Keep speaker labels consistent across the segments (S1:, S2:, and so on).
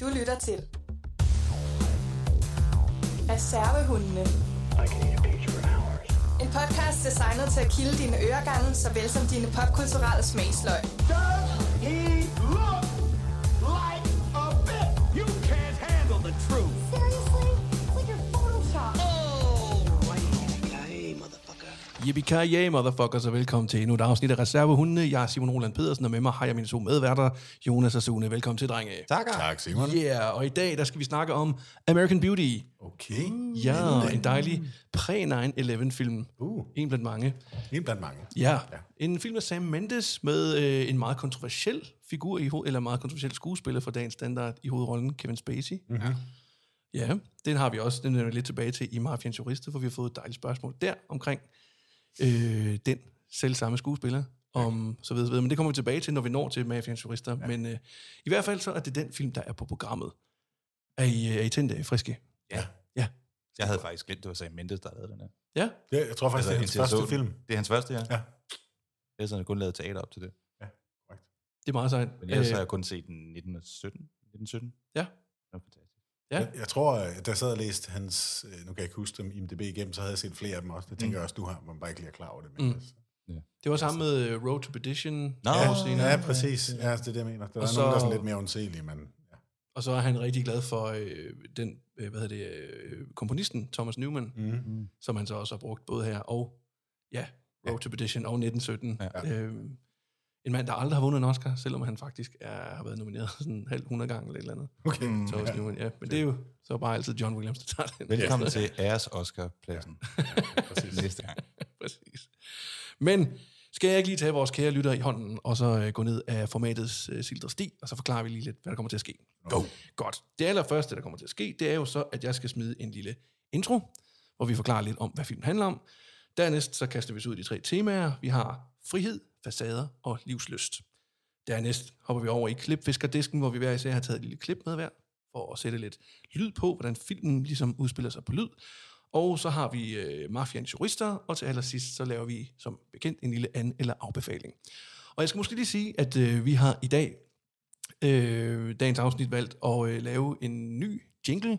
S1: Du lytter til Reservehundene.
S2: I can eat a peach for hours.
S1: En podcast designet til at kilde dine øregange, såvel som dine popkulturelle smagsløg.
S3: Does he look like a bit? You can't handle the truth.
S4: Seriously? It's like your Photoshop.
S5: Yippee-ki-yay, motherfuckers, og velkommen til endnu et afsnit af Reservehundene. Jeg er Simon Roland Pedersen, og med mig har jeg mine to medværter, Jonas og Sune. Velkommen til, drenge.
S6: Tak, tak Simon.
S5: Yeah, og i dag, der skal vi snakke om American Beauty.
S6: Okay.
S5: Ja, en dejlig præ-9-11-film. Uh. En blandt mange.
S6: En blandt mange.
S5: Ja, en film af Sam Mendes med øh, en meget kontroversiel figur, i ho- eller meget kontroversiel skuespiller for dagens standard i hovedrollen, Kevin Spacey. Mm-hmm. Ja, den har vi også, den er vi lidt tilbage til i Mafians Juriste, for vi har fået et dejligt spørgsmål der omkring øh, den selv samme skuespiller, om så videre, så videre. Men det kommer vi tilbage til, når vi når til Mafians Jurister. Ja. Men øh, i hvert fald så er det den film, der er på programmet. Er I, øh, er I tændte, er I friske?
S7: Ja.
S5: Ja.
S7: Jeg havde faktisk glemt, det var Sam Mendes, der lavede den her.
S5: Ja,
S6: Ja, jeg tror faktisk, det er hans
S7: indtil jeg så
S6: første
S7: den.
S6: film.
S7: Det er hans første, ja.
S6: Ja.
S7: Ellers har han kun lavet teater op til det.
S5: det er meget sejt.
S7: Men ellers
S5: Øh,
S7: har jeg kun set den 1917. 1917?
S5: Ja.
S7: Det var fantastisk.
S5: Ja.
S6: Jeg, jeg tror, at da jeg sad og læste hans, øh, nu kan jeg ikke huske dem, IMDB igennem, så havde jeg set flere af dem også. Det tænker jeg også, du har, man bare ikke lige er klar over det. Men
S5: Mm.
S6: mm.
S5: Det var sammen med øh, Road to Perdition.
S7: Nå,
S6: ja,
S5: senere.
S6: ja, præcis. Ja, det er det, jeg mener. Der er
S5: Og
S6: nogen, der er
S5: så-
S6: sådan lidt mere ondselige, men... Ja.
S5: Og så er han rigtig glad for øh, den, øh, hvad hedder det, øh, komponisten Thomas Newman, mm.
S6: Mm.
S5: som han så også har brugt både her og, ja, Road to Perdition og 1917. Ja. Øh, en mand, der aldrig har vundet en Oscar, selvom han faktisk er, har været nomineret sådan halv 100 gange eller et eller andet.
S6: Okay. Mm.
S5: Thomas ja. Newman, ja. Men det er jo så bare altid John Williams, der tager den.
S7: Velkommen til Æres Oscar-pladsen. Ja, Næste gang.
S5: Præcis. Men skal jeg ikke lige tage vores kære lytter i hånden, og så øh, gå ned af formatets øh, sildre sti, og så forklarer vi lige lidt, hvad der kommer til at ske. Go! Godt. Det allerførste, der kommer til at ske, det er jo så, at jeg skal smide en lille intro, hvor vi forklarer lidt om, hvad filmen handler om. Dernæst så kaster vi os ud i de tre temaer. Vi har frihed, facader og livsløst. Dernæst hopper vi over i klipfiskerdisken, hvor vi hver især har taget et lille klip med hver, for at sætte lidt lyd på, hvordan filmen ligesom udspiller sig på lyd. Og så har vi øh, Mafians Jurister, og til allersidst så laver vi som bekendt en lille an- eller afbefaling. Og jeg skal måske lige sige, at øh, vi har i dag, øh, dagens afsnit, valgt at øh, lave en ny jingle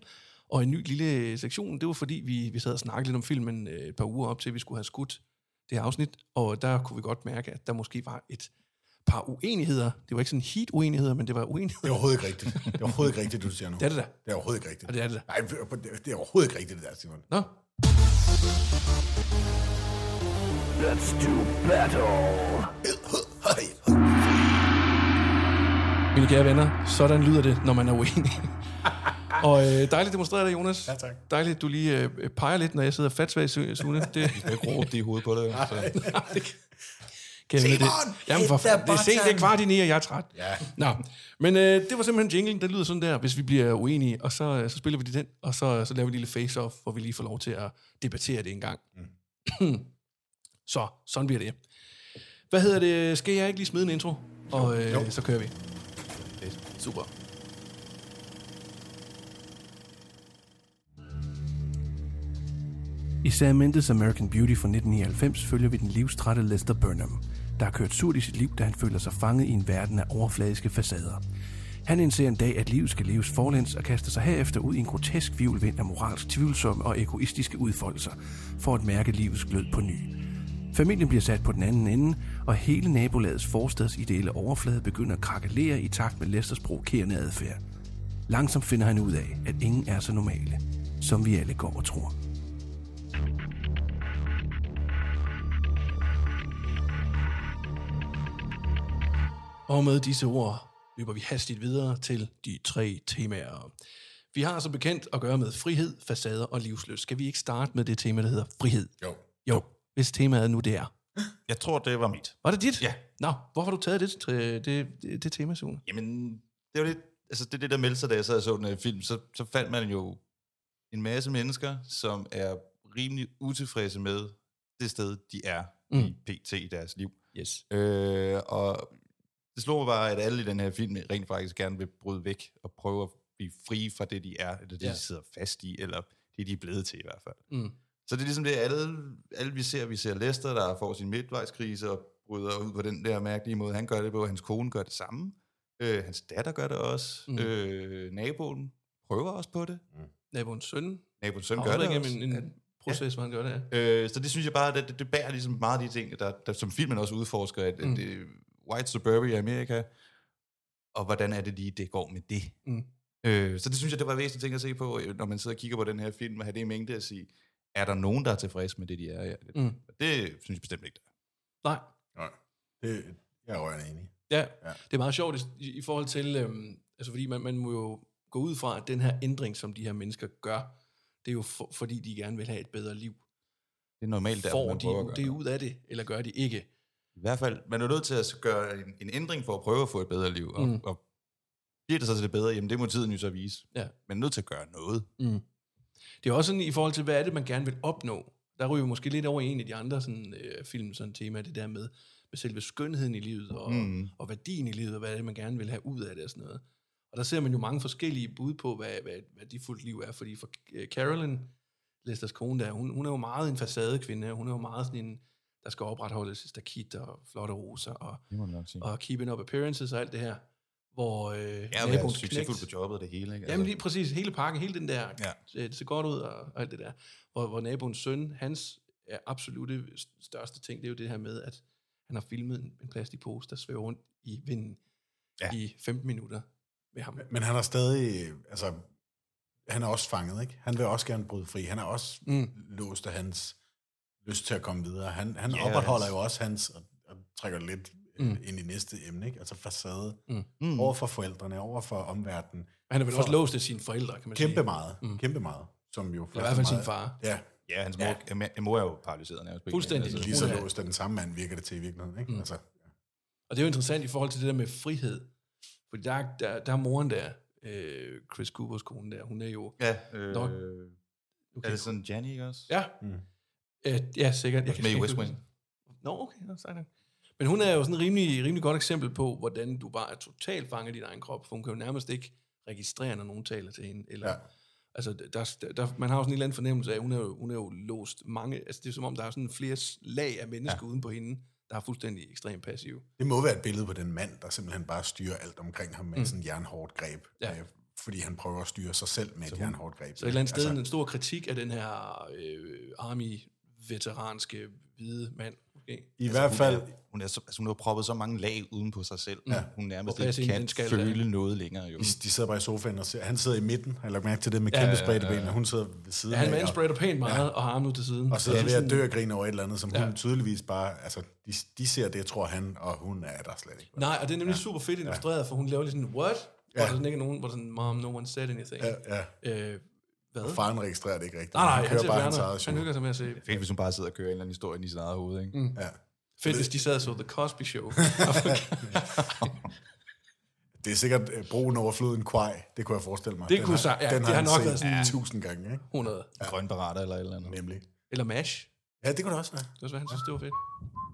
S5: og en ny lille øh, sektion. Det var fordi, vi, vi sad og snakkede lidt om filmen øh, et par uger op til, at vi skulle have skudt det her afsnit, og der kunne vi godt mærke, at der måske var et par uenigheder. Det var ikke sådan heat-uenigheder, men det var
S6: Det
S5: uenigheder.
S6: er overhovedet ikke rigtigt. Det er overhovedet ikke rigtigt, du siger nu.
S5: Det er det da.
S6: Det er overhovedet ikke rigtigt.
S5: Og det er det da.
S6: Nej, det er overhovedet ikke rigtigt, det der, Simon.
S5: Nå,
S6: Hej.
S5: mine kære venner, sådan lyder det, når man er uenig. og øh, dejligt demonstreret dig, Jonas.
S6: Ja, tak.
S5: Dejligt, at du lige øh, peger lidt, når jeg sidder fatsvag, Su- Sune. Det, det,
S7: Jeg kan ikke råbe det i hovedet på dig. jo, Så.
S5: kan jeg, det,
S6: Simon,
S5: jamen, for,
S6: hit the
S5: det er sent, det er
S6: button.
S5: kvart i ni, og jeg er træt.
S6: Ja.
S5: Nå, men øh, det var simpelthen jinglen, den lyder sådan der, hvis vi bliver uenige, og så, øh, så spiller vi lige den, og så, så laver vi en lille face-off, hvor vi lige får lov til at debattere det en gang. Mm. så, sådan bliver det. Hvad hedder det? Skal jeg ikke lige smide en intro? Og øh,
S6: Jo.
S5: så kører vi. Super. I Sam Mendes American Beauty fra 1999 følger vi den livstrætte Lester Burnham, der har kørt surt i sit liv, da han føler sig fanget i en verden af overfladiske facader. Han indser en dag, at livet skal leves forlæns og kaster sig herefter ud i en grotesk vivlvind af moralsk tvivlsomme og egoistiske udfoldelser, for at mærke livets glød på ny. Familien bliver sat på den anden ende, og hele nabolagets forstads ideelle overflade begynder at krakelere i takt med Lesters provokerende adfærd. Langsomt finder han ud af, at ingen er så normale, som vi alle går og tror. Og med disse ord løber vi hastigt videre til de tre temaer. Vi har som bekendt at gøre med frihed, facader og livsløs. Skal vi ikke starte med det tema, der hedder frihed?
S6: Jo.
S5: Jo, hvis temaet nu det er.
S7: Jeg tror, det var mit.
S5: Var det dit?
S7: Ja.
S5: Nå, hvorfor har du taget det, det, det, det tema, Sune?
S7: Jamen, det var lidt... Altså, det er det, der meldte sig, da jeg sad og så den her film. Så, så fandt man jo en masse mennesker, som er rimelig utilfredse med det sted, de er mm. i PT i deres liv.
S5: Yes.
S7: Øh, og det slog mig bare, at alle i den her film rent faktisk gerne vil bryde væk og prøve at blive frie fra det, de er, eller det,
S5: Ja.
S7: de sidder fast i, eller det, de er blevet til i hvert fald.
S5: Mm.
S7: Så det er ligesom det, alle, alle vi ser. Vi ser Lester, der får sin midtvejskrise og bryder ud på den der mærkelige måde, han gør det på. Hans kone gør det samme. Øh, hans datter gør det også. Mm. Øh, naboen prøver også på det.
S5: Naboens søn
S7: Naboens søn
S5: har
S7: gør
S5: også
S7: det
S5: været
S7: også.
S5: igennem en, en proces, hvor han gør det. ja.
S7: Øh, så det synes jeg bare, det, det, det bærer ligesom meget af de ting, der, der, som filmen også udforsker, at, mm. at øh, white suburbia i Amerika, og hvordan er det lige, det går med det.
S5: Mm.
S7: Øh, så det synes jeg, det var væsentligt ting at se på, øh, når man sidder og kigger på den her film, og have det i mængde at sige, er der nogen, der er tilfreds med det, de er? Ja, det,
S5: Mm.
S7: det synes jeg bestemt ikke, der er.
S5: Nej.
S6: Nej. Det, jeg er rørende enig.
S5: Ja. ja, det er meget sjovt i, i forhold til, øhm, altså fordi man, man må jo gå ud fra, at den her ændring, som de her mennesker gør, det er jo for, fordi, de gerne vil have et bedre liv.
S7: Det er normalt, der
S5: Får
S7: man prøver at
S5: de
S7: gøre
S5: det
S7: noget.
S5: ud af det, eller gør de ikke?
S7: I hvert fald, man er nødt til at gøre en, en ændring for at prøve at få et bedre liv, og,
S5: Mm.
S7: mm. og bliver det så til det bedre, jamen det må tiden jo så vise.
S5: Ja.
S7: Man er nødt til at gøre noget.
S5: Det er også sådan i forhold til, hvad er det, man gerne vil opnå? Der ryger vi måske lidt over i en af de andre sådan, øh, film, sådan tema, det der med, med selve skønheden i livet, og, mm.
S7: Mm.
S5: og værdien i livet, og hvad er det, man gerne vil have ud af det og sådan noget. Og der ser man jo mange forskellige bud på, hvad, hvad, et værdifuldt liv er, fordi for øh, Carolyn, Lesters kone der, hun, hun er jo meget en facadekvinde, og hun er jo meget sådan en, der skal opretholdes stakit og flotte roser, og,
S7: Det må man nok sige.
S5: og keeping up appearances og alt det her, hvor øh,
S7: Ja, men
S5: naboens
S7: er succesfuld
S5: knægt-
S7: på jobbet og det hele. Ikke? Altså,
S5: Jamen lige præcis, hele pakken, hele den der,
S7: Ja.
S5: ja. det ser godt ud og, og alt det der. Hvor, hvor naboens søn, hans ja, absolute største ting, det er jo det her med, at han har filmet en, en plastikpose, der svæver rundt i vinden ja.
S7: Ja.
S5: i 15 minutter med ham.
S6: Men han er stadig, altså, han er også fanget, ikke? Han vil også gerne bryde fri. Han er også
S5: Mm.
S6: mm. låst af hans lyst til at komme videre. Han, han
S7: Ja,
S6: yeah, opretholder
S7: hans-
S6: jo også hans, og, og trækker det lidt
S5: Mm.
S6: mm. ind i næste emne, ikke? Altså facade.
S5: Mm.
S6: Mm.
S7: Mm.
S6: Over for forældrene, over for omverdenen.
S5: Han er vel
S6: For-
S5: også låst af sine forældre, kan man
S6: Kæmpe
S5: sige.
S6: meget,
S5: Mm.
S6: mm. kæmpe meget. Som jo
S5: Eller i hvert fald
S6: først er
S5: sin
S6: meget-
S5: far.
S6: Ja,
S7: Ja, hans mor, ja. mor er jo paralyseret nærmest. på en
S5: Fuldstændig.
S7: gang,
S6: lige så
S5: Hun er-
S6: låst af den samme mand, virker det til i virkeligheden, ikke?
S5: Mm.
S6: Mm. Altså,
S5: Og det er jo interessant i forhold til det der med frihed. Fordi der, er- der, der er moren der, øh, Chris Coopers kone der, hun er jo...
S7: Ja, øh,
S5: Nå.
S7: okay. er det sådan Jenny, ikke også?
S5: Ja.
S6: Mm.
S5: Øh, ja, sikkert. Jeg kan
S7: Altså Med i
S5: ikke
S7: West
S5: huske-
S7: Wing.
S5: Nå, okay. Nå, sejt nok. Men hun er jo sådan et rimelig, rimelig godt eksempel på, hvordan du bare er totalt fanget i din egen krop, for hun kan jo nærmest ikke registrere, når nogen taler til hende. Eller, ja.
S6: Ja.
S5: Altså, der, der, der, man har jo sådan en eller anden fornemmelse af, at hun er jo, hun er jo låst mange... Altså, det er som om, der er sådan flere lag af mennesker ja. uden på hende, der er fuldstændig ekstremt passive.
S6: det må være et billede på den mand, der simpelthen bare styrer alt omkring ham med mm. sådan en jernhårdt greb.
S5: Ja.
S6: Øh, Fordi han prøver at styre sig selv med et jernhårdt greb.
S5: Så et eller andet sted, altså, en stor kritik af den her øh, army-veteranske hvide mand, måske.
S6: I hvert fald,
S7: Altså, Hun er, hun, er så, altså, hun har proppet så mange lag uden på sig selv.
S5: Mm.
S7: Ja. Hun nærmest
S5: Og passe
S7: ikke
S5: ind i
S7: kan
S5: den skal,
S7: føle noget længere. Jo.
S6: de, de sidder bare i sofaen, og ser, han sidder i midten, har jeg lagt mærke til det med kæmpe ja, spredte ben, og hun sidder ved siden
S5: Ja, han
S6: af, og,
S5: manspreader pænt meget, ja. og har ham nu til siden.
S6: og sidder
S5: det er
S6: ved at
S5: sådan-
S6: dø og grine over et eller andet, som ja. hun tydeligvis bare, altså, de, de ser det, tror han, og hun er der slet ikke.
S5: Nej, og det er nemlig ja. super fedt illustreret, for hun laver lige sådan, what? Ja.
S6: Ja.
S5: Hvor der sådan ikke er nogen, hvor der sådan, mom, no one said anything. Ja.
S6: Ja,
S5: Øh, hvad?
S6: og faren registrerer det ikke rigtigt.
S5: nej, nej, han,
S6: han kører
S5: ser
S6: bare hans
S5: fjerner.
S6: eget show.
S5: Han hygger sig med at se.
S7: Fedt, hvis hun bare sidder og kører en eller anden historie ind i sin eget hoved. Ikke? Mm.
S6: Ja.
S5: Fedt, hvis de sad og så The Cosby Show.
S6: Det er sikkert øh, broen over floden Kwai, det kunne jeg forestille mig.
S5: Det
S6: den
S5: kunne
S6: har,
S5: sig- ja,
S6: den
S5: det
S6: har
S5: har
S6: han
S5: nok
S6: set
S5: været sådan-
S6: tusind gange, ikke?
S5: 100.
S7: Grøn baratter eller et eller andet.
S6: Nemlig.
S5: Eller MASH.
S6: Ja, det kunne det også være.
S5: Det var så, han synes, det var fedt.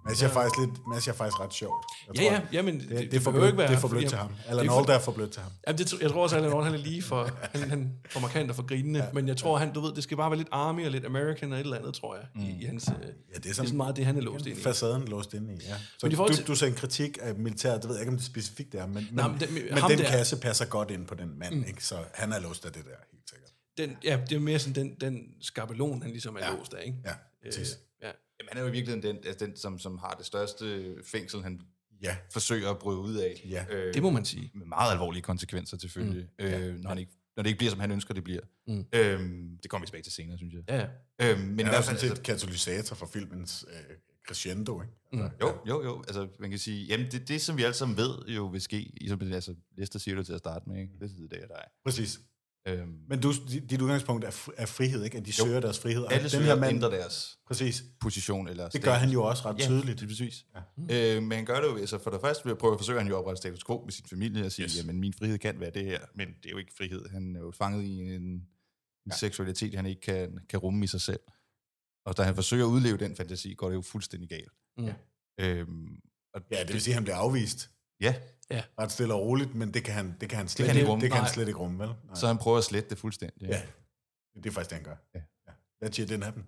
S6: Mads er faktisk, lidt, Mads er faktisk ret sjovt. Jeg
S5: Ja, ja, jamen,
S6: det, det, det, er
S5: det
S6: for
S5: behøver
S6: blødt,
S5: ikke være,
S6: det er for
S5: fordi
S6: blødt til
S5: jeg-
S6: ham.
S5: det
S6: Alan
S5: er for-
S6: Alda er for blødt til ham.
S5: Jamen, det, tr- jeg tror også, at Alan Orn, han er lige for, han, han er for markant og for grinende. Ja. Men jeg tror, han, du ved, det skal bare være lidt army og lidt American og et eller andet, tror jeg. Mm. I, i hans, øh, ja, det er
S6: sådan-
S5: sådan meget det, han er låst ind i.
S6: Facaden låst inde i, ja. Så
S5: Men i
S6: du,
S5: forhold til-
S6: du sagde en kritik af militæret, det ved jeg ikke, om det specifikt er, men,
S5: Nej, men
S6: men,
S5: den-
S6: den, men
S5: ham
S6: den
S5: der-
S6: kasse passer godt ind på den mand, mm. ikke? så han er låst af det der, helt sikkert.
S5: Den, ja, det er mere sådan den, den skabelon, han ligesom er ja. låst af, ikke?
S6: Ja,
S5: Øh,
S6: tis.
S5: ja.
S7: Jamen, han er jo i virkeligheden den, altså, den som, som har det største fængsel, han
S6: Ja,
S7: forsøger at bryde ud af.
S6: Ja.
S7: Øh,
S5: Det må man sige.
S7: med meget alvorlige konsekvenser til følge, mm. øh, ja. når, han ikke, når det ikke bliver, som han ønsker, det bliver. Mm. Øhm, det kommer vi tilbage til senere, synes jeg.
S5: Ja, ja.
S7: Øhm, men i
S6: han er
S7: hvert fald,
S6: sådan set
S7: altså,
S6: katalysator for filmens øh, crescendo, ikke? Altså,
S5: Mm.
S7: jo, jo, jo, altså man kan sige, jamen det, det som vi alle sammen ved jo vil ske, i som altså Lester siger det til at starte med, ikke? det er det, der er.
S6: Præcis.
S7: Øhm,
S6: Men du, dit dit udgangspunkt er, fri- er frihed, ikke? At de søger deres frihed. og
S7: alle
S6: den
S7: søger at ændre deres
S6: Præcis.
S7: position. Eller
S6: Det gør han jo også ret
S7: Ja,
S6: tydeligt. Mm.
S7: det er præcis. Ja. Øh, men han gør det jo, altså for det første vil jeg prøve at forsøge, at han jo opretter status quo med sin familie og sige, yes. jamen min frihed kan være det her, men det er jo ikke frihed. Han er jo fanget i en, en ja. seksualitet, han ikke kan, kan rumme i sig selv. Og da han forsøger at udleve den fantasi, går det jo fuldstændig galt.
S5: Ja.
S7: Øhm, og
S6: Mm. Ja, det vil sige, at han bliver afvist
S7: ja,
S6: ret stille og roligt, men det kan han, det kan han, slet,
S7: kan han
S6: det
S7: ikke rumme.
S6: det kan han
S7: Nej.
S6: slet ikke rumme, vel? Nej.
S7: så han prøver at slette det fuldstændig.
S6: Ja. Det er faktisk det, han gør.
S7: Ja.
S6: ja. That shit didn't happen.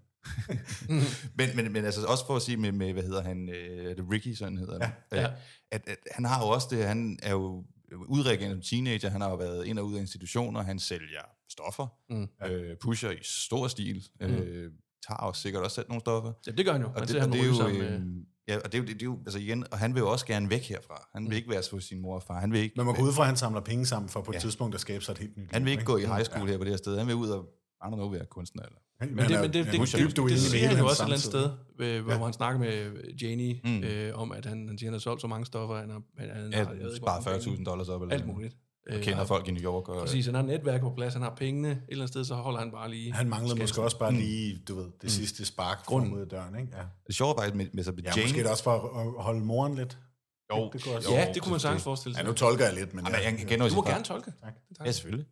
S7: Men, men, men altså også for at sige med, med hvad hedder han, øh, er det Ricky, sådan hedder han,
S6: Ja.
S7: Øh, At, at han har jo også det, han er jo udreagerende som teenager, han har jo været ind og ud af institutioner, han sælger stoffer,
S5: Mm.
S7: mm. øh, pusher i stor stil, mm. øh, tager også sikkert også selv nogle stoffer.
S5: Ja, det gør han jo. Man
S7: Og
S5: ser
S7: det, og
S5: ham
S7: det er
S5: ryge
S7: jo,
S5: sammen med...
S7: øh, ja, og det er jo, det, det er jo, altså igen, og han vil jo også gerne væk herfra.
S5: Mm.
S7: Han vil ikke være hos sin mor og far. Han vil ikke,
S6: Men man går ud fra, at han samler penge sammen for på et
S7: Ja.
S6: tidspunkt at skabe sig et helt nyt
S7: han vil
S6: liv,
S7: ikke gå i high school ja. her på det her sted. Han vil ud og, I don't know, være kunstner. Eller.
S6: Han,
S5: Men det, men det, det, det, det, det, det siger han jo også et eller andet sted, øh, hvor
S6: Ja.
S5: ja. han snakker med Janie mm.
S7: Mm.
S5: øh, om, at han, han siger, han har solgt så mange stoffer, han har, han, han
S7: Ja,
S5: har jeg ved ikke, hvor mange
S7: bare
S5: penge.
S7: 40.000 dollars op. Eller
S5: Alt muligt.
S7: Og kender
S5: han-
S7: folk i New York. Og,
S5: Præcis, han har netværk på plads, han har pengene. Et eller andet sted, så holder han bare lige...
S6: Han manglede
S5: skabelsen.
S6: måske også bare lige, du ved, det sidste spark
S5: Grunden.
S6: Grunden. mod døren, ikke? Ja,
S7: Det sjove er faktisk med, med, med
S6: ja
S7: Jane.
S6: måske er det også for at- at holde moren lidt.
S7: Jo,
S6: det kunne også-
S5: Ja, det kunne man sagtens forestille
S6: Ja,
S5: sig.
S6: nu tolker jeg lidt, men...
S7: Ja, men jeg kender jo
S5: Du
S7: sin
S5: må
S7: far.
S5: gerne tolke.
S6: Tak.
S7: Ja, selvfølgelig.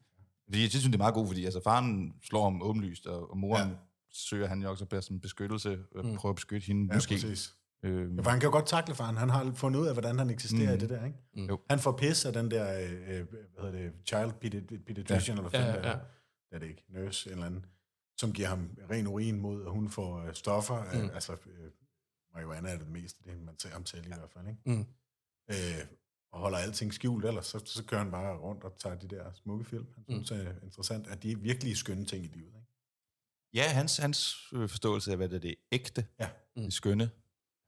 S7: Fordi jeg synes, det er meget godt, fordi altså, faren slår ham åbenlyst, og, og moren
S6: Ja.
S7: ja. søger han jo også på som beskyttelse, og
S5: Mm.
S7: prøver at beskytte hende, ja,
S6: Ja,
S7: måske.
S6: præcis.
S7: Øhm,
S6: Ja, for han kan jo godt takle faren. Han har fundet ud af, hvordan han eksisterer mm. i det der, ikke?
S5: Mm.
S7: Jo.
S6: Han får pis af den der, øh, øh, hvad hedder det, child pedi- pediatrician, ja. eller hvad
S5: Ja,
S6: fanden
S5: ja,
S6: det er. Det er det ikke. Nurse, en eller anden, som giver ham ren urin mod, at hun får øh, stoffer. Mm. Altså, øh, marihuana er det meste, det man ser ham til i hvert fald, ikke?
S5: Mm.
S6: Øh, og holder alting skjult, ellers så, så kører han bare rundt og tager de der smukke film. Han synes, mm. er interessant, at de er virkelig skønne ting i livet, ikke?
S7: ja, hans, hans øh, forståelse af, hvad det er, det ægte,
S6: Ja.
S5: Mm.
S7: det skønne,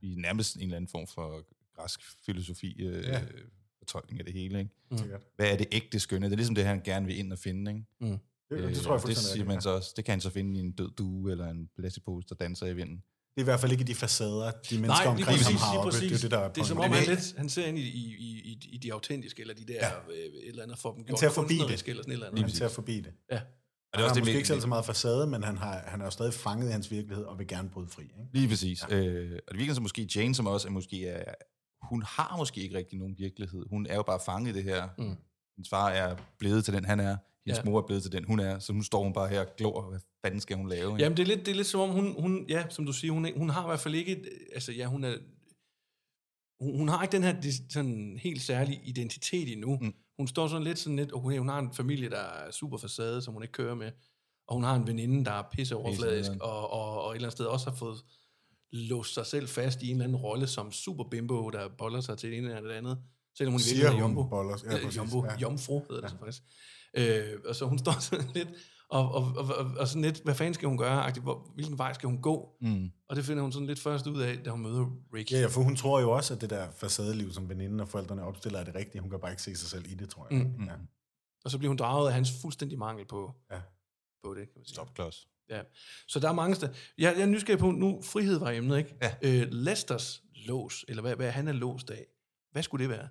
S7: i nærmest en eller anden form for græsk filosofi, øh,
S6: Ja.
S7: ja. fortolkning af det hele. Ikke?
S5: Mm.
S6: Sikkert.
S7: Hvad er det ægte skønne? Det er ligesom det, han gerne vil ind og finde. Ikke?
S6: Det, det, tror jeg
S7: Øh, det
S6: fuldstændig.
S7: siger
S6: er
S7: man
S6: det.
S7: så også. Det kan han så finde i en død due, eller en plastikpose, der danser i vinden.
S6: Det er i hvert fald ikke de facader, de mennesker
S5: Nej,
S6: Nej,
S5: lige
S6: omkring
S5: præcis,
S6: ham har
S5: lige
S6: opbygget.
S5: præcis.
S6: Det er det, der er
S5: det er som om,
S6: pointen.
S5: han, lidt, han ser ind i, i, i, i- i de autentiske, eller de der ja. øh, et eller andet, får dem gjort
S6: tager forbi det.
S5: kunstnerisk, eller sådan et eller andet.
S6: Han tager forbi det.
S5: Ja.
S7: Og
S6: Han har måske
S7: med-
S6: ikke selv så meget facade, men han, har, han er jo stadig fanget i hans virkelighed og vil gerne bryde fri. Ikke?
S7: Lige præcis. Ja. Øh, og det virker som måske Jane, som også er måske er, hun har måske ikke rigtig nogen virkelighed. Hun er jo bare fanget i det her. Mm. Hendes far er blevet til den, han er. Hendes
S5: Ja.
S7: ja. mor er blevet til den, hun er. Så nu står hun bare her og glor. Hvad fanden skal hun lave? ikke?
S5: Jamen, det er lidt, det er lidt som om, hun, hun, ja, som du siger, hun, er- hun har i hvert fald ikke, et- altså ja, hun er, hun, hun har ikke den her dis- sådan helt særlige identitet endnu. Mm. Hun står sådan lidt sådan lidt, okay, hun har en familie, der er super facade, som hun ikke kører med, og hun har en veninde, der er pisseoverfladisk,
S7: Pissenederen.
S5: og, og, og et eller andet sted også har fået låst sig selv fast i en eller anden rolle som super bimbo, der boller sig til det ene eller det andet, selvom hun
S6: Siger
S5: virkelig er
S6: hun
S5: jombo.
S6: boller sig- ja,
S5: Øh,
S6: præcis,
S5: jombo,
S6: ja.
S5: jomfru hedder det så faktisk. Øh, og så hun står sådan lidt, og, og, og, og, og sådan lidt, hvad fanden skal hun gøre? agtigt, Hvor, hvilken vej skal hun gå? Mm. Og det finder hun sådan lidt først ud af, da hun møder Rick.
S6: Ja, ja, for hun tror jo også, at det der facadeliv, som veninden og forældrene opstiller, er det rigtige. Hun kan bare ikke se sig selv i det, tror jeg. Mm. Ja.
S5: Og så bliver hun draget af hans fuldstændig mangel på,
S6: Ja.
S5: på det, kan man sige.
S7: Stopklods.
S5: Ja. Så der er mange steder. Jeg, jeg er nysgerrig på, nu frihed var emnet, ikke?
S7: Ja.
S5: Øh, Lesters lås, eller hvad, hvad han er låst af, hvad skulle det være?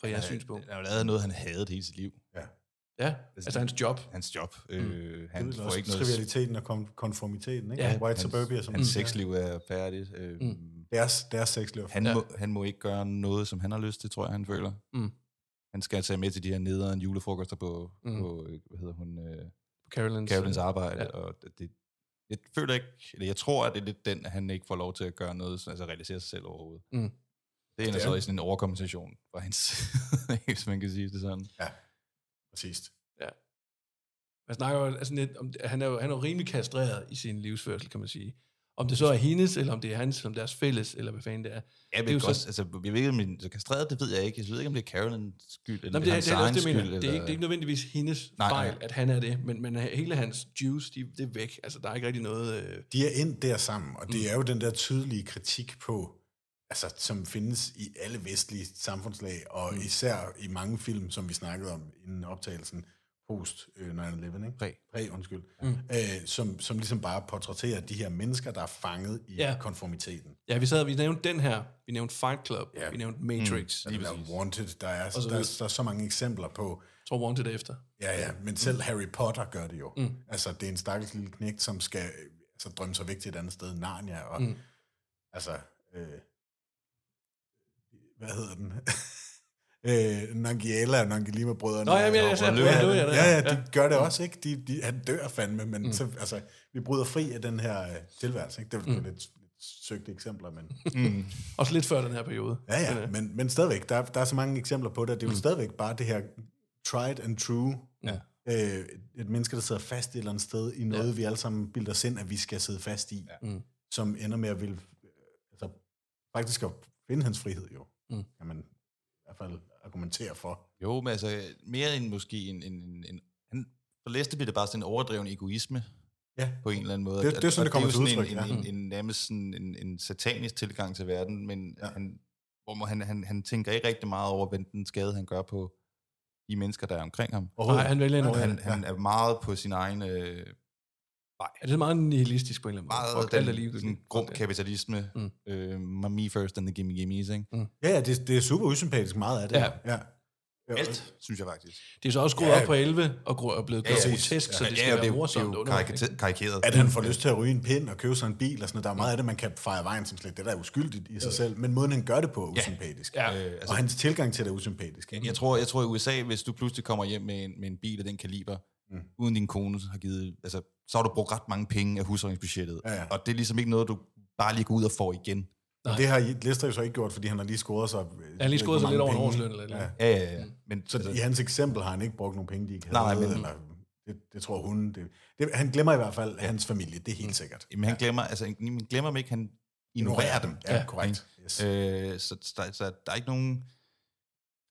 S5: Fra
S6: Øh,
S5: jeres ja, synspunkt.
S7: Han har jo lavet noget, han havde hele sit liv.
S6: ja.
S5: Ja, altså hans job.
S7: Hans job. Øh,
S6: Han
S7: han
S6: Mm. det er
S7: får
S6: også
S7: ikke
S6: ikke
S7: noget...
S6: trivialiteten og kon- konformiteten. Ikke?
S5: Ja.
S6: Ja, White
S7: Hans,
S6: suburbia, som
S7: hans
S6: man siger.
S7: sexliv er færdigt. Øh, mm.
S6: Deres, deres sexliv. er
S7: han,
S5: Ja.
S7: ja. må, han må ikke gøre noget, som han har lyst til, tror jeg, han føler.
S5: Mm.
S7: Han skal tage med til de her nederen julefrokoster på,
S5: Mm.
S7: mm. på øh, hvad hedder hun... Øh,
S5: Carolins,
S7: Carolins arbejde,
S5: Ja.
S7: ja. og det- det, jeg føler ikke, eller jeg tror, at det er lidt den, at han ikke får lov til at gøre noget, så- altså realisere sig selv overhovedet.
S5: Mm.
S7: Det ender
S6: Ja.
S7: så i sådan en overkompensation fra hans side, hvis man kan sige det sådan.
S6: Præcis.
S5: Man snakker jo altså lidt om, at han er jo han er jo rimelig kastreret i sin livsførsel, kan man sige. Om det så er hendes, eller om det er hans, eller om deres fælles, eller hvad fanden det
S7: Ja,
S5: er.
S7: men
S5: det er
S7: det
S5: jo
S7: er også, altså, jeg ved ikke, om min, så kastreret, det ved jeg ikke. Jeg ved ikke, om det er Carolins skyld, eller
S5: Nå, men det, er,
S7: hans
S5: det, er også
S7: egen
S5: det, jeg
S7: skyld.
S5: mener. Det, er ikke, det er ikke nødvendigvis hendes
S7: Nej, nej.
S5: fejl, at han er det, men, men hele hans juice, de, det er væk. Altså, der er ikke rigtig noget... Øh,
S6: De er endt der sammen, og det er jo den der tydelige kritik på, altså, som findes i alle vestlige samfundslag, og mm. især i mange film, som vi snakkede om inden optagelsen, post øh, 9-11, ikke?
S7: Præ.
S6: Præ, undskyld. Mm. Øh, som, som ligesom bare portrætterer de her mennesker, der er fanget i
S5: Ja.
S6: ja. konformiteten.
S5: ja, vi sad, vi nævnte den her, vi nævnte Fight Club,
S6: Ja.
S5: vi nævnte Matrix, mm.
S6: Der er Altså, Wanted, der er,
S5: så
S6: der, der, er, der er så mange eksempler på,
S5: tror Wanted efter.
S6: Ja, ja,
S5: Mm.
S6: men selv Harry Potter gør det jo. Mm. Altså, det er en stakkels lille knægt, som skal øh, altså, drømme sig væk til et andet sted, Narnia, og mm. altså, øh, hvad hedder den? øh, Nangiela og Nangilima-brødrene.
S5: Nå, jamen, jeg- jeg- jeg-
S6: ja,
S5: jeg- jeg- jeg-
S6: ja, ja,
S5: ja.
S6: de gør det også, ikke? De, de, han dør fandme, men mm. så, altså, vi bryder fri af den her øh, tilværelse, ikke? Det er mm. lidt, lidt søgte eksempler, men...
S5: Også lidt før den her periode. øh,
S6: Ja, ja, men, men stadigvæk, der, er- der er så mange eksempler på det, og det er jo mm. stadigvæk bare det her tried and true.
S5: Ja.
S6: Øh, et- et menneske, der sidder fast et eller andet sted i noget, ja. vi alle sammen bilder os ind, at vi skal sidde fast i, ja.
S5: Mm.
S6: som øh, ender med at vil, altså, faktisk at finde hans frihed jo, mm. kan man hvert fald argumentere for.
S7: Jo, men altså mere end måske en... en, en, en han, for Lester bliver det bare sådan en overdreven egoisme
S6: Ja.
S7: på en eller anden måde.
S6: Det- det er sådan,
S7: Og
S6: det kommer
S7: jo
S6: til
S7: sådan
S6: udtryk,
S7: En, en, en, en, nærmest sådan en, en satanisk tilgang til verden, men ja.
S6: Ja.
S7: han, hvor må han, han, han tænker ikke rigtig meget over, hvad den skade han gør på de mennesker, der er omkring ham.
S5: Nej, han vælger en
S7: Og
S5: rolle.
S7: han, han er meget på sin egen... Øh,
S5: Ja, det er meget nihilistisk på en eller anden måde.
S7: meget
S5: Fuck, alt er lige
S7: sådan grum kapitalisme.
S5: Mm.
S7: Mm. Øh, me first and the gimme gimmes, ikke?
S6: Ja, ja, det, det er super usympatisk meget af det.
S5: Ja.
S6: ja. ja.
S7: Alt, synes jeg faktisk.
S5: Det er så også skruet
S6: Ja.
S5: op på 11 og gru- og blevet
S7: Ja, ja.
S5: grotesk, så det skal
S7: og
S5: være
S7: jo-
S5: morsomt.
S7: det er jo
S5: underholdende, ikke?
S7: karikate- karikeret.
S6: At han får lyst til at ryge en pind og købe sig en bil og sådan noget. Der er meget af det, man kan fejre vejen som slet. Det der er uskyldigt i sig selv, men måden han gør det på er usympatisk.
S5: Ja.
S7: Øh, altså-
S6: Og hans tilgang til det er usympatisk.
S7: Jeg tror, jeg tror i USA, hvis du pludselig kommer hjem med en, med en bil af den kaliber, mm. uden din kone har givet, altså, så har du brugt ret mange penge af husholdningsbudgettet.
S6: Ja, ja.
S7: Og det er ligesom ikke noget, du bare lige går ud og får igen.
S6: Og det har I- Lester jo så ikke gjort, fordi han har lige scoret sig...
S5: Han har lige skåret sig lidt over en årsløn eller et eller
S6: Ja.
S5: andet. Altså-
S7: Ja, ja, ja. Men, altså,
S6: Så i hans eksempel har han ikke brugt nogen penge, de ikke havde.
S7: Nej, men-
S6: eller, det, det tror hun. Det, det, han glemmer i hvert fald hans familie, det er helt sikkert.
S7: men Mm. han glemmer, altså, han- man glemmer dem ikke, han ignorerer dem.
S6: Ja, korrekt.
S7: Ikke?
S6: Yes.
S7: Øh, så, så, der, så der er ikke nogen...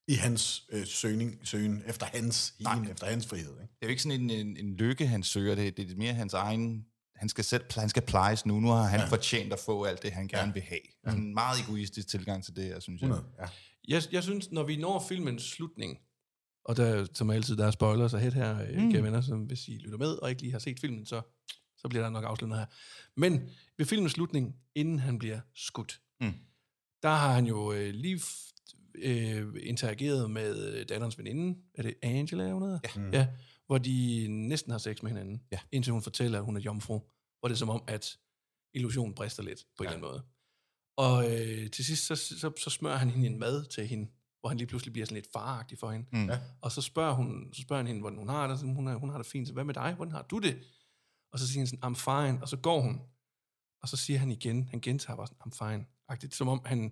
S6: I hans øh, søgning, søgen efter hans, higen efter hans frihed. Ikke?
S7: Det er jo ikke sådan en, en, en lykke, han søger. Det, det er mere hans egen... Han skal, selv, han skal plejes nu. Nu har han ja. fortjent at få alt det, han gerne ja. vil have. Ja. En meget egoistisk tilgang til det her, synes jeg.
S6: 100. Ja.
S5: Jeg, jeg synes, når vi når filmens slutning, og der, som altid, der er spoilers og hit her, mm. kære venner, som hvis I lytter med og ikke lige har set filmen, så, så bliver der nok afsløret her. Men ved filmens slutning, inden han bliver skudt,
S7: Mm.
S5: der har han jo øh, lige f- øh, interageret med øh, datterens veninde, er det Angela, hun hedder? Ja. Mm. ja. Hvor de næsten har sex med hinanden, ja. indtil hun fortæller, at hun er jomfru. Hvor det er som om, at illusionen brister lidt, på en eller anden måde. Og øh, til sidst, så, så, så smører han hende en mad til hende, hvor han lige pludselig bliver sådan lidt faragtig for hende.
S7: Mm. Ja.
S5: Og så spørger, hun, så spørger han hende, hvordan hun har det. Så hun, har, hun har det fint, så hvad med dig? Hvordan har du det? Og så siger han sådan, I'm fine. Og så går hun. Og så siger han igen, han gentager bare sådan, I'm fine. Agtigt, som om han,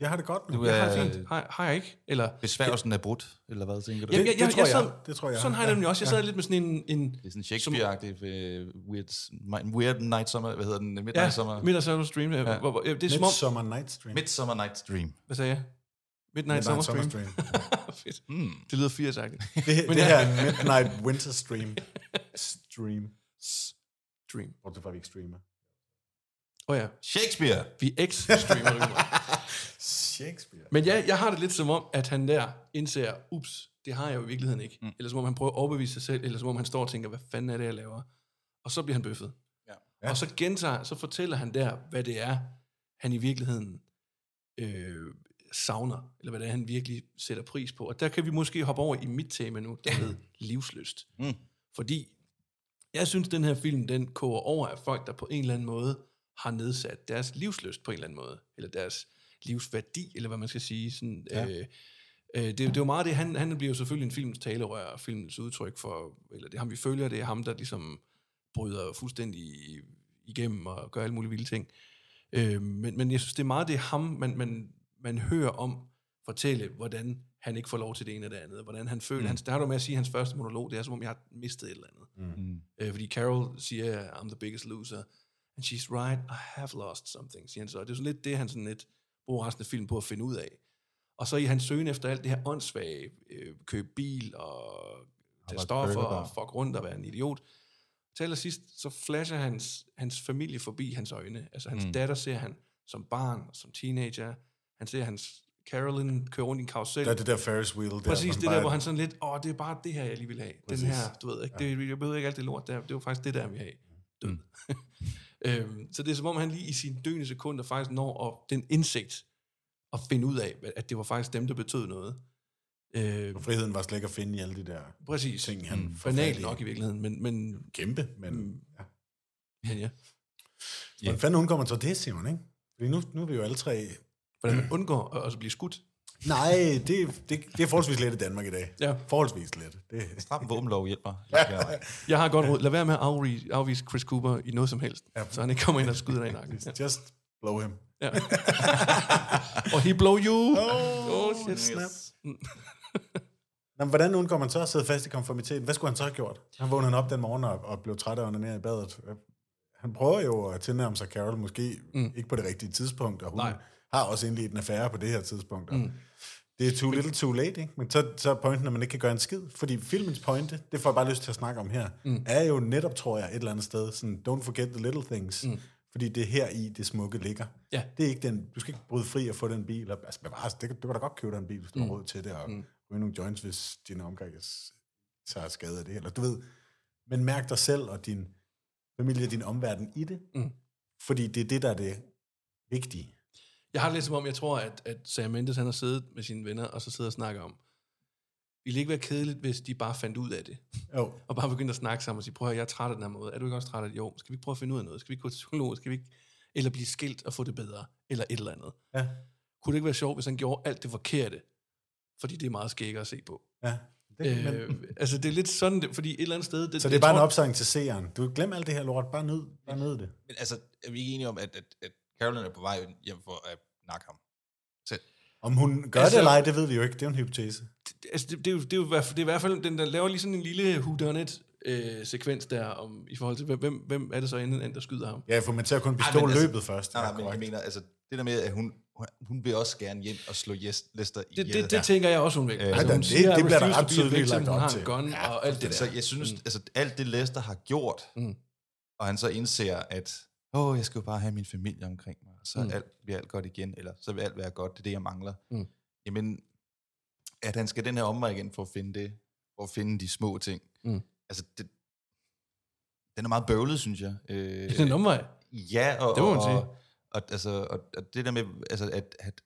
S6: Jeg har det godt nu.
S7: Du er-
S6: Jeg har
S5: har
S6: det
S5: det
S6: fint.
S5: fint, har, har jeg ikke? Eller,
S7: Besværgelsen er brudt, eller hvad tænker du?
S5: Jamen,
S6: det tror jeg.
S5: sad-
S6: Det tror jeg.
S5: Sådan har jeg
S6: Ja.
S5: det nemlig også. Jeg sad lidt med sådan en... en
S7: Det er sådan Shakespeare-agtig, uh, weird, mi- weird Night Summer, hvad hedder den? Midnight
S5: ja,
S7: Summer,
S5: Midnight Summer Stream. Ja. Hvor, hvor, det er som om...
S6: Midsummer Night's Dream.
S7: Midsummer Night's Dream.
S5: Hvad sagde jeg? Midnight, Summer Stream. Hmm. Fedt.
S7: Mm.
S5: Det lyder firsagtigt.
S6: Det,
S5: Men
S6: det
S5: ja.
S6: her er Midnight Winter Stream. Stream.
S5: Stream.
S6: Hvor det fra, vi ikke streamer.
S5: Åh oh, ja,
S7: Shakespeare!
S5: vi X-streamer det nu.
S6: Shakespeare.
S5: Men ja, jeg har det lidt som om, at han der indser, ups, det har jeg jo i virkeligheden ikke. Mm. Eller som om han prøver at overbevise sig selv, eller som om han står og tænker, hvad fanden er det, jeg laver? Og så bliver han bøffet. Ja. Og så gentager, så fortæller han der, hvad det er, han i virkeligheden øh, savner, eller hvad det er, han virkelig sætter pris på. Og der kan vi måske hoppe over i mit tema nu, der hedder livsløst.
S7: Mm.
S5: Fordi jeg synes, den her film, den koger over af folk, der på en eller anden måde har nedsat deres livsløst på en eller anden måde, eller deres livsværdi, eller hvad man skal sige. Sådan, ja. øh, øh, det, det er jo meget det, han, han bliver jo selvfølgelig en films talerør, og filmens udtryk for, eller det er ham, vi følger, det er ham, der ligesom bryder fuldstændig igennem og gør alle mulige vilde ting. Øh, men, men jeg synes, det er meget det er ham, man, man, man hører om fortælle, hvordan han ikke får lov til det ene og det andet, og hvordan han føler. Mm. Han starter med at sige, at hans første monolog, det er som om, jeg har mistet et eller andet.
S7: Mm.
S5: Øh, fordi Carol siger, I'm the biggest loser, and she's right, I have lost something, siger han så. Og Det er sådan lidt det, han sådan lidt bruger resten af filmen på at finde ud af. Og så i hans søgen efter alt det her åndssvage, øh, købe bil og tage
S7: Arbejde
S5: stoffer
S7: burgerbar.
S5: og fuck rundt og være en idiot, til allersidst, så flasher hans, hans familie forbi hans øjne. Altså hans mm. datter ser han som barn, som teenager. Han ser hans Carolyn køre rundt i en karusel.
S6: Der er det der Ferris wheel. Der,
S5: Præcis,
S6: man
S5: det der,
S6: bare-
S5: hvor han sådan lidt, åh, det er bare det her, jeg lige vil have. Præcis. Den
S6: Præcis.
S5: her, du ved ikke, det, jeg behøver ikke alt det lort der, det var faktisk det der, jeg ville have. Død. øhm, så det er som om, han lige i sine døende sekunder faktisk når at, den indsigt at finde ud af, at det var faktisk dem, der betød noget. Øh,
S6: Friheden var slet ikke at finde i alle de der
S5: præcis.
S6: ting, han mm.
S5: Banalt nok i virkeligheden, men, men,
S6: Kæmpe, men... Mm. Ja.
S5: men ja.
S6: Yeah. Hvordan fanden undgår man så det, siger hun, ikke? Fordi nu, nu er vi jo alle tre...
S5: Hvordan man undgår at, at blive skudt.
S6: Nej, det, det, det er forholdsvis let i Danmark i dag.
S5: Ja.
S6: Forholdsvis let. Det,
S7: Stram våbenlov hjælper. Ja.
S5: Jeg har et godt råd. Lad være med at afvise, afvise Chris Cooper i noget som helst, ja. så han ikke kommer ind og skyder dig i nakken. Ja.
S6: just blow him.
S5: Ja. Og he blow you. Oh, oh shit, snap.
S6: Nå, men hvordan undgår man så at sidde fast i konformiteten? Hvad skulle han så have gjort? Han vågnede han op den morgen og, og blev træt af at ned i badet. Han prøver jo at tilnærme sig Carol, måske mm. ikke på det rigtige tidspunkt, og hun
S5: Nej.
S6: Nej. har også indledt en affære på det her tidspunkt. Og mm. Det er too little too late, ikke? Men så, så er pointen, at man ikke kan gøre en skid. Fordi filmens pointe, det får jeg bare lyst til at snakke om her, mm. er jo netop, tror jeg, et eller andet sted, sådan, don't forget the little things. Mm. Fordi det er her i, det smukke ligger.
S5: Ja.
S6: Det er ikke den, du skal ikke bryde fri og få den bil. Og, altså, bevares, det, kan- du kan da godt købe den bil, hvis du mm. har råd til det, og mm. ryge nogle joints, hvis din omgang tager skade af det. Eller du ved, men mærk dig selv og din familie og din omverden i det. Mm. Fordi det er det, der er det vigtige.
S5: Jeg har det lidt som om, jeg tror, at, at Sam Mendes han har siddet med sine venner, og så sidder og snakker om, ville det ikke være kedeligt, hvis de bare fandt ud af det?
S6: Jo.
S5: Og bare begyndte at snakke sammen og sige, prøv at høre, jeg er træt af den her måde. Er du ikke også træt af det? Jo, skal vi ikke prøve at finde ud af noget? Skal vi ikke gå til psykolog? Skal vi ikke... Eller blive skilt og få det bedre? Eller et eller andet.
S6: Ja.
S5: Kunne det ikke være sjovt, hvis han gjorde alt det forkerte? Fordi det er meget skægt at se på.
S6: Ja. Det, øh,
S5: Øh, altså, det er lidt sådan, det, fordi et eller andet sted...
S6: så det er bare en
S5: tror-
S6: opsang til seeren. Du glem alt det her lort, bare nyd, bare nyd det.
S7: Men altså, er vi ikke enige om, at, at, at Carolyn er på vej hjem for at nakke ham? Selv.
S6: Om hun gør altså,
S5: Altså-
S6: det eller ej, det ved vi jo ikke. Det er jo en hypotese.
S5: altså, det, det, er jo, det, er jo, i hvert fald- det er i hvert fald, den der laver lige sådan en lille whodunit-sekvens øh, der, om, i forhold til, hvem- hvem, hvem er det så inden, end der skyder ham?
S6: Ja, for man ser kun
S7: Ej, men
S6: pistol
S7: altså-
S6: løbet først.
S7: Nej,
S6: Ja,
S7: nej, men jeg
S6: korrekt.
S7: mener, altså, det der med, at hun, hun- hun vil også gerne hjem og slå yes, Lester
S5: Det,
S7: ihjel.
S5: det, det tænker jeg også, hun vil.
S7: Ja,
S5: altså,
S6: Øh, da,
S5: hun
S6: det-
S5: siger,
S6: det bliver der
S5: "Refuse to
S6: ret
S5: be a
S6: tydeligt
S5: victim",
S6: lagt
S5: hun
S6: op
S5: har
S6: til.
S5: en gun ja, og alt det der.
S7: Så jeg synes, mm. altså alt det Lester har gjort, mm. og han så indser, at åh, jeg skal jo bare have min familie omkring mig, så mm. alt, bliver alt godt igen, eller så vil alt være godt, det er det, jeg mangler. Mm. Jamen, at han skal den her omvej igen for at finde det, for at finde de små ting.
S5: Mm.
S7: Altså, det, den er meget bøvlet, synes jeg. Øh,
S5: Det er en omvej.
S7: Ja, og,
S5: Det må man
S7: og,
S5: sige.
S7: Og, og, altså, og, og det der med, altså, at, at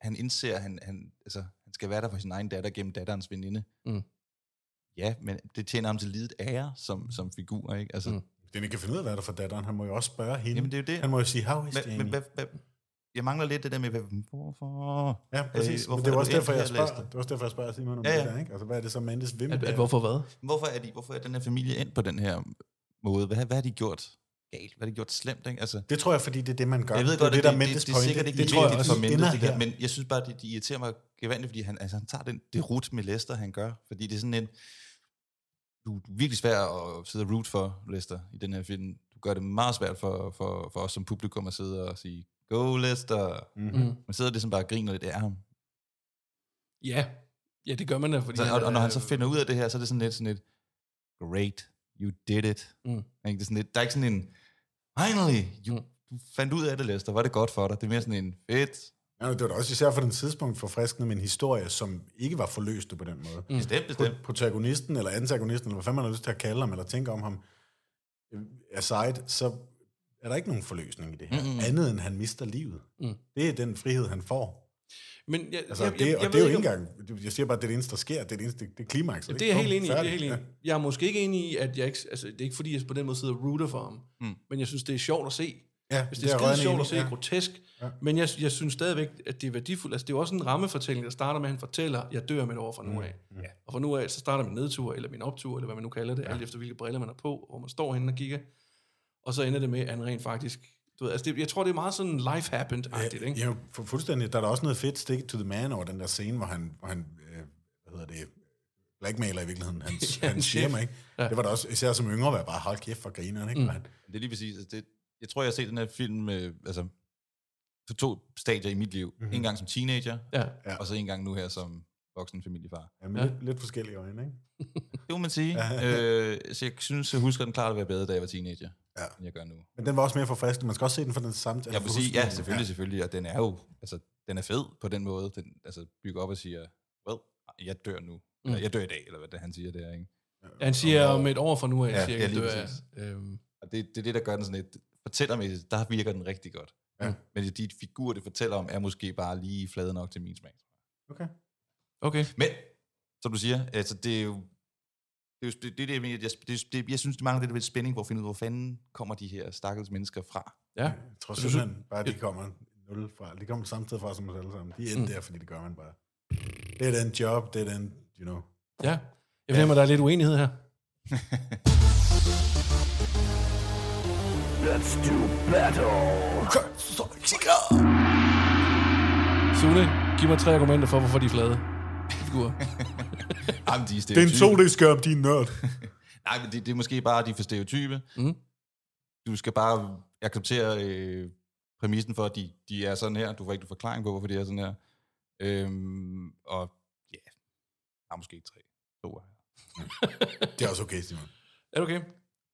S7: han indser, at han, han, altså, han skal være der for sin egen datter gennem datterens veninde.
S5: Mm.
S7: Ja, men det tjener ham til lidet ære som, som figur, ikke? Altså,
S5: Mm.
S7: mm.
S6: Det er ikke kan finde ud af, hvad der er for datteren. Han må jo også spørge hende.
S7: Jamen, det er jo det.
S6: Han må jo sige, how is
S7: Men,
S6: Jamie?
S7: men hvad, hvad, jeg mangler lidt det der med, hvad, hvorfor?
S6: ja, præcis.
S7: øh, hvorfor
S6: men det er
S7: er
S6: jo også
S7: du
S6: derfor,
S7: endt
S6: jeg
S7: her, Lester?
S6: spørger. Det er også derfor, jeg spørger Simon om
S7: Ja,
S6: ja, ja.
S7: ja.
S6: det der, ikke? Altså, hvad er det så, Mendes vil med
S5: At,
S6: det
S5: at,
S6: her?
S5: hvorfor hvad?
S6: Mm.
S7: Hvorfor er, de, hvorfor er den her familie endt på den her måde? Hvad, hvad har de gjort galt? Hvad har de gjort slemt, ikke? Altså,
S6: Det tror jeg, fordi det er det, man gør.
S7: Jeg ved godt,
S6: det er
S7: at
S6: det, der
S7: det,
S6: er
S7: det, det,
S6: Mendes
S7: det er sikkert ikke
S6: det tror jeg også,
S7: for
S6: I
S7: Mendes,
S6: ender
S7: det der,
S6: her.
S7: men jeg synes bare, det, de irriterer mig gevandigt, fordi han, altså, han tager den, det rut med Lester, han gør. Fordi det er sådan en... Du er virkelig svær at sidde og root for, Lester, i den her film. Du gør det meget svært for, for, for os som publikum at sidde og sige, go Lester.
S5: Mm.
S7: Man sidder ligesom bare og griner lidt af ham.
S5: Ja. ja, det gør man da. Fordi
S7: Så, og, og, når han så
S5: er-
S7: finder ud af det her, så er det sådan lidt sådan et, great, you did it.
S5: Mm.
S7: Ikke? Det er sådan lidt, der er ikke sådan en, finally, you,
S5: Mm.
S7: du fandt ud af det, Lester, var det godt for dig. Det er mere sådan en, fedt,
S6: Ja, det var da også især for den tidspunkt forfriskende med en historie, som ikke var forløste på den måde. Mm.
S7: bestemt, bestemt.
S6: Protagonisten eller antagonisten, eller hvad fanden man har lyst til at kalde ham, eller tænke om ham, øh, er sejt, så er der ikke nogen forløsning i det her. Mm. Andet end han mister livet. Mm. Det er den frihed, han får.
S5: Men jeg,
S6: Altså,
S5: jeg,
S6: det,
S5: jeg, jeg,
S6: og
S5: jeg
S6: det er
S5: ved
S6: jo ikke
S5: ikke, om-
S6: engang... Jeg siger bare, at det er det eneste, der sker. Det er det eneste, det er klimaks.
S5: det er jeg helt enig i. Det er jeg helt enig. i. Jeg er måske ikke enig i, at jeg ikke... Altså, det er ikke fordi, jeg på den måde sidder og rooter for ham. Mm. Men jeg synes, det er sjovt at se.
S6: Ja,
S5: Hvis
S6: det
S5: det
S6: er
S5: er skide
S6: rørende
S5: sjovt
S6: enig,
S5: at se,
S6: ja.
S5: ja. grotesk. Ja. Men jeg, jeg synes stadigvæk, at det er værdifuldt. Altså, det er jo også en rammefortælling, der starter med, at han fortæller, jeg dør med et år fra nu af. Mm. Og fra nu af, så starter min nedtur, eller min optur, eller hvad man nu kalder det, ja. alt efter hvilke briller man har på, hvor man står henne og kigger. Og så ender det med, at han rent faktisk... Du ved, altså det, jeg tror, det er meget sådan life happened-agtigt, ikke?
S6: Ja, jo, fu- fuldstændig. Der er da også noget fedt stick to the man over den der scene, hvor han, hvor han øh, hvad hedder det, blackmailer i virkeligheden, hans,
S5: Ja,
S6: ja, hans
S5: chef.
S6: firma, ikke? Ja. Det var da også, især som yngre, var jeg bare, hold kæft for grineren, ikke? Mm. Han,
S7: Det er lige præcis. altså Det, jeg tror, jeg har set den her film øh, altså, på to stadier i mit liv. Mm-hmm. En gang som teenager,
S5: Ja.
S6: Mhm. Ja.
S7: ja. og så en gang nu her som voksen familiefar.
S6: ja, med ja. Lidt, lidt forskellige øjne, ikke?
S7: Det må man sige. øh, så jeg synes, jeg husker den klart at være bedre, da jeg var teenager,
S6: Ja.
S7: end jeg gør nu.
S6: Men den var også mere forfriskende. Man skal også se den for den samme...
S7: Jeg vil sige, ja, selvfølgelig, selvfølgelig. Og den er jo, altså, den er fed på den måde. Den altså, bygger op og siger, well, jeg dør nu. Eller, jeg dør i dag, eller hvad det, er, han siger der, ikke?
S5: Han siger, om et år fra nu af, ja,
S7: Ja,
S5: cirka,
S7: ja,
S5: ja,
S7: lige
S5: dør jeg.
S7: præcis.
S5: Øhm,
S7: Og det, det er det, der gør den sådan lidt... Fortællermæssigt, der virker den rigtig godt.
S6: Ja.
S7: Men de figurer, det fortæller om, er måske bare lige flade nok til min smag.
S6: Okay.
S5: okay.
S7: Men, som du siger, altså det er jo... Det er jo det, det, er det, jeg, mener, jeg, det, det, jeg synes, det mangler lidt, lidt spænding, hvor at finde ud af, hvor fanden kommer de her stakkels mennesker fra.
S5: Ja.
S6: Jeg tror
S5: du synes-
S6: simpelthen bare, at de kommer nul fra. De kommer samme sted fra som os alle sammen. De er mm. der, fordi det gør man bare. Det er den job, det er den, you know.
S5: Ja. Jeg fornemmer, ja. der er lidt uenighed her. Sune, giv mig tre argumenter for, hvorfor de er flade figurer.
S7: Jamen, de er
S6: Det er en
S7: stereotype.
S6: 2D-skærm, de er nørd.
S7: Nej, men det, det er måske bare, de er for stereotype.
S5: Mm.
S7: Du skal bare acceptere øh, præmissen for, at de, de er sådan her. Du får ikke en forklaring på, hvorfor de er sådan her. Øhm, og ja, der er måske tre. To er
S6: Det er også okay, Simon.
S5: Er det okay?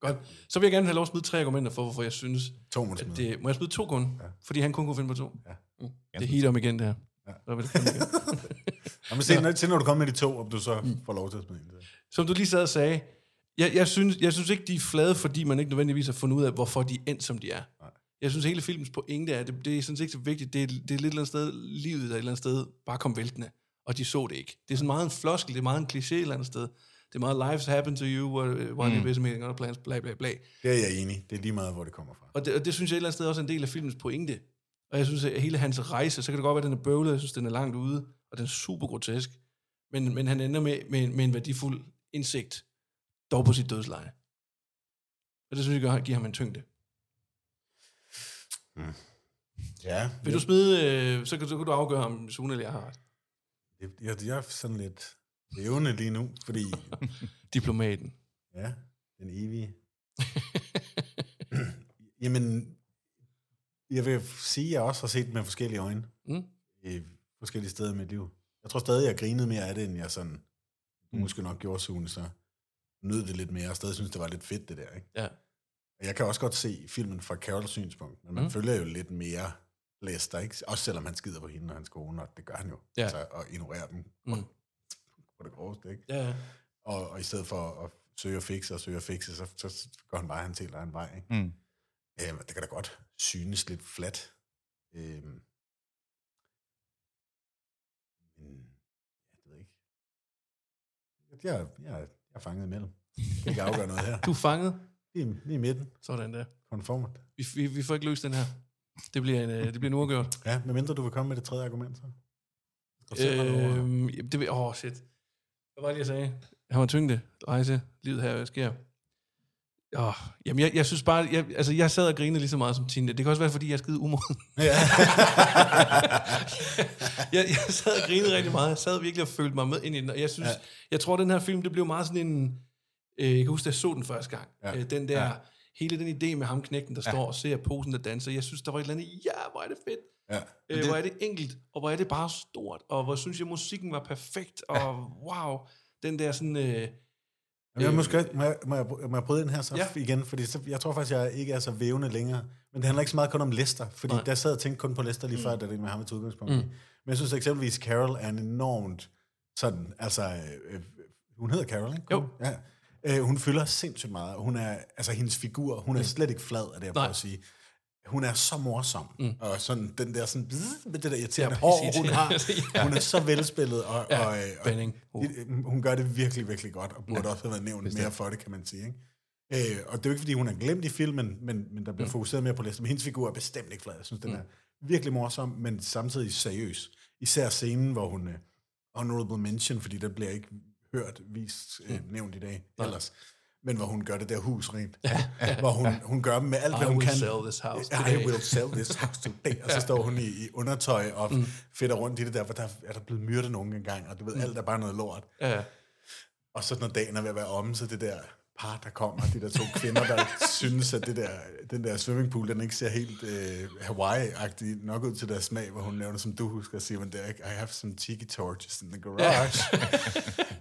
S5: Godt. Så vil jeg gerne have lov at smide tre argumenter for, hvorfor jeg synes,
S6: To må du
S5: at
S6: smide.
S5: det... Må jeg smide to kun? Ja. Fordi han kun kunne finde på to?
S6: Ja.
S5: Mm. Det er helt om igen, det her. Ja. Så vil det fandme igen.
S6: Jamen, se, når, til når du kommer med de to, om du så
S5: Mm.
S6: får lov til at smide en. til.
S5: Som du lige sad og sagde, jeg, jeg, synes, jeg synes ikke, de er flade, fordi man ikke nødvendigvis har fundet ud af, hvorfor de er endt, som de er. Nej. Jeg synes, hele filmens pointe er, det, det er sådan set ikke så vigtigt, det er, det er et eller andet sted, livet der et eller andet sted bare kom væltende, og de så det ikke. Det er sådan meget en floskel, det er meget en kliché et eller andet sted. Det er meget, lives happen to you, what, what mm. is meaning, other plans, bla bla bla.
S6: Det er jeg enig. Det er lige meget, hvor det kommer fra.
S5: Og det, og det synes jeg et eller andet sted også er en del af filmens pointe. Og jeg synes, at hele hans rejse, så kan det godt være, at den er bøvlet, jeg synes, den er langt ude, og den er super grotesk. Men, men han ender med, med, med en værdifuld indsigt, dog på sit dødsleje. Og det synes jeg gør, giver ham en tyngde.
S6: Ja,
S5: Vil du smide, øh, så, kan, så kan du afgøre, om Sune eller jeg har ret.
S6: jeg, jeg, jeg er sådan lidt levende lige nu, fordi
S5: Diplomaten.
S6: Ja, den evige. Jamen, jeg vil sige, at jeg også har set med forskellige øjne.
S5: Mm.
S6: I forskellige steder i mit liv. Jeg tror stadig, jeg grinede mere af det, end jeg sådan, mm. måske nok gjorde Sune, så nød det lidt mere, og stadig synes, det var lidt fedt, det der. Ikke?
S5: Ja.
S6: Og jeg kan også godt se filmen fra Carols synspunkt, men man mm. følger jo lidt mere Lester, ikke? Også selvom han skider på hende og hans kone, og det gør han jo.
S5: Ja.
S6: Altså, og ignorerer dem
S5: Mm.
S6: på det groveste, ikke?
S5: Ja, ja.
S6: Og, og i stedet for at søge at fikse og søge at fikse, så, så går han bare hans helt egen vej. Ikke?
S7: Mm.
S6: Øhm, det kan da godt synes lidt fladt. Øhm, men jeg ved ikke. Jeg, jeg, jeg er fanget imellem. Jeg kan ikke afgøre noget her.
S5: Du er fanget.
S6: Lige, lige i midten,
S5: Sådan der.
S6: konformt.
S5: Vi, vi, vi får ikke løst den her. Det bliver en, øh, det bliver en uafgjort.
S6: Ja, medmindre du vil komme med det tredje argument, så. Skal du selv have noget ord?
S5: Øhm, jamen, det ved Åh, oh, shit. Hvad var det, jeg sagde? Han var tyngde. Rejse. Livet her, hvad sker? Oh, jamen, jeg, jeg synes bare... Jeg, altså, jeg sad og grinede lige så meget som Tine. Det kan også være, fordi jeg er skide umoden. jeg, jeg sad og grinede rigtig meget. Jeg sad virkelig og følte mig med ind i den. Og jeg synes... Ja. Jeg tror, den her film, det blev meget sådan en... Øh, jeg kan huske, da jeg så den første gang. Ja. Øh, den der... Ja. Hele den idé med ham knægten, der ja. står og ser posen, der danser. Jeg synes, der var et eller andet... Ja, hvor er det fedt.
S6: Ja.
S5: Øh, hvor er det enkelt, og hvor er det bare stort, og hvor synes jeg, musikken var perfekt, og wow, den der sådan... Øh,
S6: Jamen, jeg måske, må, jeg, må, jeg, må jeg bryde ind her så
S5: Ja.
S6: ja. igen? Fordi så, jeg tror faktisk, jeg ikke er så vævende længere. Men det handler ikke så meget kun om Lester. Fordi
S5: Nej.
S6: Nej. der sad jeg og tænkte kun på Lester lige før, da det med ham til udgangspunkt. Mm. Men jeg synes eksempelvis, Carol er en enormt sådan... Altså, øh, øh, hun hedder Carol, ikke?
S5: Jo.
S6: Ja. Øh, hun fylder sindssygt meget. Hun er, altså hendes figur,
S5: Mm.
S6: hun er slet ikke flad, er det, jeg prøver at sige. Hun er så morsom. Mm. Og sådan den der sådan... bzzz, Med det der irriterende
S5: Ja,
S6: hår,
S5: præcis.
S6: hun
S5: Ja.
S6: har. Hun er så velspillet. Og,
S5: Ja,
S6: og, øh, og,
S5: Benning.
S6: det- Hun gør det virkelig, virkelig godt, og burde ja. også have været nævnt mere for det, kan man sige. Ikke? Øh, og det er jo ikke, fordi hun er glemt i filmen, men, men der bliver mm. fokuseret mere på Lester. Men hendes figur er bestemt ikke flad. Jeg synes, den er virkelig morsom, men samtidig seriøs. Især scenen, hvor hun... Øh, honorable mention, fordi den bliver ikke hørt, vist, øh, nævnt i dag ellers. Men hvor hun gør det der hus rent. hvor hun, hun gør med alt,
S5: I
S6: hvad hun
S5: will
S6: kan.
S5: sell this house
S6: I
S5: today.
S6: will sell this house today. Og så står hun i, i undertøj og mm. fedter rundt i det der, for der er der blevet myrdet nogen engang, og du ved, alt er bare noget lort.
S5: Mm. Ja.
S6: Og så når dagen er ved at være omme, så det der par, der kommer, de der to kvinder, der synes, at det der, den der swimmingpool, den ikke ser helt øh, Hawaii-agtig nok ud til deres smag, hvor hun laver det, som du husker, siger, men det er ikke, I have some tiki torches in the garage,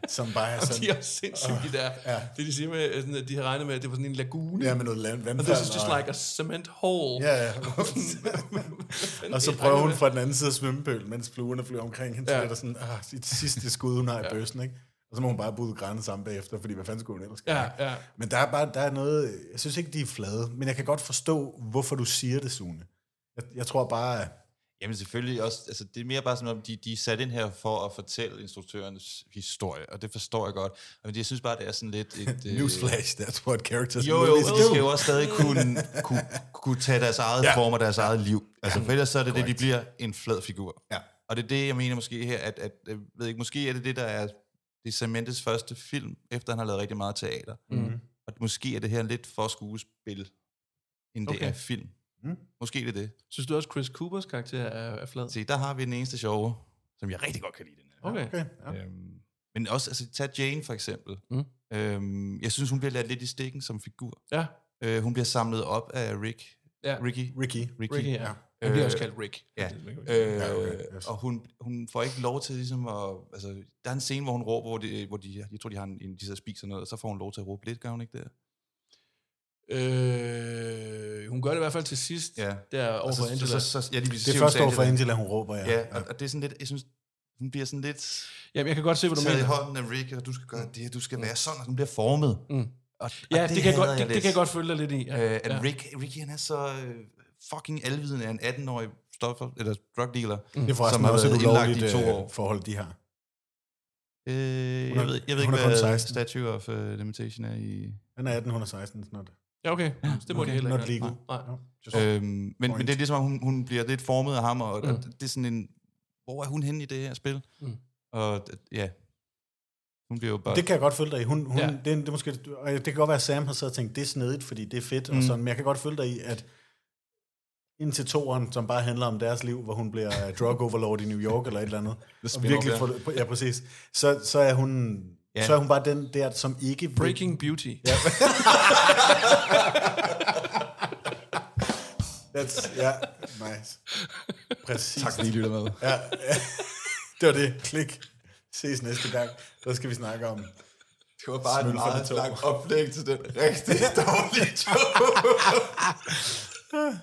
S6: som bare er
S5: De er
S6: sådan,
S5: også sindssygt, de der. Ja. Det, de siger med, øh, sådan, at de har regnet med, at det var sådan en lagune.
S6: ja, med noget land,
S5: And
S6: vandfald.
S5: this is just like a cement hole.
S6: Ja, ja. og så prøver hun fra den anden side af svømmepølen, mens fluerne flyver omkring hende,
S5: Ja.
S6: ja. så er der sådan, ah, sit sidste skud, hun har i bøssen, ikke? Og så må hun bare bryde græne sammen bagefter, fordi hvad fanden skulle hun ellers gøre?
S5: Ja, ja.
S6: Men der er bare der er noget, jeg synes ikke, de er flade, men jeg kan godt forstå, hvorfor du siger det, Sune. Jeg, jeg tror bare, at-
S7: Jamen selvfølgelig også, altså det er mere bare sådan, at de, de er sat ind her for at fortælle instruktørens historie, og det forstår jeg godt. Men jeg synes bare, det er sådan lidt et... øh,
S6: newsflash, that's what characters
S7: Jo,
S6: in
S7: jo,
S6: movies
S7: de
S6: do.
S7: skal jo også stadig kunne, kunne, kunne tage deres eget ja.
S6: Ja.
S7: form og deres eget liv. Altså, for ellers så er det det, de
S6: Korrekt.
S7: bliver en flad figur.
S6: Ja.
S7: Og det er det, jeg mener måske her, at, at jeg ved ikke, måske er det det, der er det er Samanthes første film, efter han har lavet rigtig meget teater. Mm. Og måske er det her lidt for skuespil, end det
S5: Okay.
S7: okay. er film. Mm. Måske er det det.
S5: Synes du også, Chris Coopers karakter er, er flad?
S7: Se, der har vi den eneste sjove, som jeg rigtig godt kan lide den her.
S5: Okay.
S6: Okay, ja.
S7: Øhm, men også, altså, tag Jane for eksempel.
S5: Mm.
S7: Øhm, jeg synes, hun bliver ladt lidt i stikken som figur.
S5: Ja,
S7: Øh, hun bliver samlet op af Rick.
S5: ja.
S7: Ricky.
S6: Ricky.
S7: Ricky.
S5: Ricky, ja.
S6: ja.
S5: Han bliver også kaldt Rick.
S7: Ja.
S5: Øh,
S7: Øh,
S6: okay, yes.
S7: Og hun, hun får ikke lov til ligesom at... Altså, der er en scene, hvor hun råber, hvor, de, hvor de, jeg tror, de har en, en de sidder og spiser noget, og så får hun lov til at råbe lidt, gør hun ikke det?
S5: øh, hun gør det i hvert fald til sidst,
S7: Ja.
S5: der over
S7: Og
S5: for
S7: så,
S5: Angela.
S7: Så, så, så, ja, de,
S6: Det er første år for Angela, hun råber, ja.
S7: Ja, og, og, det er sådan lidt... Jeg synes, hun bliver sådan lidt
S5: Jamen, jeg kan godt se, hvad du
S7: taget i
S5: mener.
S7: hånden af Rick, og du skal gøre det, du skal være sådan, og hun bliver formet.
S5: Mm.
S7: Og, og
S5: Ja, det, det, kan jeg
S7: hader
S5: godt, det, det
S7: lidt.
S5: kan jeg godt følge dig lidt i. Ja.
S7: Øh, at
S5: ja.
S7: ja. Rick, Ricky, han er så øh, fucking alvidende af en 18-årig stoffer, eller drug dealer.
S6: Det er forresten
S7: Som har
S6: også et
S7: været
S6: ulovligt
S7: indlagt i to
S6: øh,
S7: år.
S6: forhold, de har.
S7: Øh,
S6: Hun er-
S7: jeg ved, jeg ved
S6: hun
S7: ikke,
S6: er kun
S7: hvad
S6: 16.
S7: Statue of uh, Limitation er i...
S6: Han er 18, hun er 16, sådan noget.
S5: Ja, okay. Det må de heller
S6: Not
S5: ikke.
S6: legal.
S5: Nej.
S6: No, just-
S7: Øhm, men, men
S6: Point.
S7: det er ligesom, at hun, hun bliver lidt formet af ham, og, mm. og
S5: Mm.
S7: det er sådan en... Hvor er hun henne i det her spil?
S5: Mm.
S7: Mm. Og d- ja... Hun bliver jo bare...
S6: Det kan jeg godt følge dig i. Hun, hun,
S5: Ja.
S6: ja. det, er- det, er måske, og det kan godt være, at Sam har siddet og tænkt, det er snedigt, fordi det er fedt, mm. og sådan, men jeg kan godt følge dig i, at indtil toeren, som bare handler om deres liv, hvor hun bliver øh, drug overlord i New York eller et eller andet. og
S7: spin-off,
S6: virkelig
S7: ja.
S6: for, ja, præcis. Så, så, er hun,
S7: Ja.
S6: ja. så er hun bare den der, som ikke... vil-
S5: Breaking Beauty. Ja.
S6: That's, ja, nice. Præcis. Tak,
S7: I lytter med.
S6: Ja, ja. det var det. Klik. Ses næste gang. Der skal vi snakke om...
S7: Det var bare
S6: Smøl
S7: et
S6: fra
S7: meget
S6: det tog.
S7: langt oplæg til den rigtig dårlige tog.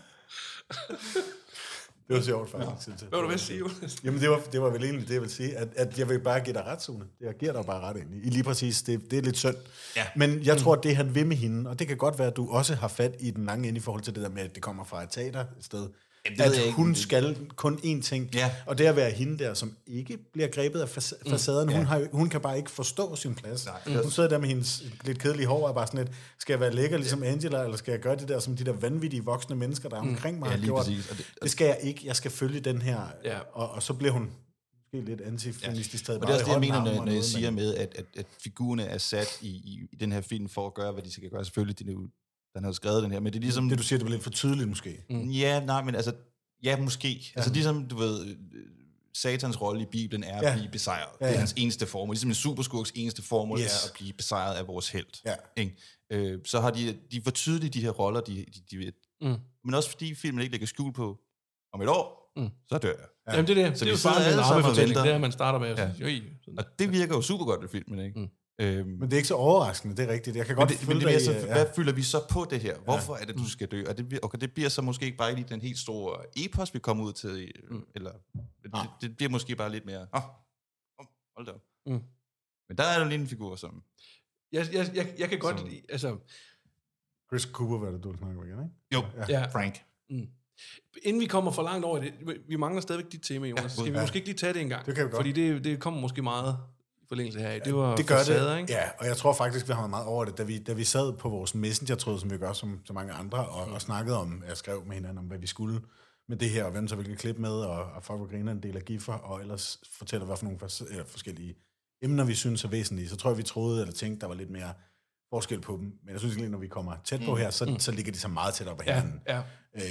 S6: Det var sjovt, faktisk. Ja.
S5: Hvad vil du ved at sige, Jonas?
S6: Jamen, det var, det var vel egentlig det, jeg ville sige. At, at jeg vil bare give dig ret, Sune. Jeg giver dig bare ret, egentlig. I lige præcis, det, det er lidt synd.
S7: Ja. Mm.
S6: Men jeg tror, det han vil med hende, og det kan godt være, at du også har fat i den lange ende i forhold til det der med, at det kommer fra et teater et sted.
S7: Jamen, det ved
S6: at
S7: jeg ikke,
S6: hun
S7: men det-
S6: skal kun én ting.
S7: Ja. Mm.
S6: Og det er at være hende der, som ikke bliver grebet af fac- facaden. Hun, har, jo- hun kan bare ikke forstå sin plads.
S7: Nej.
S6: Nej. Hun sidder der med hendes lidt kedelige hår og er bare sådan lidt, skal jeg være lækker ligesom Angela, eller skal jeg gøre det der, som de der vanvittige voksne mennesker, der er omkring mig,
S7: Ja,
S6: har
S7: lige
S6: gjort?
S7: præcis. Og det-
S6: det skal jeg ikke. Jeg skal følge den her.
S5: Ja.
S6: Ja. Og, og så bliver hun måske lidt antifeministisk taget
S7: Og det er også det, jeg
S6: meget i
S7: mener,
S6: hånden og
S7: når, når jeg
S6: noget,
S7: siger
S6: men-
S7: med, at, at, at figurerne er sat i, i, i den her film for at gøre, hvad de skal gøre. Selvfølgelig, det er jo, den har jo skrevet den her, men det er ligesom...
S6: Det, du siger, det var lidt for tydeligt måske. Mm.
S7: Ja, nej, men altså... Ja, måske. Ja. Altså ligesom, du ved, øh, satans rolle i Bibelen er at
S6: Ja.
S7: blive besejret. Ja, ja.
S6: Ja,
S7: Det er
S6: ja.
S7: hans eneste formål. Ligesom en superskurks eneste formål yes.
S6: Yes.
S7: er at blive besejret af vores held.
S6: Ja.
S7: Ikke? Øh, så har de, de er for tydelige, de her roller, de, de, de
S5: Mm.
S7: Men også fordi filmen ikke lægger skjul på, om et år,
S5: Mm.
S7: mm. så dør jeg.
S5: Ja. Jamen, det er det.
S7: Så
S5: Så det
S7: vi
S5: er jo bare
S7: sidder
S5: en
S7: alle sammen og
S5: larmefortælling,
S7: venter.
S5: det er, man starter med. Ja.
S7: Ja. Og det virker jo super godt ved filmen, ikke?
S5: Mm.
S7: Mm. Øhm,
S6: Men det er ikke så overraskende, det er rigtigt. Jeg kan
S7: Men
S6: godt
S7: det, men
S6: følge
S7: det bliver
S6: dig
S7: så,
S6: i, Mm. øh,
S7: hvad fylder vi så på det her? Hvorfor er det, du skal dø? Og det, bliver- okay, det bliver så måske ikke bare lige den helt store epos, vi kommer ud til, øh,
S6: Mm.
S7: eller
S6: Ah.
S7: det, det bliver måske bare lidt mere, åh, oh, hold da op.
S5: Mm.
S7: Men der er jo lige en figur, som...
S5: Jeg, jeg, jeg, jeg kan godt...
S7: Sådan.
S5: lide- Altså,
S6: Chris Cooper, hvad det, du snakker om igen, ikke?
S7: Jo,
S5: ja.
S7: Frank.
S5: Inden vi kommer for langt over i det, vi mangler stadigvæk dit tema, Jonas. Skal vi
S6: ja.
S5: måske ikke lige tage det en gang?
S6: Det kan vi godt.
S5: Fordi det, det kommer måske meget i forlængelse her. Det var
S6: det gør
S5: facader,
S6: det.
S5: ikke?
S6: Ja, og jeg tror faktisk, vi har været meget over det. Da vi, da vi sad på vores messenger-tråd, som vi gør som så mange andre, og, og snakkede om, jeg skrev med hinanden om, hvad vi skulle med det her, og hvem så hvilken klip med, og, og folk var griner en del af giffer, og ellers fortæller, hvad for nogle fors- eller forskellige emner, vi synes er væsentlige. Så tror jeg, vi troede eller tænkte, der var lidt mere forskel på dem. Men jeg synes egentlig, når vi kommer tæt på her, så, så ligger de så meget tæt op ad
S5: Mm. Ja,
S6: hinanden.
S5: ja.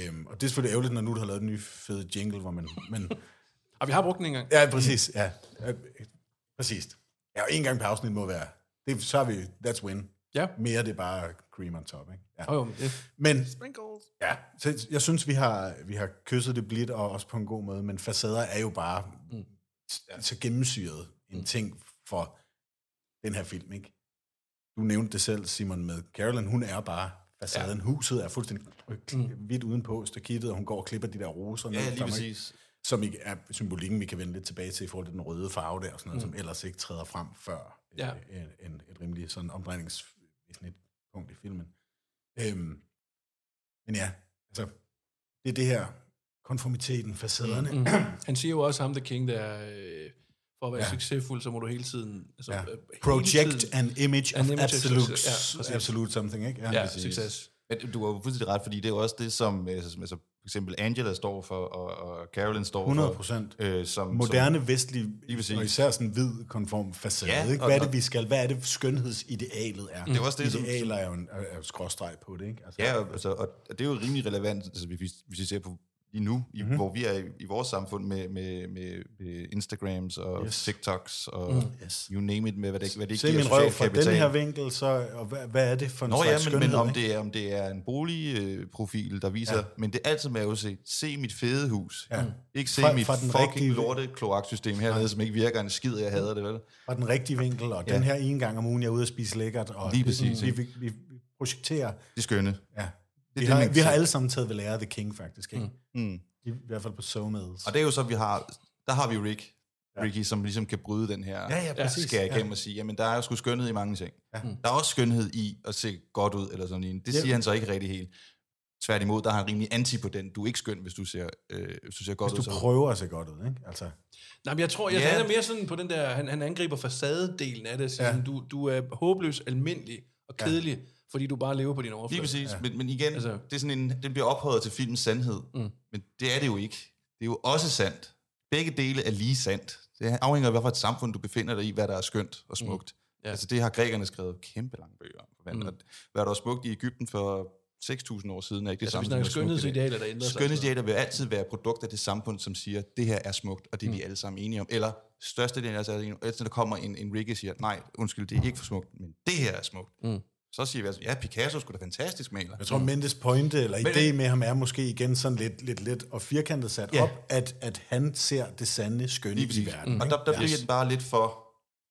S6: Øhm, og det er selvfølgelig ærgerligt, når nu du har lavet den nye fede jingle, hvor man... Men,
S5: Og vi har brugt den engang.
S6: Ja, præcis. Ja. Ja, Præcis. Ja, og en gang per afsnit må være. Det, så har vi, that's win.
S5: Ja.
S6: Mere det er bare cream on top, ikke? Ja.
S5: Jo, jo, men det-
S6: Men
S5: Sprinkles.
S6: ja, så jeg synes, vi har, vi har kysset det blidt, og også på en god måde, men facader er jo bare mm. så gennemsyret en ting for den her film, ikke? Du nævnte det selv, Simon, med Carolyn. Hun er bare facaden. Ja. Huset er fuldstændig mm. hvidt udenpå, stakittet, og hun går og klipper de der roser. ned,
S7: Ja,
S6: der
S7: lige
S6: må ikke-
S7: præcis.
S6: som ikke er symbolikken, vi kan vende lidt tilbage til i forhold til den røde farve der, og sådan noget, mm. som ellers ikke træder frem før
S5: Ja.
S6: ja. en, en, et rimeligt sådan omdrejningspunkt i filmen. Øhm, men ja, altså, det er det her, konformiteten, facaderne. Mm.
S5: Han siger jo også ham, The King, der er, øh, for at være ja.
S6: Ja.
S5: succesfuld, så må du hele tiden... Altså,
S6: Ja.
S5: øh, hele
S6: Project
S5: tiden-
S6: an image
S5: An
S6: of
S5: image of
S6: absolute,
S5: success. Ja, præcis.
S6: absolute something, ikke?
S5: Ja,
S6: præcis.
S5: succes.
S7: Men du har jo fuldstændig ret, fordi det er jo også det, som øh, som- altså, for eksempel Angela står for, og, og Carolyn står
S6: 100
S7: for.
S6: procent.
S7: Øh, som,
S6: Moderne, vestlig,
S7: Lige præcis.
S6: og især sådan hvid konform facade.
S7: Ja,
S6: Ja, ikke?
S7: og-
S6: Hvad er det,
S7: og-
S6: vi skal? Hvad er det, skønhedsidealet er?
S7: Det er jo også det, som-
S6: Idealer er jo en er, er jo skråstreg på det, ikke? Altså,
S7: Ja, og- altså, og og det er jo rimelig relevant, altså, hvis, vi- hvis vi ser på lige nu, i,
S6: Mhm.
S7: mm-hmm. hvor vi er i, i vores samfund med, med, med, med Instagrams og yes.
S6: Yes.
S7: TikToks og mm. yes. you name it, med hvad det, hvad det
S6: Se
S7: giver
S6: min røv
S7: social
S6: fra
S7: kapital.
S6: den her vinkel, så, og hvad, hvad er det for en
S7: Nå
S6: slags
S7: ja, men,
S6: skønhed?
S7: men om,
S6: ikke?
S7: det er, om det er en boligprofil, der viser, ja.
S6: Ja.
S7: men det er altid med at se, se mit fede hus. Mm.
S6: Ja.
S7: Ikke se
S6: Fra-
S7: mit
S6: fra den
S7: fucking
S6: rigtige-
S7: lorte kloaksystem hernede, som ikke virker en skid, og jeg hader det, vel?
S6: fra den rigtige vinkel, og
S7: Ja.
S6: ja. den her ene gang om ugen, jeg er ude og spise lækkert. Og
S7: Lige
S6: det er
S7: præcis,
S6: sådan, Vi, vi, vi projekterer.
S7: Det er skønne.
S6: Ja.
S7: Det er det,
S6: Det, vi,
S7: man
S6: har,
S7: kan
S6: vi har
S7: se.
S6: alle sammen taget ved lære af The King, faktisk. Ikke? Mm.
S7: Mm.
S6: I, hvert fald på SoMeds.
S7: Og det er jo så, vi har, der har vi Rick, Ricky, som ligesom kan bryde den her
S6: Ja, ja, præcis.
S7: skære igennem
S6: Ja.
S7: og sige, jamen der er jo sgu skønhed i mange ting. Ja. Der er også skønhed i at se godt ud, eller sådan en. Det
S6: Ja.
S7: siger han så ikke rigtig helt. Tværtimod, der har han rimelig anti på den. Du er ikke skøn, hvis du ser, øh, hvis du ser godt
S6: Hvis
S7: ud.
S6: du
S7: så-
S6: prøver at se godt ud, ikke? Altså,
S5: Nej, men jeg tror, jeg,
S7: Ja.
S5: yeah. han er mere sådan på den der, han, han angriber facadedelen af det, siger,
S6: Ja.
S5: ja. du, du er håbløs, almindelig og kedelig, ja. fordi du bare lever på din overflade.
S7: Lige præcis, ja. men, men igen, altså,
S5: Altså-
S7: det er sådan en, den bliver ophøjet til filmens sandhed, mm. men det er det jo ikke. Det er jo også sandt. Begge dele er lige sandt. Det afhænger af, hvad for et samfund du befinder dig i, hvad der er skønt og smukt. Mm. Ja. Altså det har grækerne skrevet kæmpe lange bøger om. Hvad, mm. hvad der var smukt i Ægypten for 6.000 år siden, er ikke det
S5: Altså,
S7: samme
S5: vi
S7: som
S5: snakker
S7: det var smukt i dag.
S5: skønhedsidealer, der ændrer sig.
S7: Skønhedsidealer vil altid være produkt af det samfund, som siger, det her er smukt, og det er vi alle sammen enige om. Eller størstedelen af os er enige om. Ellers når der kommer en, en Rikke og siger, nej, undskyld, det er ikke for smukt, men det her er smukt. Mm. Så siger vi altså, ja, Picasso skulle da fantastisk maler.
S6: jeg tror, Mendes pointe eller
S7: Men-
S6: idé med ham er måske igen sådan lidt, lidt, lidt og firkantet sat
S7: Ja.
S6: op, at, at han ser det sande skønne
S7: Lige præcis.
S6: i verden.
S7: Mm. Og der, der
S6: ikke?
S7: bliver den bare lidt for,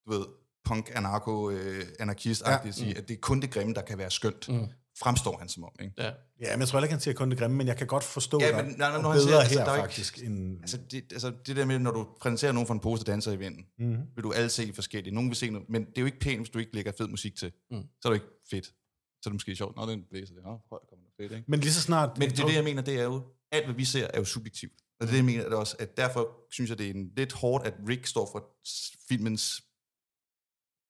S7: du ved, punk, anarko, øh, anarkist ja. at sige, at det er kun det grimme, der kan være skønt. Mm. Fremstår han som om, ikke?
S5: Ja.
S6: Ja, men jeg tror heller ikke, han siger kun det grimme, men jeg kan godt forstå
S7: Ja,
S6: dig
S7: men nej, nej,
S6: og
S7: når han
S6: bedre
S7: siger, altså,
S6: her
S7: der er ikke-
S6: faktisk. End,
S7: Altså det, altså det der med, når du præsenterer nogen for en pose, der danser i vinden, mm. vil du alle se forskelligt. Nogen vil se noget, men det er jo ikke pænt, hvis du ikke lægger fed musik til. Mm. Så er det ikke fedt. Så er det måske sjovt. Nå, den blæser der. Nå, prøv at komme noget fedt, ikke?
S6: men lige så snart...
S7: Men det er det, jeg mener, det er jo, alt hvad vi ser er jo subjektivt. Og det er det, jeg mener det også, at derfor synes jeg, det er en lidt hårdt, at Rick står for s- filmens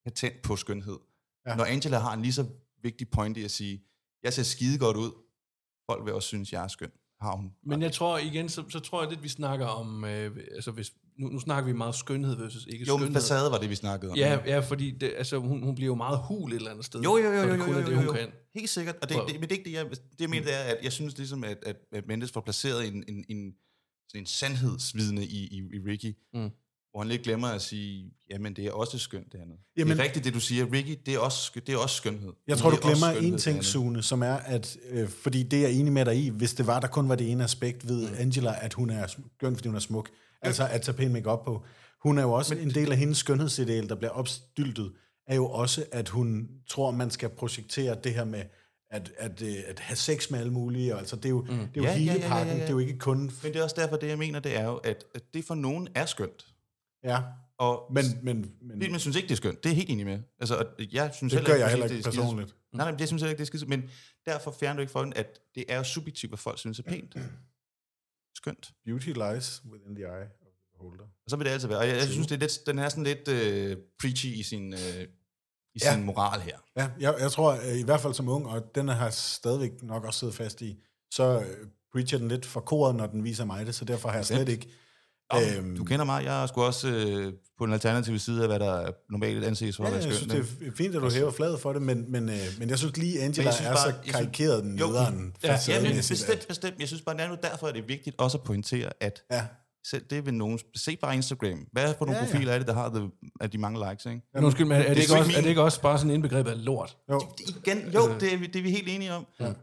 S7: patent på skønhed. Ja.
S6: Ja.
S7: Når Angela har en lige så vigtig point i at sige, jeg ser skide godt ud, folk vil også synes, jeg er skøn. Har hun.
S5: Men jeg tror igen, så, så tror jeg lidt, vi snakker om, øh, altså hvis, nu, nu snakker vi meget skønhed versus ikke
S7: Jo, men
S5: skønhed.
S7: facade var det, vi snakkede om.
S5: Ja, ja, fordi det, altså, hun, hun bliver jo meget hul et eller andet sted.
S7: Jo, jo, jo,
S5: når
S7: jo,
S5: det
S7: jo,
S5: kun
S7: jo,
S5: er det,
S7: jo,
S5: hun
S7: jo.
S5: kan.
S7: Helt sikkert. Og det,
S5: Prøv.
S7: det, men det er ikke det, jeg, det jeg mener, det er, at jeg synes ligesom, at, at, at Mendes får placeret en, en, en, sådan en sandhedsvidne i, i, i Ricky, mm. hvor han lidt glemmer at sige, jamen det er også skønt det andet. Jamen, det
S6: Jamen-
S7: er rigtigt det, du siger, Ricky, det er også, skø- det er også skønhed.
S6: Jeg tror,
S7: det
S6: du
S7: er også
S6: glemmer
S7: skønhed,
S6: en
S7: det andet."
S6: ting, Sune, som er, at øh, fordi det er jeg enig med dig i, hvis det var, der kun var det ene aspekt ved mm. Angela, at hun er skøn, fordi hun er smuk, altså at tage pæn make op på. Hun er jo også, en del af hendes skønhedsideal, der bliver opstyltet, er jo også, at hun tror, man skal projektere det her med at, at, øh, at have sex med alle mulige, og altså det er jo, mm. det er jo
S7: Ja, ja,
S6: ja, hele
S7: ja, ja,
S6: pakken,
S7: ja, ja.
S6: det er jo ikke kun...
S7: Men det er også derfor, det jeg mener, det er jo, at, at det for nogen er skønt.
S6: Ja,
S7: Og
S6: men, men, men
S7: Filmen synes ikke, det er skønt. Det er jeg helt enig med. Altså, og jeg synes
S6: Det gør jeg heller
S7: det er
S6: ikke
S7: skide-
S6: personligt.
S7: Nej, nej, men det synes jeg heller ikke, det er skide. Men derfor fjerner du ikke for den, at det er jo subjektivt, hvad folk synes er pænt. Skønt.
S6: beauty lies within the eye of the beholder.
S7: Og så vil det altid være. Og jeg, jeg synes, det er lidt, den er sådan lidt øh, preachy i sin, øh, i
S6: Ja.
S7: sin moral her.
S6: Ja, jeg, jeg tror øh, i hvert fald som ung, og den har jeg stadigvæk nok også siddet fast i, så øh, preacher den lidt for koret, når den viser mig det, så derfor har jeg slet ikke...
S7: Øhm. Du kender mig, jeg er sgu også øh, på den alternative side af, hvad der normalt anses for at
S6: Ja,
S7: være
S6: jeg synes,
S7: skønt. ikke?
S6: det er fint, at du hæver flaget for det, men, men, øh, men jeg synes lige, Angela
S7: jeg
S6: synes
S7: synes
S6: er
S7: bare-
S6: så
S7: jeg synes-
S6: karikeret den
S7: Jo.
S6: nederen
S5: Ja,
S7: Ja, men
S6: facademæssigt,
S7: bestemt,
S6: at-
S7: bestemt. Jeg synes bare, det er nu derfor, at det er vigtigt også at pointere, at
S6: Ja,
S7: selv det vil nogen... Se bare Instagram. Hvad er for nogle ja,
S6: Ja, ja.
S7: profiler er det, der har the, af de mange likes, ikke?
S5: Men undskyld, men er, er, det ikke
S7: sgu
S5: også,
S7: ikke
S5: er det ikke også bare sådan indbegrebet af lort?
S6: jo.
S7: Igen, jo,
S6: Altså-
S7: det, er, vi- det er vi helt enige om. Ja. Det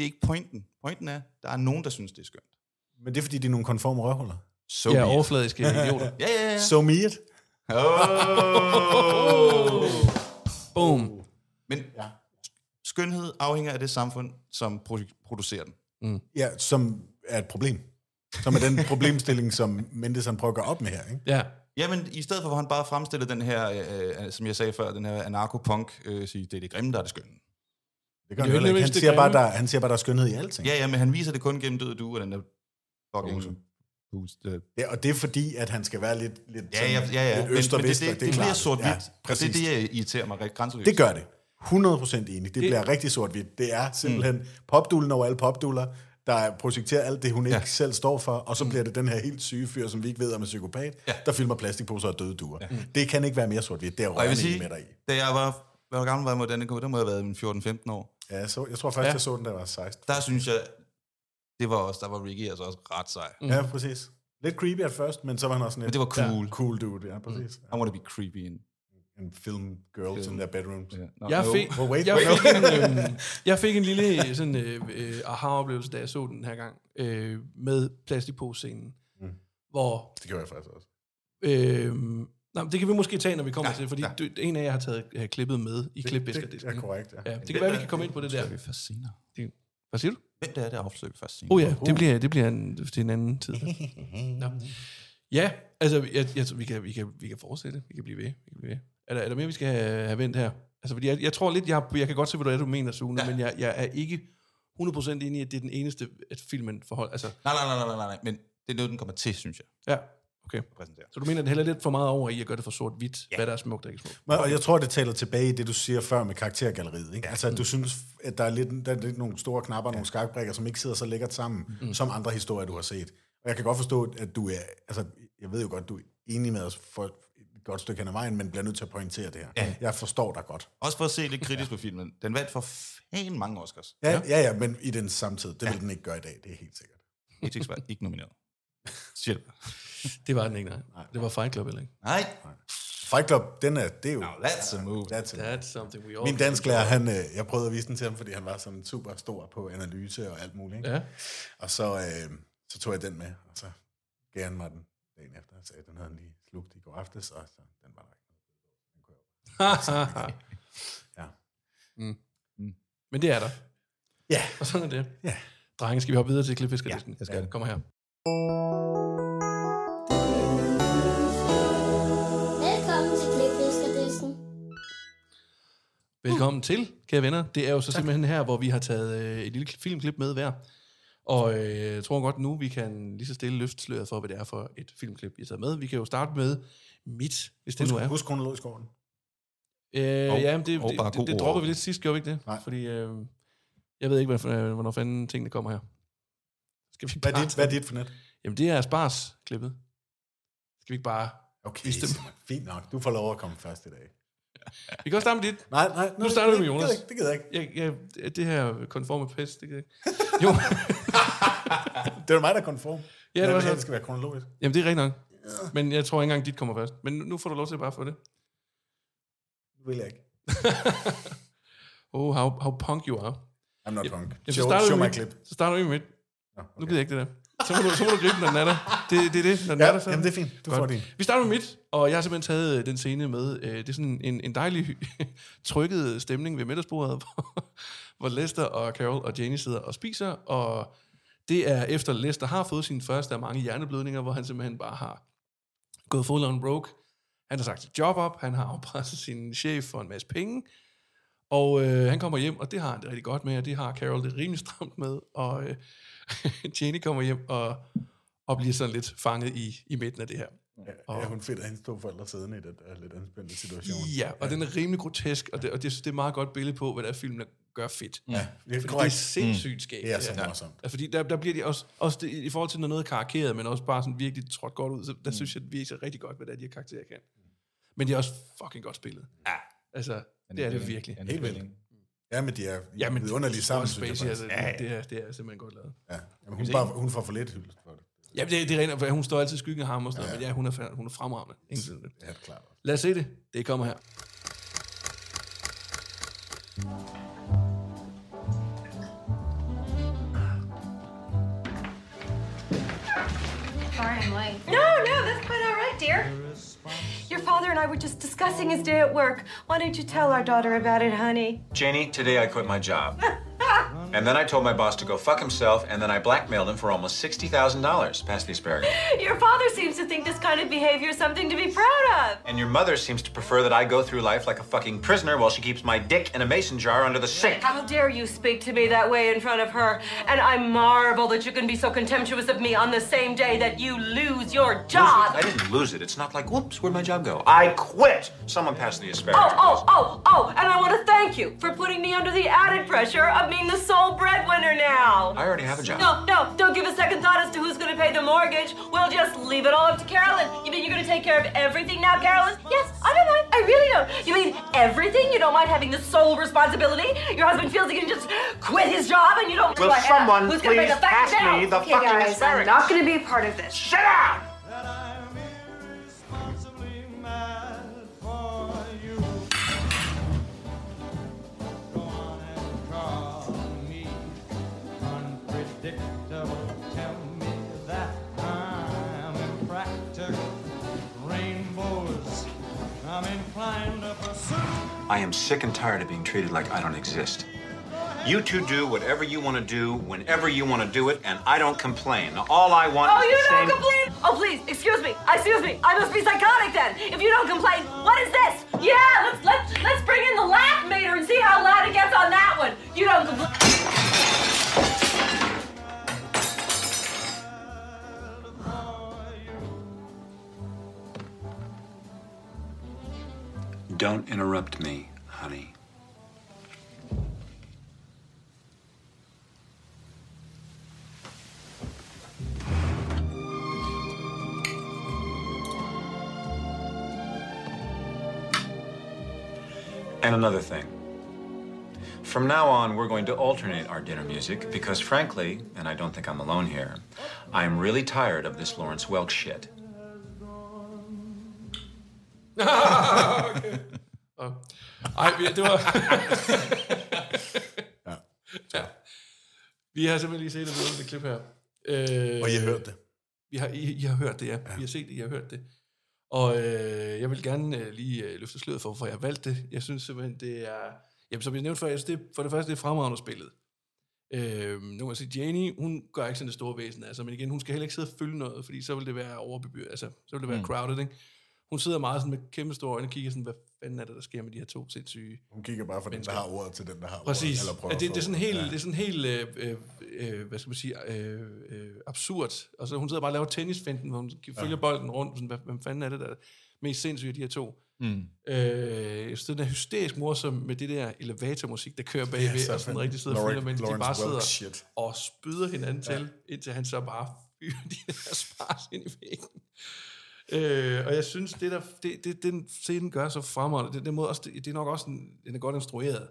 S7: er ikke pointen. Pointen er, der er nogen, der synes, det er skønt.
S6: Men det er, fordi de er nogle konforme rørhuller.
S7: So be
S5: Ja,
S7: it.
S5: overfladiske idioter.
S7: Ja, ja, ja.
S6: So me it.
S5: Boom.
S7: Men ja. skønhed afhænger af det samfund, som produ- producerer den.
S6: Ja, som er et problem. Som er den problemstilling, som Mendes han prøver at gøre op med her, ikke?
S5: Ja.
S7: Jamen, i stedet for, hvor han bare fremstiller den her, øh, øh, som jeg sagde før, den her anarko-punk, øh, sige, det er det grimme, der er det skønne.
S6: Det gør
S5: Det
S6: han
S5: er jo
S6: heller ikke. Han
S5: ikke nødvendigvis det
S6: siger, bare,
S5: grimme.
S6: der, han siger bare, der er skønhed i alting.
S7: Ja, ja, men han viser det kun gennem død og du, og den der fucking... Hus, øh,
S6: Ja, og det er fordi, at han skal være lidt, lidt,
S7: Ja, ja, ja, ja.
S6: lidt øst og
S7: men,
S6: vest.
S7: men det,
S6: og
S7: det, det, det bliver
S6: er klart.
S7: sort-hvidt.
S6: Ja,
S7: og det er
S6: præcis.
S7: det, jeg irriterer mig ret grænseløst.
S6: det gør det. 100% enig. Det, bliver rigtig sort-hvidt. Det er simpelthen mm. popdulen over alle popduller, der projekterer alt det, hun ikke
S7: Ja. Mm.
S6: selv står for, og så bliver det den her helt syge fyr, som vi ikke ved om er psykopat, ja. der filmer plastikposer og døde duer. Ja. Det kan ikke være mere sort-hvidt. Det er
S7: Og jeg vil
S6: rørende sige...
S7: sige,
S6: med dig i.
S7: da jeg var... Hvor gammel var jeg mod den kom? Der må jeg have været mine 14-15 år.
S6: Ja, så, jeg tror faktisk,
S5: Ja.
S6: ja. jeg så den, der var 16.
S7: Der synes jeg, det var også, der var Ricky altså også ret sej. Mm.
S6: Ja, præcis. Lidt creepy at først, men så var han også sådan
S7: Men
S6: lidt
S7: det var cool. Mm. Ja.
S6: cool dude. Ja, præcis.
S7: I want to be creepy in.
S6: En film girls in their bedrooms.
S7: Yeah. No,
S5: Jeg
S7: no.
S5: fik,
S6: Oh, wait,
S5: jeg,
S6: wait.
S5: fik en, øh, jeg fik en lille sådan, øh, øh, aha-oplevelse, da jeg så den her gang, øh, med plastikposescenen, mm. hvor...
S6: Det gjorde jeg faktisk også.
S5: Øh, nej, men det kan vi måske tage, når vi kommer ja, til, fordi ja. du, en af jer har taget øh, klippet med i
S6: Det er
S5: klipviskerdisken.
S6: korrekt, ja.
S5: Ja, det kan være, vi kan komme ind på det der.
S7: Det vi først senere.
S5: Det- Hvad siger du?
S7: Hvem det er, det afslører vi først senere. Uh.
S5: Oh ja, det bliver, det bliver en, det er en anden tid. Nå. Ja, altså, jeg, jeg, tror, vi, kan, vi, kan, vi kan fortsætte. Vi kan blive ved. Vi kan blive ved. Er, der, er der mere, vi skal have, have vendt her? Altså, fordi jeg, jeg tror lidt, jeg, har- jeg kan godt se, hvad du er, du mener, Sune, ja. men jeg, jeg er ikke 100% enig i, at det er den eneste, at filmen forhold... Altså,
S7: Nej, nej, nej, nej, nej, nej, men det er noget, den kommer til, synes jeg,
S5: ja, okay.
S7: at præsentere.
S5: Så du mener, at det hælder lidt for meget over i at gøre det for sort-hvidt, ja. hvad der er smukt og ikke smukt.
S6: Men, og jeg tror, det taler tilbage i det, du siger før med karaktergalleriet. Ikke? Altså, at du synes, at der er lidt, der er lidt nogle store knapper, ja. nogle skakbrækker, som ikke sidder så lækkert sammen, mm. som andre historier, du har set. Og jeg kan godt forstå, at du er... Altså, jeg ved jo godt, du er enig med os for et godt stykke hen ad vejen, men bliver nødt til at pointere det her. Ja. Jeg forstår dig godt.
S7: Også for at se lidt kritisk på filmen. Den vandt for fan mange Oscars.
S6: Ja, ja, ja, men i den samtid. Det ja. vil den ikke gøre i dag, det er helt sikkert.
S7: Ethics var ikke nomineret. Siger det.
S5: Det var den ikke, nej. Det var Fight Club, eller ikke?
S7: Nej,
S6: Fight Club, den er, det er jo...
S7: Now that's a move.
S6: That's a,
S5: That's something we all...
S6: min dansklærer, han, øh, jeg prøvede at vise den til ham, fordi han var sådan super stor på analyse og alt muligt. Ikke?
S5: Ja.
S6: Og så, øh, så tog jeg den med, og så gav han mig den dagen efter. Så den havde han lige slugt i går aftes, og så den var der ikke. Ja.
S5: Men det er der.
S6: Ja.
S5: Og sådan er det.
S6: Ja.
S5: Drenge, skal vi hoppe videre til klipfiskerdisken?
S7: Ja, lad os gøre det.
S5: Kommer her.
S4: Velkommen til Klipfiskerdisken.
S5: Velkommen til, kære venner. Det er jo så tak. simpelthen her, hvor vi har taget øh, et lille filmklip med hver. Og øh, jeg tror godt nu, vi kan lige så stille løfte sløret for, hvad det er for et filmklip, vi har taget med. Vi kan jo starte med mit, hvis det nu er.
S6: Husk, husk kronologisk orden.
S5: Øh,
S7: Og-
S5: ja, men det,
S7: og
S5: det,
S7: bare
S5: det,
S7: god
S5: det
S7: ord.
S5: droppede vi lidt sidst, gjorde vi ikke det?
S6: Nej.
S5: Fordi øh, jeg ved ikke, hvornår, hvornår fanden tingene kommer her. Skal vi ikke
S6: Hvad er
S5: bare
S6: dit, hvad er dit for net?
S5: Jamen, det er Spars-klippet. Skal vi ikke bare...
S6: Okay,
S5: Bestemt.
S6: så fint nok. Du får lov at komme først i dag.
S5: Vi kan også starte med dit.
S6: Nej, nej.
S5: Nu starter vi med
S6: det gider
S5: Jonas.
S6: jeg ikke, Det gider jeg ikke.
S5: Jeg, jeg, det her konforme pest, det kan jeg ikke. Jo.
S6: Det er jo mig, der er konform.
S5: det
S6: Jeg
S5: var
S6: vil
S5: sådan.
S6: have, det skal være kronologisk.
S5: Jamen, det er rigtigt nok. Men jeg tror ikke engang, dit kommer først. Men nu- nu får du lov til at bare få det.
S6: Det vil jeg ikke.
S5: Oh, how, how punk you are.
S6: I'm not punk.
S5: Jamen,
S6: Show,
S5: starter
S6: show
S5: du
S6: my
S5: med,
S6: clip.
S5: Så starter vi med mit.
S6: Nå,
S5: Nu gider jeg ikke det der. Så må du, så må du gribe den, når den er der. Det, det er det, når den
S6: Ja,
S5: er der. Så.
S6: jamen, det er fint. Du
S5: Godt.
S6: får din.
S5: Vi starter med mit, og jeg har simpelthen taget øh, den scene med. Øh, Det er sådan en, en dejlig hy- trykket stemning ved middagsbordet, hvor, hvor Lester og Carol og Janie sidder og spiser, og det er efter Lester har fået sin første af mange hjerneblødninger, hvor han simpelthen bare har gået full on broke. Han har sagt sit job op, han har afpresset sin chef for en masse penge, og øh, han kommer hjem, og det har han det rigtig godt med, og det har Carol det rimelig stramt med, og øh, Janie kommer hjem og, og bliver sådan lidt fanget i, i midten af det her.
S6: Ja, ja, hun finder hendes to forældre siddende i den der lidt anspændte situation.
S5: Ja, og den er rimelig grotesk, og det, og det, det er et meget godt billede på, hvad der er filmen gør fedt. Ja,
S6: det er
S5: det er
S6: korrekt.
S5: sindssygt skægt.
S6: Det er
S5: det
S6: så
S5: her.
S6: morsomt.
S5: Altså, fordi der, der bliver de også, også det, i forhold til når noget er karikeret, men også bare sådan virkelig trådt godt ud, så der mm. synes jeg, at vi viser rigtig godt, hvad det er, de her karakterer kan. Men det er også fucking godt spillet. Ja. Altså, det er det virkelig.
S6: Helt vildt. Ja, men de er
S5: Ja, men
S6: vidunderlige sammen, synes jeg
S5: Spacey,
S6: faktisk.
S5: altså, ja, ja. Det, er, det er simpelthen godt lavet.
S6: Ja. Jamen, hun, bare, hun får for lidt hyldest for det.
S5: Ja, det, det er rent, for hun står altid i skyggen af ham og sådan ja, ja. men ja, hun er, fa- hun er fremragende. Ingen tvivl om det.
S6: Ja, det er klart.
S5: Lad os se det. Det kommer her.
S8: Sorry I'm late.
S4: No, no, that's quite all right, dear. Your father and I were just discussing his day at work. Why don't you tell our daughter about it, honey?
S9: Janie, today I quit my job. and then I told my boss to go fuck himself, and then I blackmailed him for almost $60,000 past the asparagus.
S4: Your father seems to think this kind of behavior is something to be proud of.
S9: And your mother seems to prefer that I go through life like a fucking prisoner while she keeps my dick in a mason jar under the sink.
S4: How dare you speak to me that way in front of her? And I marvel that you can be so contemptuous of me on the same day that you lose your
S9: I
S4: job.
S9: didn't lose it. It's not like, whoops, where'd my job go? I quit! Someone passed the asparagus.
S4: Oh, oh, oh, oh, and I want to thank you for putting me under the added pressure of being the sole breadwinner now.
S9: I already have a job.
S4: No, no, don't give a second thought as to who's gonna pay the mortgage. We'll just leave it all up to Carolyn. You mean you're gonna take care of everything now, Carolyn? Yes, I don't mind. I really don't. You mean everything? You don't mind having the sole responsibility? Your husband feels he can just quit his job and you don't.
S8: Will
S4: Well, Anna,
S8: someone
S4: who's gonna pay
S8: please
S4: the fucking
S8: pass me
S4: bills?
S8: the
S10: Okay,
S8: fucking
S10: guys, I'm
S8: asparagus?
S10: not going to be a part of this.
S8: Sit down!
S3: that I'm irresponsibly mad for you. Go on and call me unpredictable. Tell me that I'm impractical. Rainbows, I'm inclined to pursue.
S9: I am sick and tired of being treated like I don't exist. You two do whatever you want to do, whenever you want to do it, and I don't complain. All I want
S4: Oh, you
S9: is the
S4: don't
S9: same.
S4: complain? Oh, please, excuse me. Excuse me. I must be psychotic then. If you don't complain, what is this? Yeah, let's let's let's bring in the laugh meter and see how loud it gets on that one. You don't complain.
S9: Don't interrupt me, honey. And another thing. From now on, we're going to alternate our dinner music because, frankly, and I don't think I'm alone here, I'm really tired of this Lawrence Welk shit.
S5: Ej, vi- det var... ja. Vi har simpelthen lige set det ved det klip her. Øh,
S6: Og jeg hørte det.
S5: Vi har, I, I har hørt det, ja. ja. Vi har set det, I har hørt det. Og øh, jeg vil gerne øh, lige øh, løfte sløret for, hvorfor jeg valgte det. Jeg synes simpelthen, det er... Jamen, som jeg nævnte før, jeg synes, det, for det første, det er fremragende spillet. Øh, nu kan man sige, Janie, hun gør ikke sådan det store væsen af sig, men igen, hun skal heller ikke sidde og følge noget, fordi så vil det være overbebyr, altså, så vil det være mm. crowded, ikke? Hun sidder meget sådan med kæmpe store øjne og kigger sådan, hvad fanden er det, der sker med de her to sindssyge
S6: Hun kigger bare fra den, der har ordet, til den, der har ordet.
S5: Præcis.
S6: Eller prøver
S5: At det,
S6: at
S5: det er sådan
S6: få-
S5: helt,
S6: Ja.
S5: det er sådan helt øh, øh, øh, hvad skal man sige, øh, øh, absurd. Og så hun sidder bare og laver tennisfinden, hvor hun følger ja. bolden rundt. Sådan, hvad, hvem fanden er det, der er mest sindssygt af de her to? Mm. Øh, så den er hysterisk morsom med det der elevatormusik, der kører bagved,
S6: så
S5: og sådan
S6: fedt.
S5: rigtig sidder og
S6: Lawrence-
S5: følger, mens de
S6: Lawrence
S5: bare
S6: Welk
S5: sidder
S6: shit.
S5: og spyder hinanden ja. til, indtil han så bare fyrer de der spars ind i væggen. Øh, og jeg synes, det, der, det, det den scene gør så fremragende, det, den måde også, det, det er nok også, en, den er godt instrueret.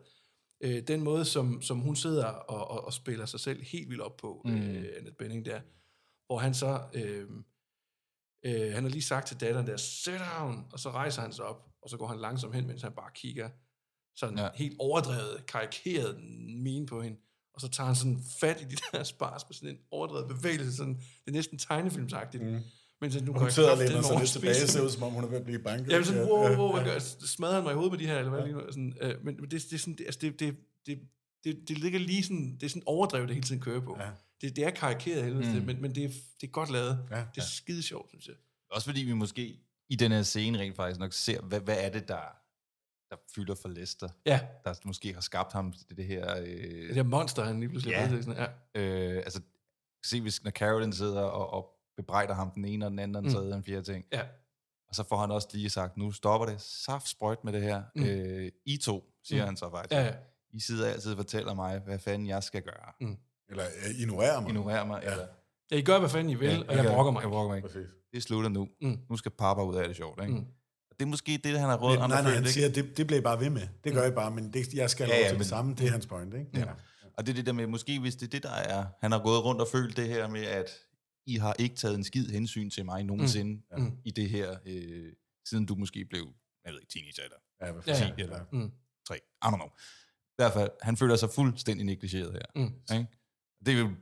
S5: Øh, den måde, som, som hun sidder og, og, og spiller sig selv helt vildt op på, mm. øh, Annette Benning der, hvor han så, øh, øh, han har lige sagt til datteren der, sit down, og så rejser han sig op, og så går han langsomt hen, mens han bare kigger sådan ja.
S7: Ja.
S5: helt overdrevet, karikeret mine på hende, og så tager han sådan fat i de der spars med sådan en overdrevet bevægelse, sådan, det er næsten tegnefilmsagtigt. Mm. Men så nu går
S6: Hun
S5: jeg
S6: sidder og
S5: kraftedeme
S6: læner sig
S5: over
S6: lidt tilbage,
S5: spisen.
S6: ser ud som om hun er ved at blive banket.
S5: Jamen sådan,
S6: Ja,
S5: wow,
S6: ja,
S5: wow, hvad
S6: ja.
S5: gør jeg? Smadrer han mig i hovedet med de her, eller hvad lige nu? Sådan, øh, men men det, det er sådan, det, altså det, det, det, det, det ligger lige sådan, det er sådan overdrevet, det hele tiden kører på. Ja. Det, det er karikeret af helvede, mm. men, men det, er, det er godt lavet. Ja,
S6: Ja,
S5: det er ja. skide sjovt, synes jeg.
S7: Også fordi vi måske i den her scene rent faktisk nok ser, hvad, hvad er det, der, der fylder for Lester,
S5: Ja,
S7: der måske har skabt ham til det her... Øh,
S5: det der monster, han lige pludselig
S7: Ja.
S5: er blevet til, sådan, ja.
S7: øh, altså, se hvis, når Carolyn sidder og, og bebrejder ham den ene og den anden og den
S5: Mm.
S7: tredje og den fjerde ting.
S5: Ja.
S7: Og så får han også lige sagt, nu stopper det saft sprøjt med det her.
S5: Mm.
S7: Mm. Øh, I to, siger
S5: Mm.
S7: mm. han så faktisk.
S5: Ja, ja.
S7: I sidder altid og fortæller mig, hvad fanden jeg skal gøre.
S6: Eller øh, ignorerer mig.
S7: Ignorer mig, ja. eller...
S5: ja, I gør, hvad fanden I vil, ja, og jeg
S7: gør-
S5: brokker mig.
S7: Jeg brokker mig ikke.
S6: Præcis.
S7: Det slutter nu.
S5: Mm.
S7: Mm. Nu skal pappa ud af det sjovt, ikke?
S5: Mm.
S7: Mm. Det er måske det, han har råd
S6: Men,
S7: om.
S6: nej,
S7: at
S6: nej,
S7: føle,
S6: han
S7: ikke?
S6: siger, det, det bliver I bare ved med. Det gør I bare, men det, jeg skal
S7: Ja,
S6: ja, ja,
S7: ja,
S6: til det
S7: men-
S6: samme. Det er hans point, ikke? Ja.
S7: Og det er det der med, måske hvis det er det, der er, han har gået rundt og følt det her med, at I har ikke taget en skid hensyn til mig nogensinde mm.
S5: Mm.
S7: i det her, øh, siden du måske blev, jeg ved ikke, teenager eller
S6: Ja, hvad
S5: Ja,
S6: ja,
S5: ja.
S6: ja.
S7: eller-
S5: Mm.
S7: tre, I don't know. I hvert fald, han føler sig fuldstændig negligeret her.
S5: Mm.
S7: Ikke? Det er jo et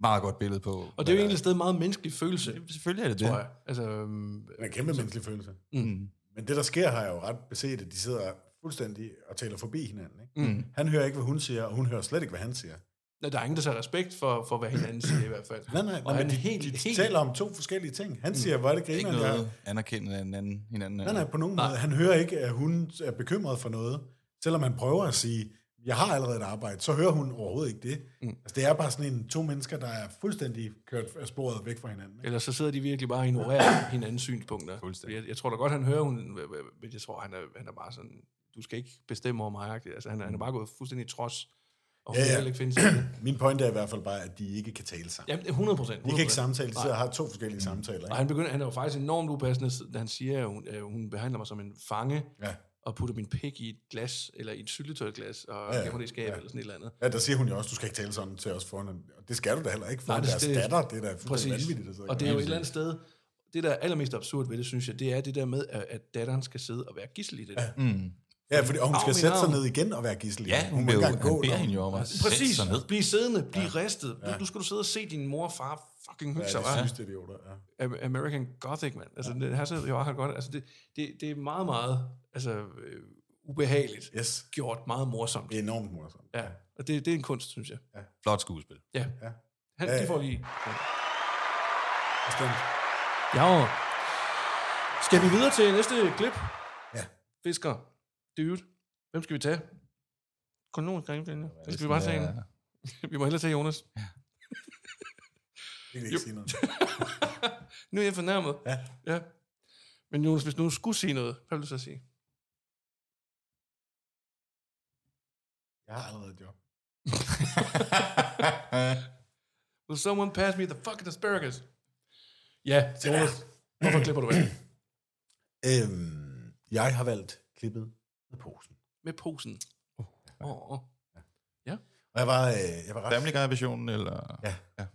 S7: meget godt billede på.
S5: Og det er jo egentlig et sted meget menneskelig følelse,
S7: Selvfølgelig er det det.
S5: tror jeg. Altså, øhm,
S6: Det er en kæmpe menneskelig følelse.
S7: Mm.
S6: Men det, der sker, har jeg jo ret beset, at de sidder fuldstændig og taler forbi hinanden. Ikke?
S7: Mm.
S6: Han hører ikke, hvad hun siger, og hun hører slet ikke, hvad han siger.
S5: nej, der er ingen, der tager respekt for, for hvad hinanden siger i hvert fald.
S6: Nej, nej,
S5: og
S6: nej
S5: han
S6: men de,
S5: helt,
S6: helt, de
S5: helt,
S6: taler om to forskellige ting. Han siger, hvor er det
S7: Ikke
S6: griner, jeg
S7: noget anerkendende af hinanden. hinanden
S6: Nej, nej, på nogen måde. Han hører ikke, at hun er bekymret for noget. Selvom han prøver at sige, jeg har allerede et arbejde, så hører hun overhovedet ikke det. Mm. Altså, det er bare sådan en to mennesker, der er fuldstændig kørt af sporet væk fra hinanden. Ikke?
S5: Eller så sidder de virkelig bare og ignorerer hinandens synspunkter.
S7: Fuldstændig.
S5: Jeg, jeg tror da godt, han hører, hun, men jeg tror, han er, han er bare sådan, du skal ikke bestemme over mig. agtig. Altså, han, er- han er bare gået fuldstændig i trods. Og
S6: Ja,
S5: hun
S6: ja.
S5: ja, ja. ikke finde sig i det.
S6: Min pointe er i hvert fald bare, at de ikke kan tale sammen.
S5: Jamen, det er 100 procent.
S6: De kan ikke samtale, de sidder og har to forskellige samtaler. Ikke?
S5: Og han, begynder, han er jo faktisk enormt upassende, s- da han siger, at hun, øh, hun behandler mig som en fange,
S6: Ja.
S5: og putter min pik i et glas, eller i et syltetøjglas, og
S6: Ja,
S5: ja,
S6: ja,
S5: gemmer det i skabet,
S6: ja.
S5: ja. eller sådan et eller andet.
S6: Ja, der siger hun jo også, du skal ikke tale sådan til os foran en- Og det skal du da heller ikke, for
S5: Nej,
S6: Nej,
S5: det-
S6: deres
S5: det-
S6: datter, det er da fuldstændig
S5: Præcis.
S6: vanvittigt. altså. at sidde
S5: Og det er jo et
S6: gøre.
S5: eller andet sted, det der er allermest absurd ved det, synes jeg, det er det der med, at, at datteren skal sidde og være gissel i det. Ja.
S6: Ja, fordi, og hun skal
S5: Arv i
S6: sætte sig
S5: arv.
S6: ned igen og være gissel.
S7: Ja, hun,
S6: må
S7: vil jo,
S6: ikke
S7: han
S6: engang gå,
S7: beder
S6: når hun-
S7: hende jo om at sætte
S5: Præcis,
S7: sig ned.
S5: bliv siddende, bliv ja. ristet. Nu, nu skal du sidde og se din mor og far fucking hygge
S6: Ja,
S5: sig.
S6: det
S5: hva'?
S6: synes det idioter. Ja.
S5: Am- American Gothic, mand. Altså, det her sidder jo har godt. Altså, det, det, det er meget, meget altså, øh, ubehageligt.
S6: Yes,
S5: Gjort meget morsomt.
S6: det er enormt morsomt.
S5: Ja, og det, det er en kunst, synes jeg.
S7: Flot skuespil.
S5: Ja.
S6: Ja.
S5: Han,
S6: Ja, ja.
S5: de får lige... Ja.
S6: Bestemt.
S5: Ja. Skal vi videre til næste klip?
S6: Ja.
S5: Fisker. Dude. Hvem skal vi tage? Kronologisk ringfinde. Den skal vi bare tage en. Vi må hellere tage Jonas.
S6: Det kan jeg ikke sige noget.
S5: Nu er jeg fornærmet.
S6: Ja.
S5: ja. Men Jonas, hvis nu skulle sige noget, hvad vil du så sige?
S6: Jeg har allerede et job.
S5: Will someone pass me the fucking asparagus? Ja, Jonas. Hvorfor klipper du af?
S6: Øhm, jeg har valgt klippet med posen.
S5: Med posen. Oh, oh.
S6: Og jeg var, øh, jeg var ret...
S7: Family Guy-versionen, eller...
S6: Ja. ja.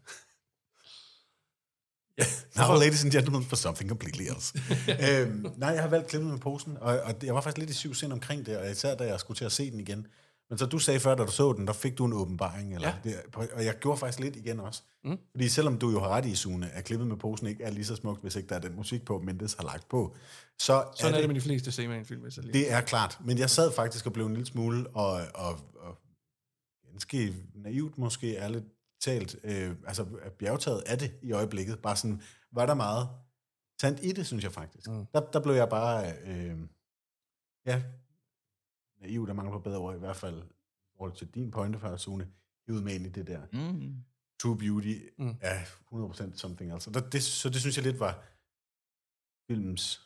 S6: Now, ladies and gentlemen, for something completely else. øhm, nej, jeg har valgt klippet med posen, og, og det- jeg var faktisk lidt i syv sind omkring det, og især da jeg skulle til at se den igen. Men så du sagde før, da du så den, der fik du en åbenbaring. Eller, ja. det, og jeg gjorde faktisk lidt igen også. Mm. Fordi selvom du jo har ret i, Sune, at klippet med posen ikke er lige så smukt, hvis ikke der er den musik på, Mendes har lagt på, så
S5: Sådan er det med de fleste scener i en film. Hvis jeg lige...
S6: det er klart, men jeg sad faktisk og blev en lille smule, og, og, og ganske naivt måske, ærligt talt, øh, altså bjergtaget af det i øjeblikket. Bare sådan, var der meget sandt i det, synes jeg faktisk. Mm. Der, der blev jeg bare, øh, ja, naiv, der mangler på bedre ord i hvert fald, i forhold til din pointe før, Sune, hivet med ind i det der.
S7: Mm.
S6: True Beauty Mm-hmm. mm. er 100% something else. Og Der, det, så det synes jeg lidt var filmens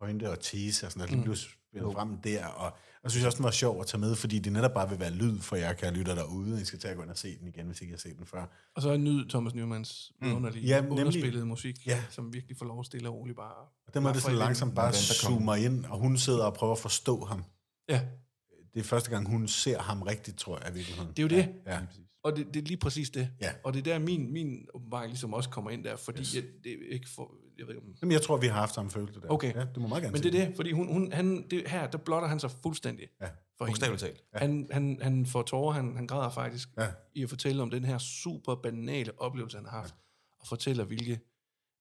S6: pointe og tese, og sådan, der
S5: Mm.
S6: lige blev spillet frem der, og, og synes jeg også, den var sjov at tage med, fordi det netop bare vil være lyd for jer, kan lytte derude, I skal tage og gå ind og se den igen, hvis ikke jeg har set den før.
S5: Og så nyd Thomas Newmans mm. underlige,
S6: Ja,
S5: ja,
S6: nemlig.
S5: underspillede musik,
S6: Ja.
S5: ja. som virkelig får lov at stille og roligt bare...
S6: Og den måde, det sådan langsomt bare
S7: Hvordan der kom-
S6: zoomer ind, og hun sidder og prøver at forstå ham.
S5: Ja,
S6: Det er første gang, hun ser ham rigtigt, tror jeg, i virkeligheden.
S5: det er jo det. Ja.
S6: Ja,
S5: Og det, det er lige præcis det.
S6: Ja.
S5: Og det er der, min, min åbenbaring ligesom også kommer ind der, fordi yes. jeg, det er ikke for... Jeg ved ikke, om,
S6: Jamen, jeg tror, vi har haft samme følelse der.
S5: Okay.
S6: Ja, du må meget gerne
S5: men
S6: se
S5: det er det, fordi hun, hun, han, det, her, der blotter han sig fuldstændig.
S6: Ja.
S5: For
S7: Bogstaveligt talt.
S5: Ja. Han, han, han får tårer, han, han græder faktisk,
S6: Ja.
S5: ja. i at fortælle om den her super banale oplevelse, han har haft, ja. og fortæller, hvilke,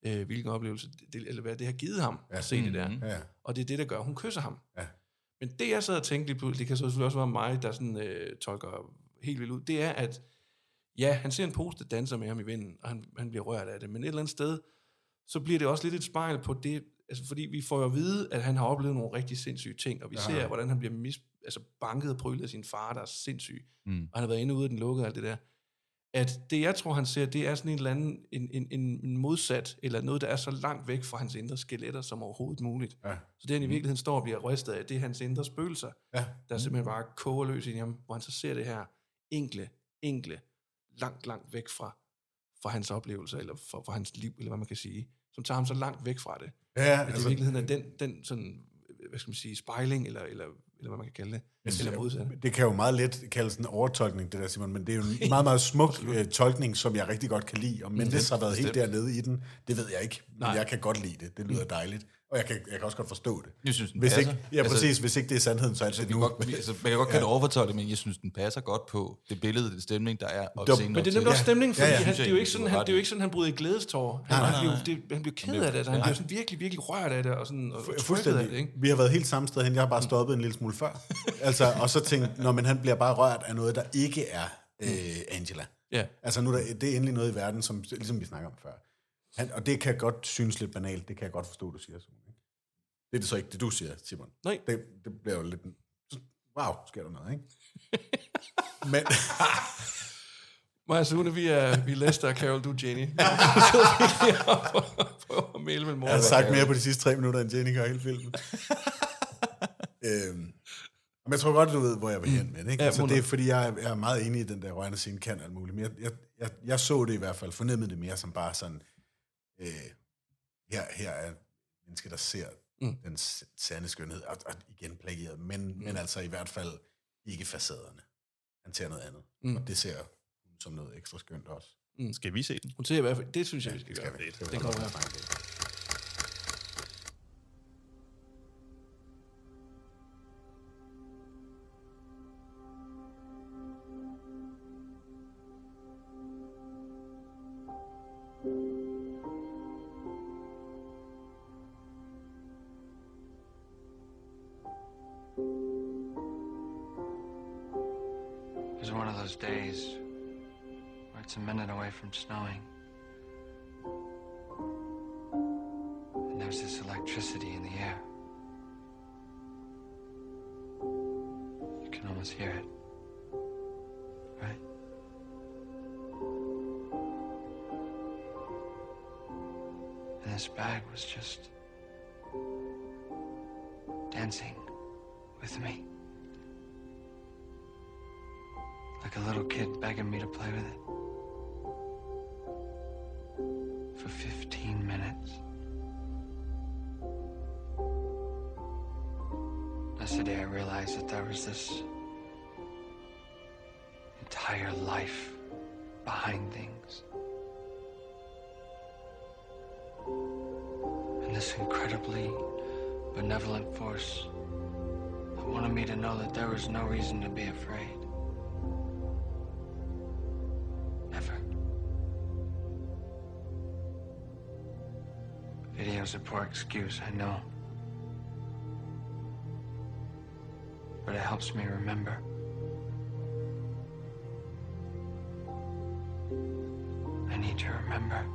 S5: øh, hvilken oplevelse, det, eller hvad det har givet ham ja. at se det
S7: Mm-hmm.
S5: der.
S6: Ja, ja.
S5: Og det er det, der gør, at hun kysser ham.
S6: Ja.
S5: Men det, jeg sad og tænkte lige pludselig, det kan så selvfølgelig også være mig, der sådan, øh, tolker helt vildt ud, det er, at ja, han ser en pose, der danser med ham i vinden, og han, han bliver rørt af det, men et eller andet sted, så bliver det også lidt et spejl på det, altså fordi vi får jo at vide, at han har oplevet nogle rigtig sindssyge ting, og vi ja. ser, hvordan han bliver mis, altså banket og prylet af sin far, der er sindssyg, mm. og han har været inde og ude af den lukkede og alt det der, at det, jeg tror, han ser, det er sådan en eller anden en, en, en en modsat, eller noget, der er så langt væk fra hans indre skeletter som overhovedet muligt.
S6: Ja. Mm.
S5: Så det, han i virkeligheden står og bliver rystet af, det er hans indre spøgelser,
S6: Ja. Mm.
S5: der simpelthen bare koger løs i ham, hvor han så ser det her enkle, enkle, langt, langt væk fra, fra hans oplevelser, eller fra, fra hans liv, eller hvad man kan sige, som tager ham så langt væk fra det.
S6: Ja,
S5: At altså, i virkeligheden er den, den sådan, hvad skal man sige, spejling, eller, eller, eller hvad man kan kalde det, eller modsat.
S6: Det kan jo meget let kaldes en overtolkning, det der, Simon, men det er jo en meget, meget smuk øh, tolkning, som jeg rigtig godt kan lide. Og Mendes har været helt dernede i den, det ved jeg ikke, men Nej. jeg kan godt lide det. Det lyder dejligt. Og jeg kan, jeg kan også godt forstå det.
S7: Mm. Jeg synes, den
S6: hvis
S7: passer.
S6: ikke, ja,
S7: Altså-
S6: præcis. hvis ikke det er sandheden, så er det
S7: Vi
S6: nu.
S7: kan godt, vi- altså, man kan godt kalde det overfortolke, men jeg synes, den passer godt på det billede, den stemning, der er. Og
S6: Dum.
S7: scenen
S5: Men det er
S7: op
S5: nemlig
S7: til.
S5: også stemning, fordi
S6: Ja,
S5: ja,
S6: ja.
S5: ja. Han,
S7: Synes
S5: det,
S7: jeg
S5: er jo
S7: egentlig,
S5: ikke sådan,
S7: du
S5: han,
S7: har
S5: det er jo
S7: ret i.
S5: ikke sådan, han bryder i glædestårer. Han, han, blev, det, han blev ked af det, altså. han blev sådan virkelig, virkelig rørt af det, og, sådan, og trykket af det,
S6: Fuldstændig.
S5: ikke?
S6: Vi har været helt samme sted hen. Jeg har bare stoppet en lille smule før. Altså, og så tænkt, når men han bliver bare rørt af noget, der ikke er øh, Angela.
S5: Mm. Ja.
S6: Altså, nu er der, det er endelig noget i verden, som, ligesom vi snakker om før. Han, og det kan jeg godt synes lidt banalt. Det kan jeg godt forstå, du siger, Sune. ikke? Det er det så ikke, det du siger, Simon.
S5: Nej.
S6: Det, det bliver jo lidt... Wow, sker der noget, ikke? Men,
S5: Maja Sune, vi er, vi er Lester og Carol, du er Jenny. Så vi er oppe og prøver at male med mor.
S6: jeg har sagt mere på de sidste tre minutter, end Jenny gør hele filmen. øhm, Men jeg tror godt, du ved, hvor jeg vil hen med det, ikke? Ja,
S5: Ja,
S6: altså, det er
S5: 100.
S6: fordi, jeg, jeg er meget enig i den der rørende scene, kan alt muligt. Men jeg, jeg, jeg, jeg så det i hvert fald, fornemmede det mere som bare sådan, øh, her, her er et menneske, der ser mm. den s- sande skønhed, og, og igen plagieret, men, mm. men altså i hvert fald ikke facaderne. Han ser noget andet, mm. og det ser hun som noget ekstra skønt også.
S7: Skal vi se den?
S5: Hun ser i hvert fald, det synes jeg, vi skal
S6: Skal
S5: gøre.
S6: vi- skal vi
S5: Den
S6: holde
S5: kommer
S6: op med
S5: her.
S6: at snakke om det?
S8: It was one of those days where it's a minute away from snowing. And there's this electricity in the air. You can almost hear it. Right? And this bag was just dancing with me. like a little kid begging me to play with it. For 15 minutes. That's the day I realized that there was this entire life behind things. And this incredibly benevolent force that wanted me to know that there was no reason to be afraid. Never. Video's a poor excuse, I know. But it helps me remember. I need to remember.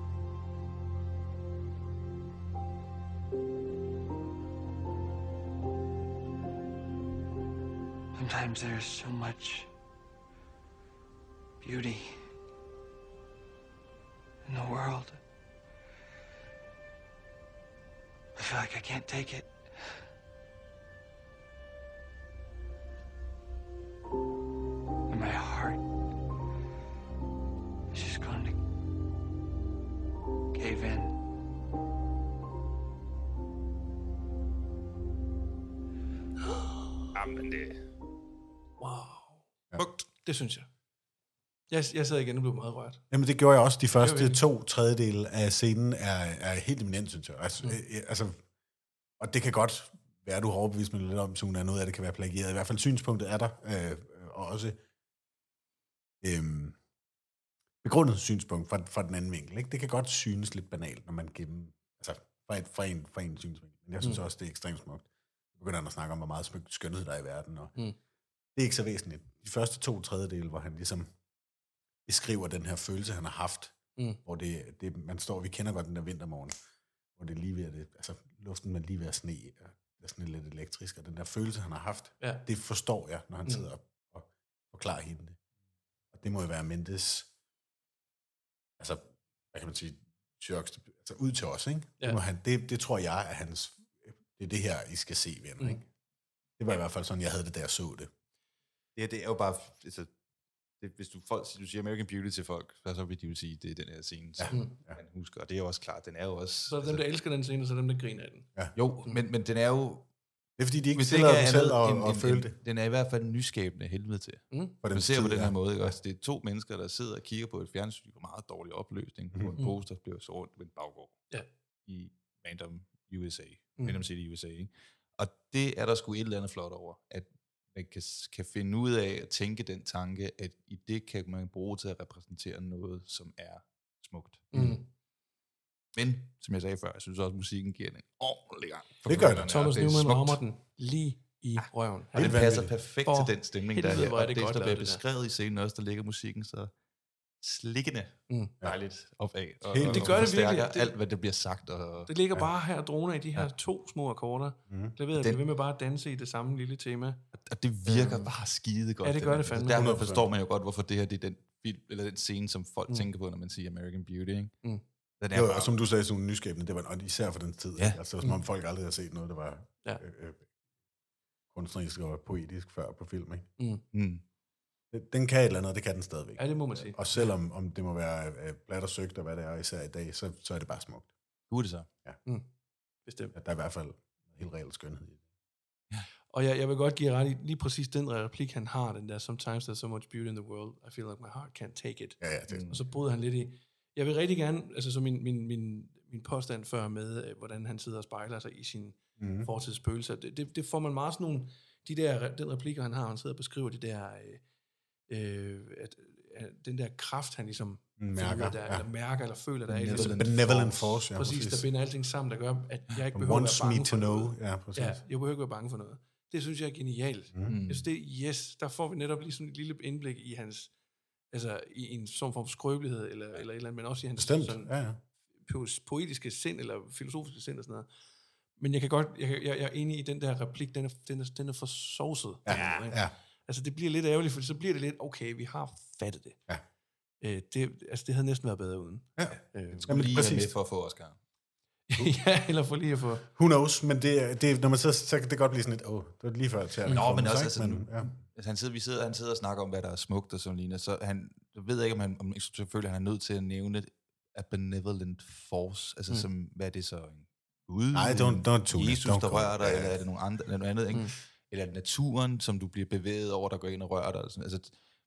S8: Sometimes there's so much beauty in the world. I feel like I can't take it. And my heart is just going to cave in.
S10: Jamen, det...
S5: Fugt. Det synes jeg. Jeg, jeg sad igen og blev meget rørt.
S6: Jamen, det gjorde jeg også. De første
S5: virkelig.
S6: to tredjedele af scenen er, er helt eminent, synes jeg. Altså, mm. altså, og det kan godt være, du har overbevist mig lidt om, så hun er noget af det kan være plagieret. I hvert fald synspunktet er der, øh, og også øhm, begrundet synspunkt fra, fra den anden vinkel. Ikke? Det kan godt synes lidt banalt, når man gennem, altså fra, et, fra, en, fra en synsvinkel. Men jeg synes mm. også, det er ekstremt smukt. Nu begynder han at snakke om, hvor meget smuk- skønhed der er i verden, og mm. det er ikke så væsentligt. De første to tredjedele, hvor han ligesom beskriver den her følelse, han har haft, mm. hvor det, det, man står, vi kender godt den der vintermorgen, hvor det er lige ved at, det, altså luften er lige ved at sne, og det er sådan lidt elektrisk, og den der følelse, han har haft,
S5: Ja.
S6: det forstår jeg, når han mm. sidder og, og forklarer hende det. Og det må jo være Mendes, altså, hvad kan man sige, sjoveste, altså ud til os, ikke?
S5: Ja.
S6: Det, må han, det, det tror jeg er hans, det er det her, I skal se, venner, mm. ikke? Det var i hvert fald sådan, jeg havde det, da jeg så det.
S7: Det, her, det er jo bare... Altså, det, hvis du, folk, du siger American Beauty til folk, så vil de jo sige, det er den her scene, som ja. man husker. Og det er jo også klart, den er jo også... altså-
S5: Så er der dem, der elsker den scene, og så er der dem, der griner af den.
S7: jo, men, men den er jo...
S6: Det er fordi, de ikke
S7: Hvis det ikke
S6: tillader
S7: er
S6: dem selv
S7: andet
S6: at,
S7: end,
S6: at
S7: end,
S6: føle
S7: end,
S6: det.
S7: den er i hvert fald nysskabende helvede til. Mm.
S6: For
S7: Man
S6: den
S7: ser på
S6: tid,
S7: den her
S6: ja.
S7: måde, ikke? også? Det er to mennesker, der sidder og kigger på et fjernsyn på meget dårlig opløsning, på
S6: Mm-hmm.
S7: en poster, der bliver så rundt ved en baggård
S5: Ja.
S7: i random USA, mm. random city USA. Ikke? Og det er der sgu et eller andet flot over, at man kan, kan finde ud af at tænke den tanke, at i det kan man bruge til at repræsentere noget, som er smukt.
S5: Mm.
S7: Men, som jeg sagde før, jeg synes også, at musikken giver den en ordentlig gang.
S6: Det gør den.
S7: Ja,
S5: Thomas
S7: det er
S5: Newman
S7: smukt.
S5: rammer den lige i røven.
S7: Og det
S6: Helt
S7: passer
S6: vanvittigt.
S7: perfekt
S5: For
S7: til den stemning, der er
S5: helvede,
S7: her.
S5: hvor er
S7: Og
S5: det
S7: det,
S5: godt
S7: der
S5: lavet,
S7: bliver
S5: det der.
S7: beskrevet i scenen også, der ligger musikken så slikkende
S5: Mm.
S7: mm. dejligt op af. Og,
S6: Helt-
S7: og,
S6: det
S7: og
S5: gør det
S7: forstærker
S5: virkelig. Det-
S7: alt, hvad der bliver sagt. Og,
S5: Det ligger bare her og droner i de her to små akkorder. Mm. Klaveret bliver
S7: Den-
S5: ved med bare at danse i det samme lille tema.
S7: og det virker mm. bare skide godt.
S5: Øh. Ja, det gør
S7: der.
S5: det fandme.
S7: Derfor
S6: 100%.
S7: forstår man jo godt, hvorfor det her det er den, film, eller den scene, som folk mm. tænker på, når man siger American Beauty. Ikke? Mm. Den er
S6: Jo,
S7: jo,
S6: jo, og
S7: bare,
S6: som du sagde, sådan nyskabende, det var og især for den tid.
S5: Mm.
S7: Ja.
S6: Ja. Altså, som om folk aldrig havde set noget, der var
S5: Ja.
S6: øh, øh, kunstnerisk og poetisk før på film, ikke?
S7: Mm.
S6: Den- Den kan et eller andet, det kan den stadigvæk.
S5: Ja, det må man sige.
S6: Og selvom om det må være øh, blat og søgt og hvad det er, især i dag, så, så er det bare smukt.
S7: Gud det så.
S5: Bestemt.
S6: At der er i hvert fald helt reelt skønhed i det.
S5: Og jeg, jeg vil godt give jer ret i, lige præcis den replik, han har, den der, sometimes there's so much beauty in the world, I feel like my heart can't take it.
S6: Ja, ja, det,
S5: Og så brød han lidt i, jeg vil rigtig gerne, altså så min, min, min, min påstand før med, øh, hvordan han sidder og spejler sig i sin
S6: Mhm.
S5: mm. fortidsspøgelser, det, det, det får man meget sådan nogle, de der, den replikker han har, han sidder og beskriver det der, øh, øh, at, at den der kraft, han ligesom
S6: Mm, Mærker,
S5: føler der,
S6: ja.
S5: eller mærker, eller føler, der er i
S6: det er
S5: ligesom,
S6: benevolent force, ja,
S5: præcis, der binder alting sammen, der gør, at jeg ikke behøver at
S6: Wants
S5: være bange
S6: me
S5: for
S6: to know.
S5: noget.
S6: Ja, præcis.
S5: Ja, jeg behøver ikke være bange for noget. Det synes jeg er genialt. Mm. Jeg synes, det er yes. Der får vi netop lige sådan et lille indblik i hans, altså i en som form for skrøbelighed, eller, eller et eller andet, men også i hans
S6: Bestemt,
S5: sådan,
S6: ja, ja.
S5: po- poetiske sind, eller filosofiske sind og sådan noget. Men jeg kan godt, jeg, kan- jeg, jeg er enig i den der replik, den er, den er, den er for sovset. Ja,
S6: ja.
S5: Altså det bliver lidt ærgerligt, for så bliver det lidt, okay, vi har fattet det.
S6: Ja.
S5: Øh, det, altså det havde næsten været bedre uden.
S6: ja.
S5: Øh,
S6: Jamen,
S7: Lige præcis.
S6: præcis.
S7: med for at få Oscar.
S5: ja, eller for lige at få...
S6: Who knows, men det, er- det, er- når man så, så kan det godt blive sådan lidt, åh, oh, det var lige før, til
S7: Nå, men også altså
S6: men,
S7: nu-
S6: ja.
S7: Altså, han sidder, vi sidder, han sidder og snakker om, hvad der er smukt og sådan lignende, så han jeg ved ikke, om han om, selvfølgelig han er nødt til at nævne a benevolent force, altså mm. som, hvad er det så? En Gud?
S6: Nej, don't- don't do it.
S7: Jesus,
S6: Don't
S7: der
S6: go.
S7: rører dig,
S6: Ja, ja.
S7: eller er det nogen andre, eller noget andet, ikke? Mm. Eller er det naturen, som du bliver bevæget over, der går ind og rører dig? eller Sådan. Altså,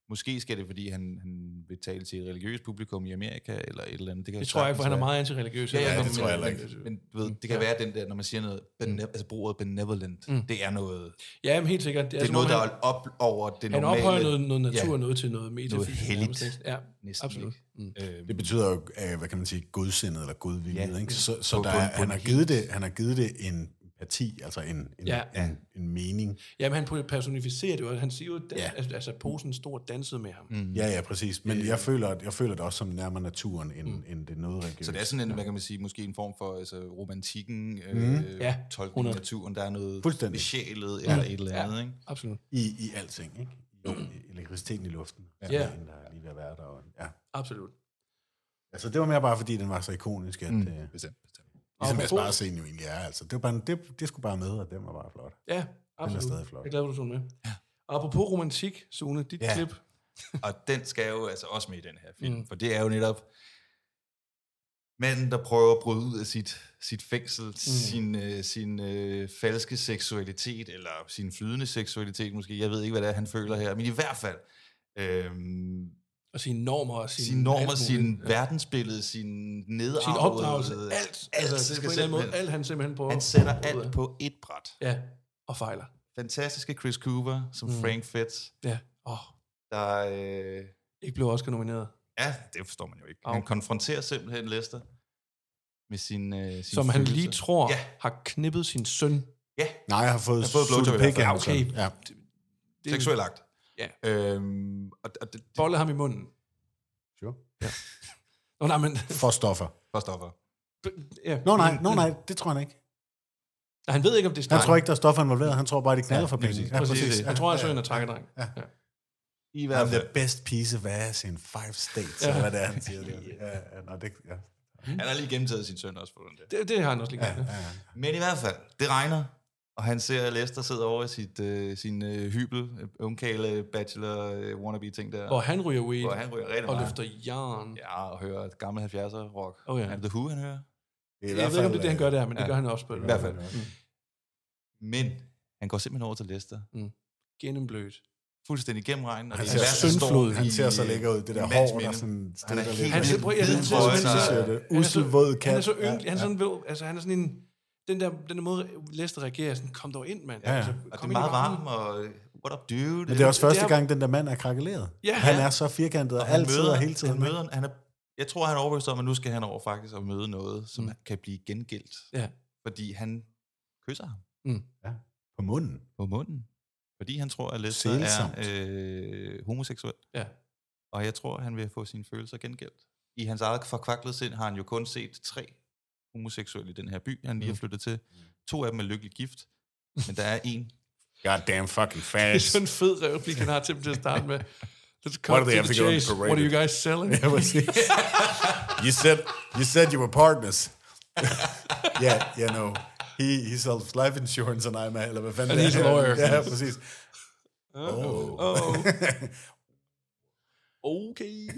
S7: måske skal det, fordi han, han vil tale til et religiøst publikum i Amerika, eller et eller andet. Det, kan
S5: Det tror jeg ikke, for han er
S7: sagtens være.
S5: meget antireligiøs. Altså,
S7: Ja, ja,
S5: Eller-
S7: men-
S6: det tror jeg heller
S7: men-
S6: ikke.
S7: Men, du
S5: Mm.
S7: ved, det kan være den der, når man siger noget, bene- altså bruget benevolent, det er noget,
S5: Mm. Ja, men helt sikkert.
S7: det er
S5: som om
S7: noget, der
S5: han-
S7: er op over det
S5: Han
S7: normale.
S5: ophøjer noget, noget natur
S7: Ja.
S5: ja. noget til noget metafysisk.
S7: helligt.
S5: nærmest, ikke? Ja,
S7: Næsten,
S5: absolut.
S7: ikke? Øhm,
S5: Mm.
S6: Det betyder jo, øh, hvad kan man sige, godsindet eller godvillighed,
S7: Ja.
S6: ja. ikke? Så, så
S7: På-
S6: der,
S7: på en-
S6: er-
S7: på en
S6: han, har
S7: helt-
S6: givet det, han har givet det en parti, altså en, en,
S5: Ja.
S6: en, en mening.
S5: Jamen, han personificerer det jo. Han siger jo, at
S6: Ja.
S5: ja. altså, posen stod og dansede med ham. Mm.
S6: Ja, ja, præcis. Men jeg, føler, at- jeg føler det også som nærmere naturen, end, mm. end det er noget religiøst.
S7: Øh. Så det er sådan en, hvad kan man sige, måske en form for altså, romantikken, øh,
S5: Mm. Ja, Mm.
S7: ja, tolkning af
S5: 100.
S7: naturen, der er noget
S6: Fuldstændig.
S7: besjælet eller et eller andet, ikke?
S5: Absolut.
S6: I, i alting, ikke? I elektriciteten i luften.
S5: Ja.
S6: En, der er lige ved at være der. Og, ja.
S5: Absolut.
S6: Altså, det var mere bare, fordi den var så ikonisk, at... Mm. Øh, ligesom
S7: Bestemt, bestemt.
S6: jeg
S5: Apropos-
S6: bare scenen jo egentlig er, altså. Det, var bare, en- det, det skulle bare med, og den var bare flot.
S5: Ja, absolut.
S6: stadig flot.
S5: Jeg er glad, for, du tog den med. Ja. Og apropos romantik, Sune, dit
S6: Ja.
S5: ja. klip.
S7: Og den skal jo altså også med i den her film, mm. for det er jo netop manden, der prøver at bryde ud af sit, sit fængsel, mm. sin, øh, sin øh, falske seksualitet, eller sin flydende seksualitet måske, jeg ved ikke, hvad det er, han føler her, men i hvert fald, øh,
S5: Og sine normer. Og sine,
S7: sine normer,
S5: alt muligt.
S7: sin ja. verdensbillede, sin nedarvede... øh,
S5: sin opdragelse. Alt.
S7: alt
S5: altså, det er på en eller anden måde. Alt han simpelthen prøver.
S7: Han
S5: at
S7: sætter
S5: bryde ud
S7: alt
S5: af.
S7: på et bræt.
S5: Ja, og fejler.
S7: Fantastiske Chris Cooper som mm. Frank Fitz,
S5: Ja. Åh,
S7: der... Øh,
S5: ikke blev også nomineret.
S7: ja, det forstår man jo ikke.
S5: Au.
S7: Han konfronterer simpelthen Lester med sin, øh, sin
S5: Som han
S7: følelser.
S5: lige tror
S7: Ja,
S5: har knippet sin søn.
S7: ja.
S6: Nej, jeg har fået,
S7: Jeg har fået blowjob i
S6: suttet
S7: hvert
S6: pik
S7: fald. Ah, Ja,
S6: af ham, så- Ja.
S5: okay. Det
S7: Seksuel akt.
S5: Ja.
S7: Øhm, og, og det, det
S5: Bolle ham i munden.
S6: Sure.
S5: Nå, nej, men...
S6: For stoffer.
S7: for stopper.
S5: Ja.
S6: Nå nej, nå, nej, det tror han ikke.
S5: Nej, Han ved ikke, om det er
S6: Han
S5: streng.
S6: tror ikke, der er stoffer involveret. Han tror bare, de knaller
S7: Ja,
S6: for
S7: lige
S6: penge.
S7: præcis.
S6: Ja,
S5: Præcis.
S6: præcis.
S5: Han tror, han søger en takkedreng. Ja.
S7: I
S6: I'm
S7: hvert
S6: the
S7: fald.
S6: best piece of ass in five states, eller hvad det er, han siger. Det. Ja, ja, nå, det, ja.
S7: Han har lige gennemtaget sin søn også på den der.
S5: Det, det har han også lige gjort. Ja,
S7: Men i hvert fald, det regner, og han ser Lester sidde over i sit, øh, sin øh, hybel, øh, ungkale bachelor øh, wannabe-ting der.
S5: Hvor han ryger weed
S7: hvor han ryger rigtig
S5: og
S7: meget.
S5: løfter jern. Ja.
S7: Ja, og hører gamle 70'er rock.
S5: Oh, ja.
S7: Er det The Who, han hører?
S6: Det
S5: Jeg ved ikke, om det er
S6: øh,
S5: det, han gør der, Mm. men ja. det
S7: Ja.
S5: gør han også på
S7: I hvert fald. Men han går simpelthen over til Lester.
S5: Gennemblødt.
S7: Fuldstændig gennem regnen. Og
S6: Han
S7: det
S5: Altså,
S7: er en
S6: ser,
S7: verden, der står
S6: syndflod.
S7: i,
S6: Han ser så
S7: øh,
S6: lækker ud. Det
S7: i
S6: der hår, der
S7: mandsminde. Han
S6: sådan
S7: er
S6: stikker
S7: helt
S6: lidt.
S5: Han
S7: vildt
S5: ser, prøv, jeg, han ser,
S7: Hvidtrøje,
S5: han ser,
S7: så-
S5: han
S6: t-shirt,
S5: er så-
S6: usselvåd
S5: han er
S6: kat.
S5: så ynglig,
S6: Ja,
S5: han er sådan, ved- altså han er sådan en, den der, den der måde, Lester reagerer, er sådan, kom dog ind, mand. Ja,
S6: ja.
S5: Altså,
S7: Og det er
S5: kom ind i
S7: meget
S5: varmen.
S7: varmt, og øh, what up, dude?
S6: Men det er også første
S5: Det er-
S6: gang, den der mand er krakeleret.
S5: Ja.
S6: Han er så firkantet og
S7: han
S6: altid
S7: møder,
S6: og hele tiden.
S7: Han møder, han er, jeg tror, han er overbevist om, at nu skal han over faktisk og møde noget, som mm. kan blive gengældt.
S5: Ja.
S7: Fordi han kysser ham
S6: På munden.
S7: på munden. Fordi han tror, at Lester
S6: Sælsomt.
S7: er øh, homoseksuel.
S5: Ja.
S7: Og jeg tror, han vil få sine følelser gengældt. I hans eget forkvaklede sind har han jo kun set tre homoseksuelle i den her by, han lige
S5: Mm.
S7: har flyttet til. To af dem er lykkelig gift, men der er en.
S6: God damn fucking
S5: Det er
S6: fast.
S5: sådan en fed replik, han har til dem til at starte med. Let's cut
S6: What do
S5: to
S6: they have
S5: the
S6: to go on
S5: chase.
S6: parade?
S5: What are you guys selling?
S6: Ja, præcis. you said you said you were partners. yeah, you know. He, he sells life insurance, and I'm a, eller hvad fanden
S5: And
S6: det
S5: he's a
S6: er.
S5: lawyer.
S6: Ja, præcis.
S5: Oh. Okay.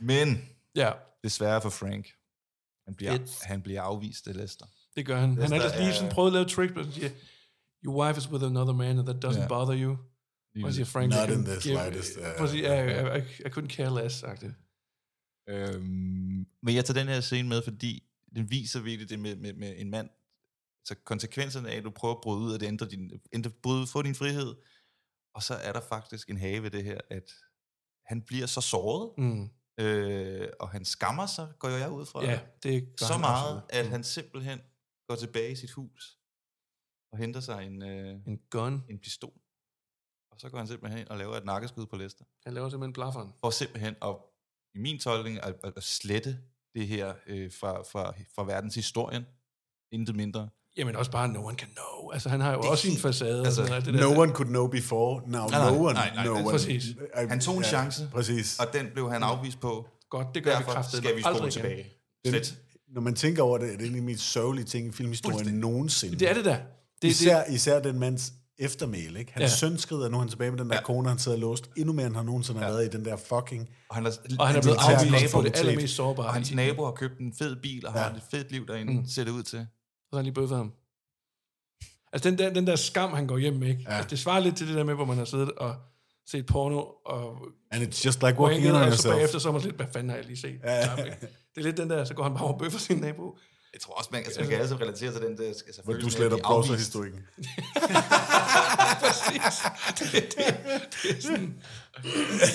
S7: Men
S5: ja,
S7: desværre for Frank, han bliver,
S5: It's-
S7: han bliver afvist af Lester.
S5: det gør han. Han har
S7: der
S5: ellers lige
S7: er-
S5: sådan prøvet at lave et trick, men han siger, your wife is with another man, and that doesn't
S7: Ja.
S5: bother you. Og han siger, Frank,
S6: Not
S5: I couldn't
S6: in the
S5: give-
S6: slightest, ja,
S5: Præcis,
S6: ja,
S5: ja, I, I, I couldn't care less, sagt det.
S7: Øhm, men jeg tager den her scene med, fordi den viser virkelig det med, med, med en mand. Så konsekvenserne af, at du prøver at bryde ud, at det ændrer din, ændrer, bryde, få din frihed. Og så er der faktisk en have ved det her, at han bliver så såret,
S5: Mm.
S7: øh, og han skammer sig, går jeg ud fra.
S5: Ja, det gør
S7: så
S5: han
S7: meget,
S5: absolut. Mm.
S7: at han simpelthen går tilbage i sit hus og henter sig en, øh,
S5: En gun.
S7: en pistol. Og så går han simpelthen hen og laver et nakkeskud på Lester.
S5: Han laver simpelthen blafferen.
S7: For simpelthen at, i min tolkning, at, at, at slette det her øh, fra, fra, fra verdens historien. Intet mindre.
S5: Jamen også bare, no one can know. Altså han har jo
S7: Det er
S5: også sin
S7: helt-
S5: facade.
S7: altså,
S5: og sådan noget, det
S6: No one could know before, now
S7: Nej,
S6: no
S7: nej,
S6: one
S7: nej, nej,
S6: no
S7: det-
S6: one.
S5: præcis.
S6: I-
S7: Han tog en
S6: ja,
S7: chance.
S6: Præcis.
S7: Og den blev han afvist på.
S5: Godt, det gør vi
S7: Derfor
S5: kraftigt.
S7: skal vi spole tilbage. Slet.
S6: Når man tænker over det, er det en af de mest sørgelige ting i filmhistorien nogensinde.
S5: Det er det der. Det,
S6: Især, især den mands eftermæle. Ikke? Hans
S5: Ja.
S6: ja. søn skrider, nu er han tilbage med den der
S7: Ja.
S6: ja. kone, han sidder låst endnu mere, end han nogensinde har været i den der fucking...
S7: Og han er,
S5: Og han er blevet
S7: hans
S5: afvist
S7: nabo-
S5: på det allermest sårbare.
S7: Og hans nabo har købt en fed bil, og ja. har et fedt liv derinde, mm. ser det ud til.
S5: Så har han lige bøffet ham. Altså den der, den der skam, han går hjem med, ikke? Ja. Altså, det svarer lidt til det der med, hvor man har siddet og set porno, og
S6: And it's just like walking in
S5: pointet,
S6: on
S5: og så
S6: yourself.
S5: altså bagefter, så er man lidt, hvad fanden har jeg lige set? Ja. Det er lidt den der, så går han bare over og bøffer sin nabo.
S7: Jeg tror også, man, altså, man kan alle sammen relatere til den der... Altså,
S6: Hvor
S7: følelsen af at
S6: du sletter
S7: blive afvist.
S6: browserhistorikken.
S5: Præcis. Det, det, det, er sådan, i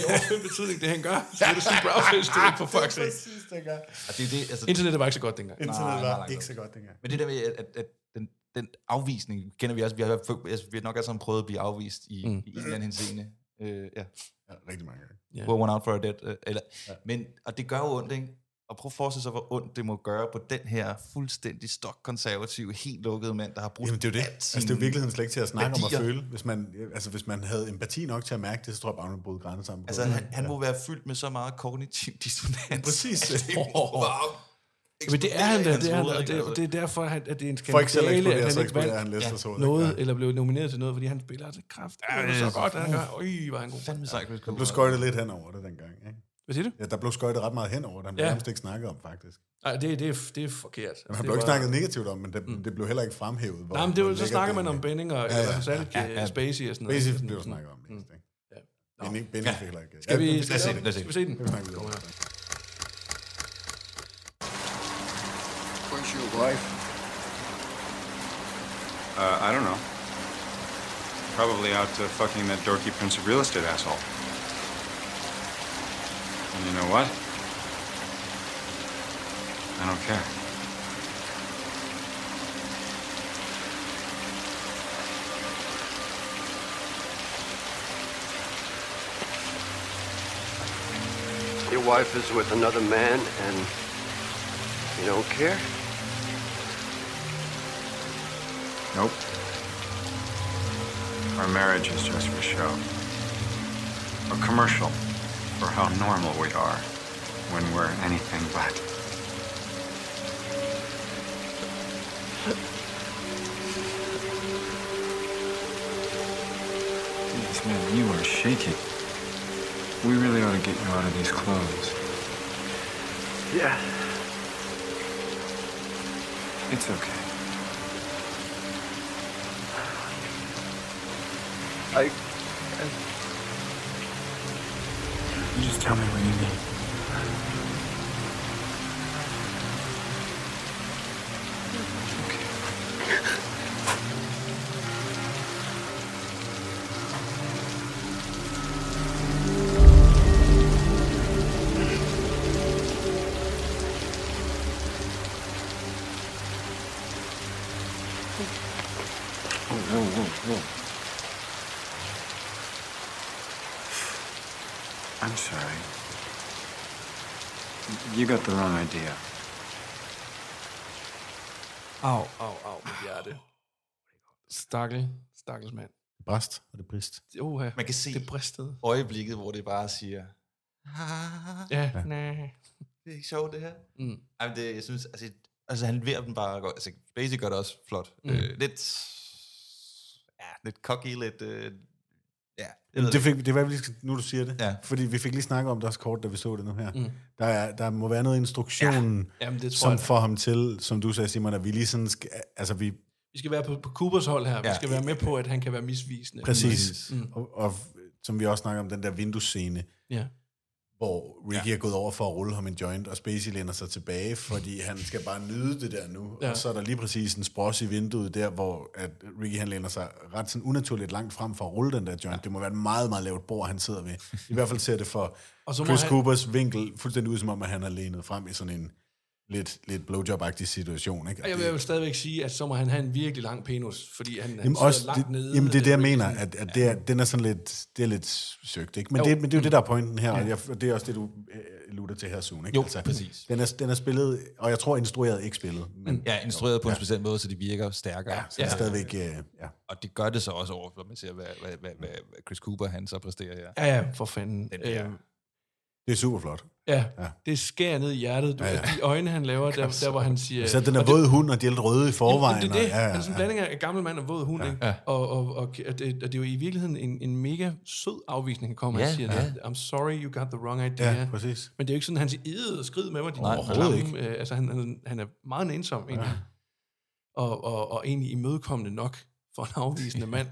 S5: overført betydning, det han gør. Så er det sådan en browser for fuck's sake.
S6: Præcis, dengang.
S7: Og det er det, altså,
S5: Internettet var ikke så godt dengang.
S6: Internet
S7: nej,
S6: var
S7: nej,
S6: ikke
S7: nej.
S6: så godt dengang.
S7: Men det der med, at, at, at den, den afvisning kender vi også. Vi har, altså, vi har nok alle sammen prøvet at blive afvist i, mm. i en eller anden henseende. Øh, ja.
S6: Ja, rigtig mange gange.
S5: Ja.
S7: Yeah. One out for a dead. Øh, eller, yeah. men, og det gør jo ondt, ikke? Og prøv at forestille sig, hvor ondt det må gøre på den her fuldstændig stokkonservative, helt lukkede mand, der har brugt
S6: Jamen, det er jo det.
S7: alt
S6: Altså, det er jo
S7: sin-
S6: virkeligheden slet ikke til at snakke om at
S7: værdier.
S6: føle. Hvis man, altså, hvis man havde empati nok til at mærke det, så tror jeg bare, man boede grænser sammen. på
S7: Altså,
S6: gulvet.
S7: han, han må være fyldt med så meget kognitiv dissonans.
S6: Præcis.
S7: at det må bare
S5: Men det er
S7: eksplodere i
S5: han der,
S7: hans
S5: det er han
S7: hoved,
S5: der, og
S7: ikke?
S5: det,
S7: Altså.
S5: det er derfor, at, at det er en
S6: For eksempel
S5: skandale,
S6: eksploderer,
S5: at
S6: så
S5: han ikke
S6: eksploderer han
S5: vandt
S6: Lester så.
S5: noget, eller blev nomineret til noget, fordi han spiller til kraft. Ja, det er så godt, han gør. Øj, var han god.
S7: Fandme sej, Chris
S6: Der blev skøjtet lidt hen over det dengang. Ikke?
S5: Hvad siger du?
S6: Ja, der blev skøjtet ret meget hen over det. Han blev
S5: Ja.
S6: ja. nærmest ikke snakket om, faktisk.
S5: Nej, det, det, er, det er forkert.
S6: Han blev ikke snakket negativt om, men det, det blev heller ikke fremhævet. Hvor,
S5: Nej, men det
S6: hvor
S5: var, så
S6: lækkert
S5: snakker
S6: det
S5: man om Mm.
S6: egentlig
S5: Benning og ja, ja, særligt ja, ja. Spacey og sådan
S6: er.
S5: noget.
S6: Basic blev der snakket om. mest, Ikke?
S5: Mm.
S6: Benning, Benning fik heller ikke.
S5: Skal vi,
S6: Ja,
S5: skal,
S7: se
S5: vi-
S7: den, lad os se
S5: skal vi se den?
S6: det snakker vi om.
S8: Where's your wife?
S9: Uh, I don't know. Probably out to fucking that dorky Prince of Real Estate asshole. And you know what? I don't care.
S10: Your wife is with another man and you don't care?
S9: Nope. Our marriage is just for show. A commercial for how normal we are when we're anything but. Jeez, man, you are shaky. We really ought to get you out of these clothes.
S10: Yeah.
S9: It's okay.
S10: I
S9: You just tell me what you need. Whoa, whoa, whoa, whoa. I'm sorry. You got the wrong idea.
S5: Au, au, au, mit hjerte. Stakkel, stakkels mand.
S6: Brist. Var det brist?
S5: Oha,
S7: Man kan se
S5: det bristede.
S7: øjeblikket, hvor det bare siger,
S5: Ja, ja. nej.
S7: det er ikke sjovt det her.
S5: Mm.
S7: Jamen, det, jeg synes, altså, Altså, han leverer dem bare godt. Altså, Spacey gør det også flot. Mm. Øh, lidt... Ja, lidt cocky, lidt... Øh, ja, jeg ved
S6: Det, fik, det er i hvert fald lige- nu, du siger det.
S7: Ja.
S6: Fordi vi fik lige snakket om det også kort, da vi så det nu her. Mm. Der, er, der må være noget i instruktionen,
S5: Ja. Jamen, det tror
S6: som
S5: jeg.
S6: får ham til, som du sagde, Simon, at vi lige sådan skal, altså vi,
S5: Vi skal være på, på Coopers hold her. Ja.
S7: Ja.
S5: Vi skal være med på, at han kan være misvisende.
S6: præcis, mm. og, og, som vi også snakker om, den der vinduescene,
S5: Ja.
S6: hvor Ricky ja. er gået over for at rulle ham en joint, og Spacey læner sig tilbage, fordi han skal bare nyde det der nu. Ja.
S5: Ja.
S6: Og så er der lige præcis en spros i vinduet der, hvor at Ricky han læner sig ret sådan unaturligt langt frem for at rulle den der joint. Ja. Det må være et meget, meget lavt bord, han sidder ved. I hvert fald ser det for
S5: Og så må
S6: Chris
S5: han-
S6: Coopers vinkel fuldstændig ud, som om at han er lænet frem i sådan en lidt, lidt blowjob-agtig situation. Ikke? Og
S5: Og jeg
S6: det-
S5: vil jo stadigvæk sige, at så må han have en virkelig lang penis, fordi han, han
S6: Jamen,
S5: sidder
S6: også,
S5: langt
S6: det,
S5: nede.
S6: jamen det er det, jeg
S5: Øh,
S6: mener, at, at det er, den er sådan lidt, det er lidt søgt, ikke? Men,
S5: Jo.
S6: det, men det er jo det, der er pointen her, og, jeg, og det er også det, du øh, lutter til her, Sune, ikke? Altså,
S7: Jo, præcis.
S6: Den er, den er spillet, og jeg tror instrueret, ikke spillet,
S5: Mm.
S6: men
S7: Ja, instrueret på en speciel måde, så de virker stærkere.
S6: så er det stadigvæk, øh, ja.
S7: Og det gør det så også over, når man ser, hvad, hvad, hvad, hvad hvad Chris Cooper han så præsterer her.
S5: Ja, ja, for fanden.
S7: Den
S5: Øh,
S7: der.
S6: Det er super flot.
S5: ja, det skærer ned i hjertet. Du, ja, ja. De øjne, han laver, der, der hvor han siger...
S6: Så Altså, den er våd hund, og de er lidt røde i forvejen.
S5: Øh, Jamen, det er det.
S6: Og, ja,
S5: Han er sådan en
S6: ja, ja.
S5: blanding af gammel mand og våd hund, ja. ikke? Og, og, og, og, det, og det er jo i virkeligheden en, en mega sød afvisning, han kommer ja, og siger, ja. I'm sorry, you got the wrong idea.
S6: ja, præcis.
S5: Men det er jo ikke sådan, han siger, ede og skrid med mig. De
S7: Nej,
S5: overhovedet
S6: overhovedet
S5: ikke. Øh, altså, han, han, han er meget nænsom, egentlig. Ja. Og, og, og egentlig imødekommende nok for en afvisende mand.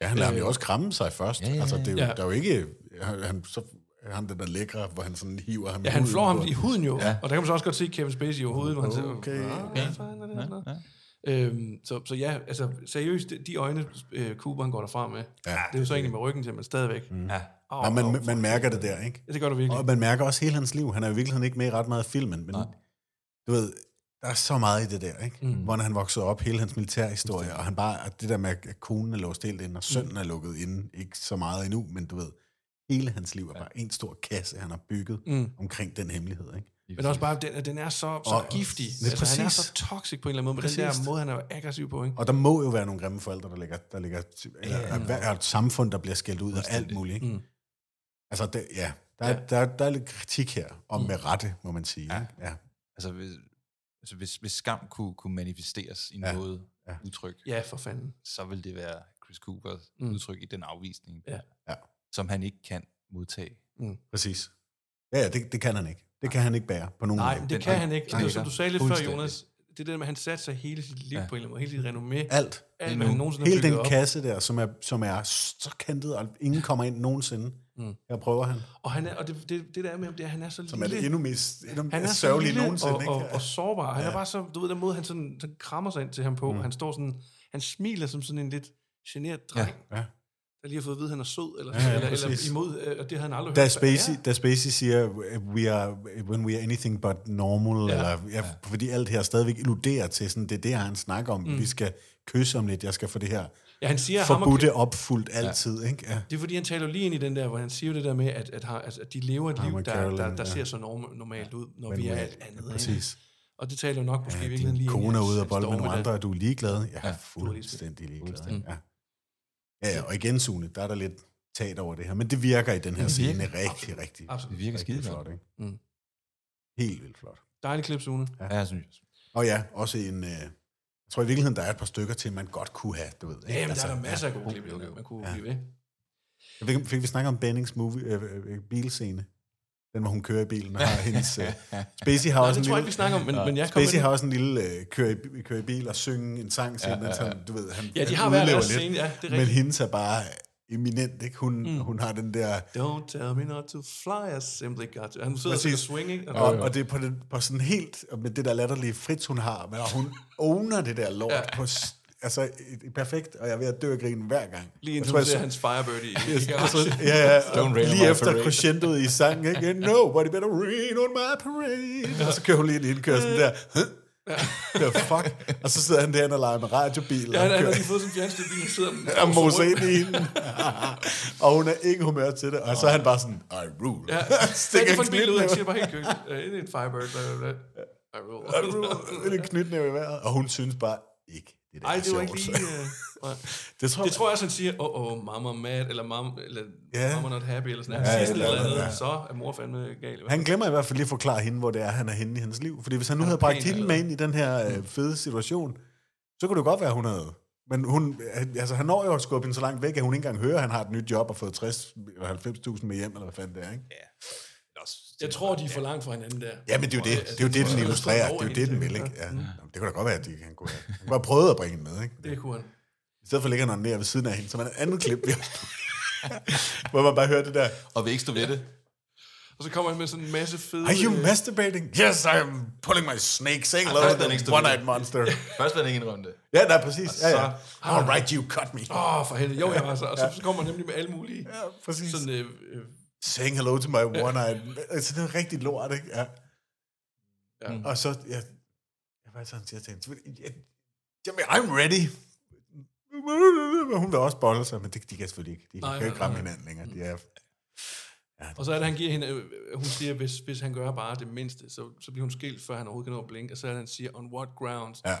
S6: Ja, han lader ham jo også kramme sig først. Ja, ja, ja. Altså, det er jo,
S5: Øh. Ja.
S6: der er jo ikke... Han, han- så, han den der lækre, hvor han sådan hiver ham
S5: Ja, han
S6: ud,
S5: flår ham
S6: hvor-
S5: i huden jo. Ja. Og der kan man så også godt se Kevin Spacey i hovedet, hvor han siger, okay, hvad fanden er det her for noget?" Øhm, så, så ja, altså seriøst, de- de øjne, øh, Cooper han går derfra med, ja, det er jo så egentlig med ryggen til, men stadigvæk. Mm. Ja. Oh,
S6: Og man, man mærker det der, ikke?
S5: ja, det gør du virkelig.
S6: Og man mærker også hele hans liv. Han er jo i virkeligheden ikke med i ret meget af filmen, men du ved, der er så meget i det der, ikke? Mm. Hvordan han voksede op, hele hans militærhistorie, og han bare, at det der med, at konen er låst helt ind, og sønnen er lukket inde, ikke så meget endnu, men du ved, hele hans liv er bare en stor kasse, han har bygget mm. omkring den hemmelighed, ikke?
S5: Men også bare, den, den er så, så
S6: Og-
S5: giftig.
S6: Ja,
S5: Altså, han er
S6: præcis.
S5: så toxic på en eller anden måde, men den der
S6: Præcis.
S5: måde, han er jo aggressiv på, ikke?
S6: Og der må jo være nogle grimme forældre, der ligger, der ligger eller, ja, ja. er et samfund, der bliver skældt ud og alt muligt, ikke? Mm. Altså, det, ja, der er, Der, der er lidt kritik her, og med rette, må man sige. Ja. ja.
S7: Altså, hvis, altså hvis, hvis skam kunne, kunne manifesteres i
S6: Ja.
S7: noget
S6: Ja.
S7: udtryk,
S5: Ja, for fanden.
S7: så vil det være Chris Coopers
S5: Mm.
S7: mm. udtryk i den afvisning,
S5: Ja.
S6: Ja.
S7: som han ikke kan modtage.
S6: Præcis. Ja, ja det, det kan han ikke. Det kan han ikke bære på nogen
S5: Nej,
S6: måde.
S5: men det
S7: den-
S5: kan han ikke.
S7: Nej.
S5: Det er, som du sagde lidt før,
S7: Fuldstændig.
S5: Jonas, det der med, at han satte sig hele sit liv
S7: Ja.
S5: på en eller anden måde, hele sit renommé,
S6: Alt.
S5: alt, hvad han nogensinde har
S6: Hele
S5: bygget
S6: den
S5: op.
S6: kasse der, som er, som er så kantet, og ingen kommer ind nogensinde. Mm. Her prøver han.
S5: Og, han er, og det, det, det der er med ham, det er, at han er så
S6: Som er
S5: lille.
S6: det endnu mest endnu
S5: han er
S6: mere
S5: så
S6: sørgelige
S5: lille
S6: nogensinde.
S5: og,
S6: ikke?
S5: og, og sårbar. Han er bare så, du ved, den måde, han sådan, sådan krammer sig ind til ham på. Mm. Han står sådan, han smiler som sådan en lidt generet dreng,
S6: Ja.
S5: der lige har fået at vide, at han er sød, eller, ja,
S6: Ja, ja,
S5: ja, eller, eller
S6: præcis.
S5: imod, øh, og det havde han aldrig
S6: Da
S5: hørt. før.
S6: Spacey,
S5: Ja.
S6: da Spacey siger, we are, when we are anything but normal, ja. Eller, ja, fordi alt her stadigvæk illuderer til, sådan, det er det, han snakker om. Mm. Vi skal kysse om lidt, jeg skal få det her
S5: ja, han siger,
S6: ja,
S5: at ham og,
S6: forbudte opfuldt altid. Ja. Ikke? Ja.
S5: det er fordi, han taler jo lige ind i den der, hvor han siger jo det der med, at, at, har- altså, at de lever et
S6: Ham
S5: liv,
S6: og
S5: der,
S6: Carolyn,
S5: der, der
S6: ja.
S5: ser så norm- normalt ud, når
S6: Men
S5: vi er
S6: we-
S5: alt andet. Ikke?
S6: Præcis.
S5: Og det taler jo nok måske ja, virkelig
S6: din
S5: lige
S6: kone er ude og
S5: og
S6: bolde med nogle andre, og du er ligeglad. Ja, ja
S5: du er ligeglad.
S6: fuldstændig ligeglad. ikke? Ja. ja, ja, og igen, Sune, der er der lidt tat over det her, men det virker i den her
S7: Det
S6: scene
S7: virker.
S6: rigtig, rigtig,
S5: Absolut.
S7: Det virker
S6: rigtig
S7: skide
S6: flot.
S7: flot.
S6: Ikke?
S5: Mm.
S6: Helt vildt flot.
S5: Dejlig klip, Sune.
S7: Ja, jeg synes også.
S6: Og ja, også en... Øh, jeg tror i virkeligheden, der er et par stykker til, man godt kunne have, du ved. ikke?
S5: Ja, men der er der
S6: altså, ja.
S5: masser af gode klip, i den her, man kunne blive ved.
S6: Jeg ved ikke, Fik vi snakket om Bennings movie, øh, øh, bilscene? Den, hvor hun kører i bilen og har hendes... Øh, Spacey har
S5: Nej,
S6: også
S5: det
S6: en
S5: tror
S6: lille,
S5: jeg ikke, vi snakker om, men, men jeg kommer
S6: Spacey har også en lille øh, køre, i, køre i bil og synge en sang, ja, ja, ja. du ved, han
S5: Ja, de
S6: han
S5: har hver
S6: udlever
S5: deres
S6: lidt.
S5: scene, ja, det er
S6: Men
S5: rigtigt.
S6: hendes er bare eminent, ikke? Hun, mm. hun har den der...
S5: Don't tell me not to fly, I simply got to. Han sidder og
S6: Præcis.
S5: spiller swing, ikke?
S6: Og, og det er på, den, på sådan helt... og Med det der latterlige frits, hun har, men og hun owner det der lort ja. på... s- Altså, et- et perfekt, og jeg er ved at dø af grinen hver gang.
S5: Lige
S6: Jeg
S5: indtil
S6: tror,
S5: hun
S6: jeg
S5: ser
S6: så-
S5: hans Firebird i, i
S6: Yes,
S5: garagen.
S6: altså, ja, ja, og
S7: rain on
S6: lige
S7: my
S6: efter
S7: parade.
S6: crescendoet i sangen, ikke? Nobody better rain on my parade. Og så kører hun lige en indkørsel der. The fuck. Og så sidder han derinde og leger med radiobil.
S5: Ja,
S6: og
S5: han, han har
S6: kører-
S5: lige fået sådan en fjernstyrt bil, og sidder
S6: og mose ind i hende. og hun er ikke humør til det. Og så er han bare sådan, I rule.
S5: Ja, det er for en bil ud, han siger bare helt køkkenet. Øh, Det er en Firebird, bla bla bla. I rule.
S6: I rule. Lidt knytnæve i vejret. Og hun synes bare ikke, det der
S5: Ej, det var
S6: sjovt.
S5: ikke lige... øh,
S6: Det tror
S5: Det
S6: jeg.
S5: tror jeg også, han siger, oh, oh, mama mad, eller mama, eller
S6: Ja.
S5: mama not happy, eller
S6: Ja,
S5: sådan noget.
S6: ja,
S5: Ja,
S6: ja,
S5: eller
S6: ja,
S5: andet,
S6: ja.
S5: så er mor fandme gal.
S6: Han glemmer i hvert fald lige at forklare hende, hvor det er, han er henne i hans liv. Fordi hvis han nu havde bragt
S5: pæn,
S6: hende
S5: eller-
S6: med ind i den her øh, fede situation, så kunne det godt være, hun havde. Men hun, øh, altså, han når jo at skubbe hende så langt væk, at hun ikke engang hører, at han har et nyt job og fået 60 eller 90.000 med hjem, eller hvad fanden det er, ikke?
S5: Jeg tror, de er for langt fra hinanden der. Altså,
S6: Ja, men det er jo det. Det er jo det, den illustrerer. Det er jo det, den vil, ikke? Ja. Nå, Det kunne da godt være, at de, han kunne have, han kunne have prøvet at bringe hende med, ikke?
S5: Det kunne han.
S6: I stedet for ligger han ned ved siden af hende, så man et andet klip, vi har- hvor man bare hører det der,
S7: Og vil ikke stå ved det.
S5: Og så kommer han med sådan en masse fede...
S6: Are you
S5: øh,
S6: masturbating? Yes, I am pulling my snake, saying hello
S7: der er
S6: to
S7: den ikke
S6: the
S7: stå ved.
S6: one-eyed monster.
S7: Først vil han ikke indrømme det.
S6: Ja, nej, præcis. Ja, ja.
S7: så-
S6: All right, you cut me.
S5: Åh, oh, for helvede. Jo, jeg var så. Og så, så kommer han nemlig med alle mulige...
S6: Ja, præcis.
S5: Sådan, øh, øh,
S6: Saying hello to my one-eyed... Altså, det er rigtig lort, ikke? Ja.
S5: Ja.
S6: Og så... Ja, jeg var sådan, siger til hende. "Jeg- Jamen, I'm ready. Men Hun vil også bolle sig, men det, de kan selvfølgelig ikke. De
S5: Nej,
S6: kan jo
S5: nej,
S6: ikke ramme
S5: nej.
S6: hinanden længere. De er,
S5: og så er det, han giver hende... Øh, hun siger, hvis, hvis han gør bare det mindste, så, så bliver hun skilt, før han overhovedet kan nå at blinke. Og så er det, han siger, on what grounds?
S6: ja.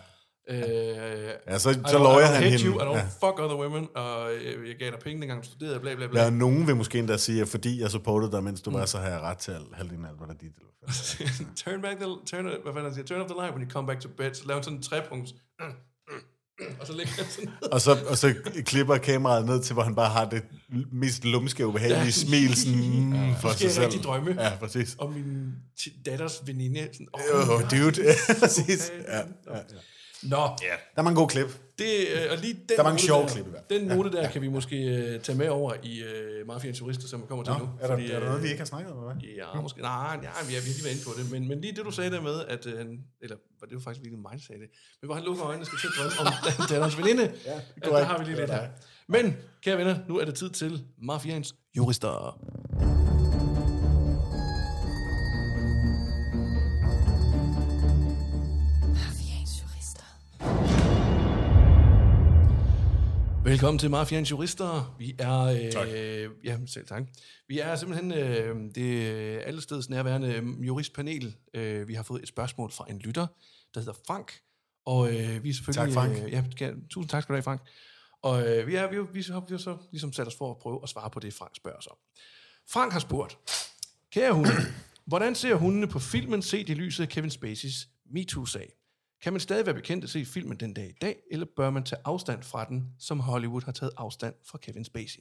S5: Øh,
S6: Ja, så,
S5: I
S6: så
S5: don't-
S6: lover
S5: I don't
S6: han
S5: hate
S6: hende.
S5: You, I don't
S6: ja.
S5: fuck other women, og øh, jeg gav dig penge, dengang du studerede, bla bla bla.
S6: Ja, nogen vil måske endda sige, at fordi jeg supportede dig, mens du
S5: Mm.
S6: var, så har jeg ret til al- halvdelen af alt, hvad der er dit. eller hvad fanden.
S5: turn back the turn, hvad fanden han siger, turn off the light when you come back to bed. Så laver han sådan en trepunkt. og så lægger han sådan ned.
S6: Og så, og så klipper kameraet ned til, hvor han bare har det mest lumske, ubehagelige ja.
S5: Ja.
S6: smil sådan, mm, for
S5: Måske
S6: sig selv.
S5: rigtig drømme.
S6: Ja, præcis.
S5: Og min t- datters veninde. Sådan, oh,
S6: Oh, dude. præcis. Ja.
S5: Nå, ja.
S6: Der er mange gode klip.
S5: det, øh, og lige den
S6: er mange
S5: note
S6: sjove
S5: der,
S6: klip i hvert fald.
S5: Den note der kan vi måske øh, tage med over i øh, Mafians Jurister, som vi kommer til
S6: Nå,
S5: nu.
S6: er, der,
S5: fordi,
S6: er der noget,
S5: øh,
S6: vi ikke har snakket om, eller hvad?
S5: Ja, måske. Nej, nej, vi har vi har lige været inde på det. Men, men lige det, du sagde der med, at øh, han, eller var det jo faktisk virkelig mig, der sagde det, men hvor han lukker øjnene og skal til at drømme om Danners veninde. Ja, der
S6: korrekt.
S5: har vi lige
S6: Det
S5: lidt
S6: var
S5: her. Men, kære venner, nu er det tid til Mafians jurister. Velkommen til Mafians Jurister. Vi er... Øh, tak. Ja, selv tak. Vi er simpelthen øh, det øh, allesteds nærværende øh, juristpanel. Øh, vi har fået et spørgsmål fra en lytter, der hedder Frank. Og øh, vi er selvfølgelig...
S6: Tak, Frank.
S5: Øh, ja, ja, tusind tak skal du have, Frank. Og øh, vi, er, vi, er- vi, har, vi har så ligesom sat os for at prøve at svare på det, Frank spørger os om. Frank har spurgt, kære hunde, hvordan ser hundene på filmen set i lyset af Kevin Spaceys MeToo-sag? Kan man stadig være bekendt at se filmen den dag i dag, eller bør man tage afstand fra den, som Hollywood har taget afstand fra Kevin Spacey?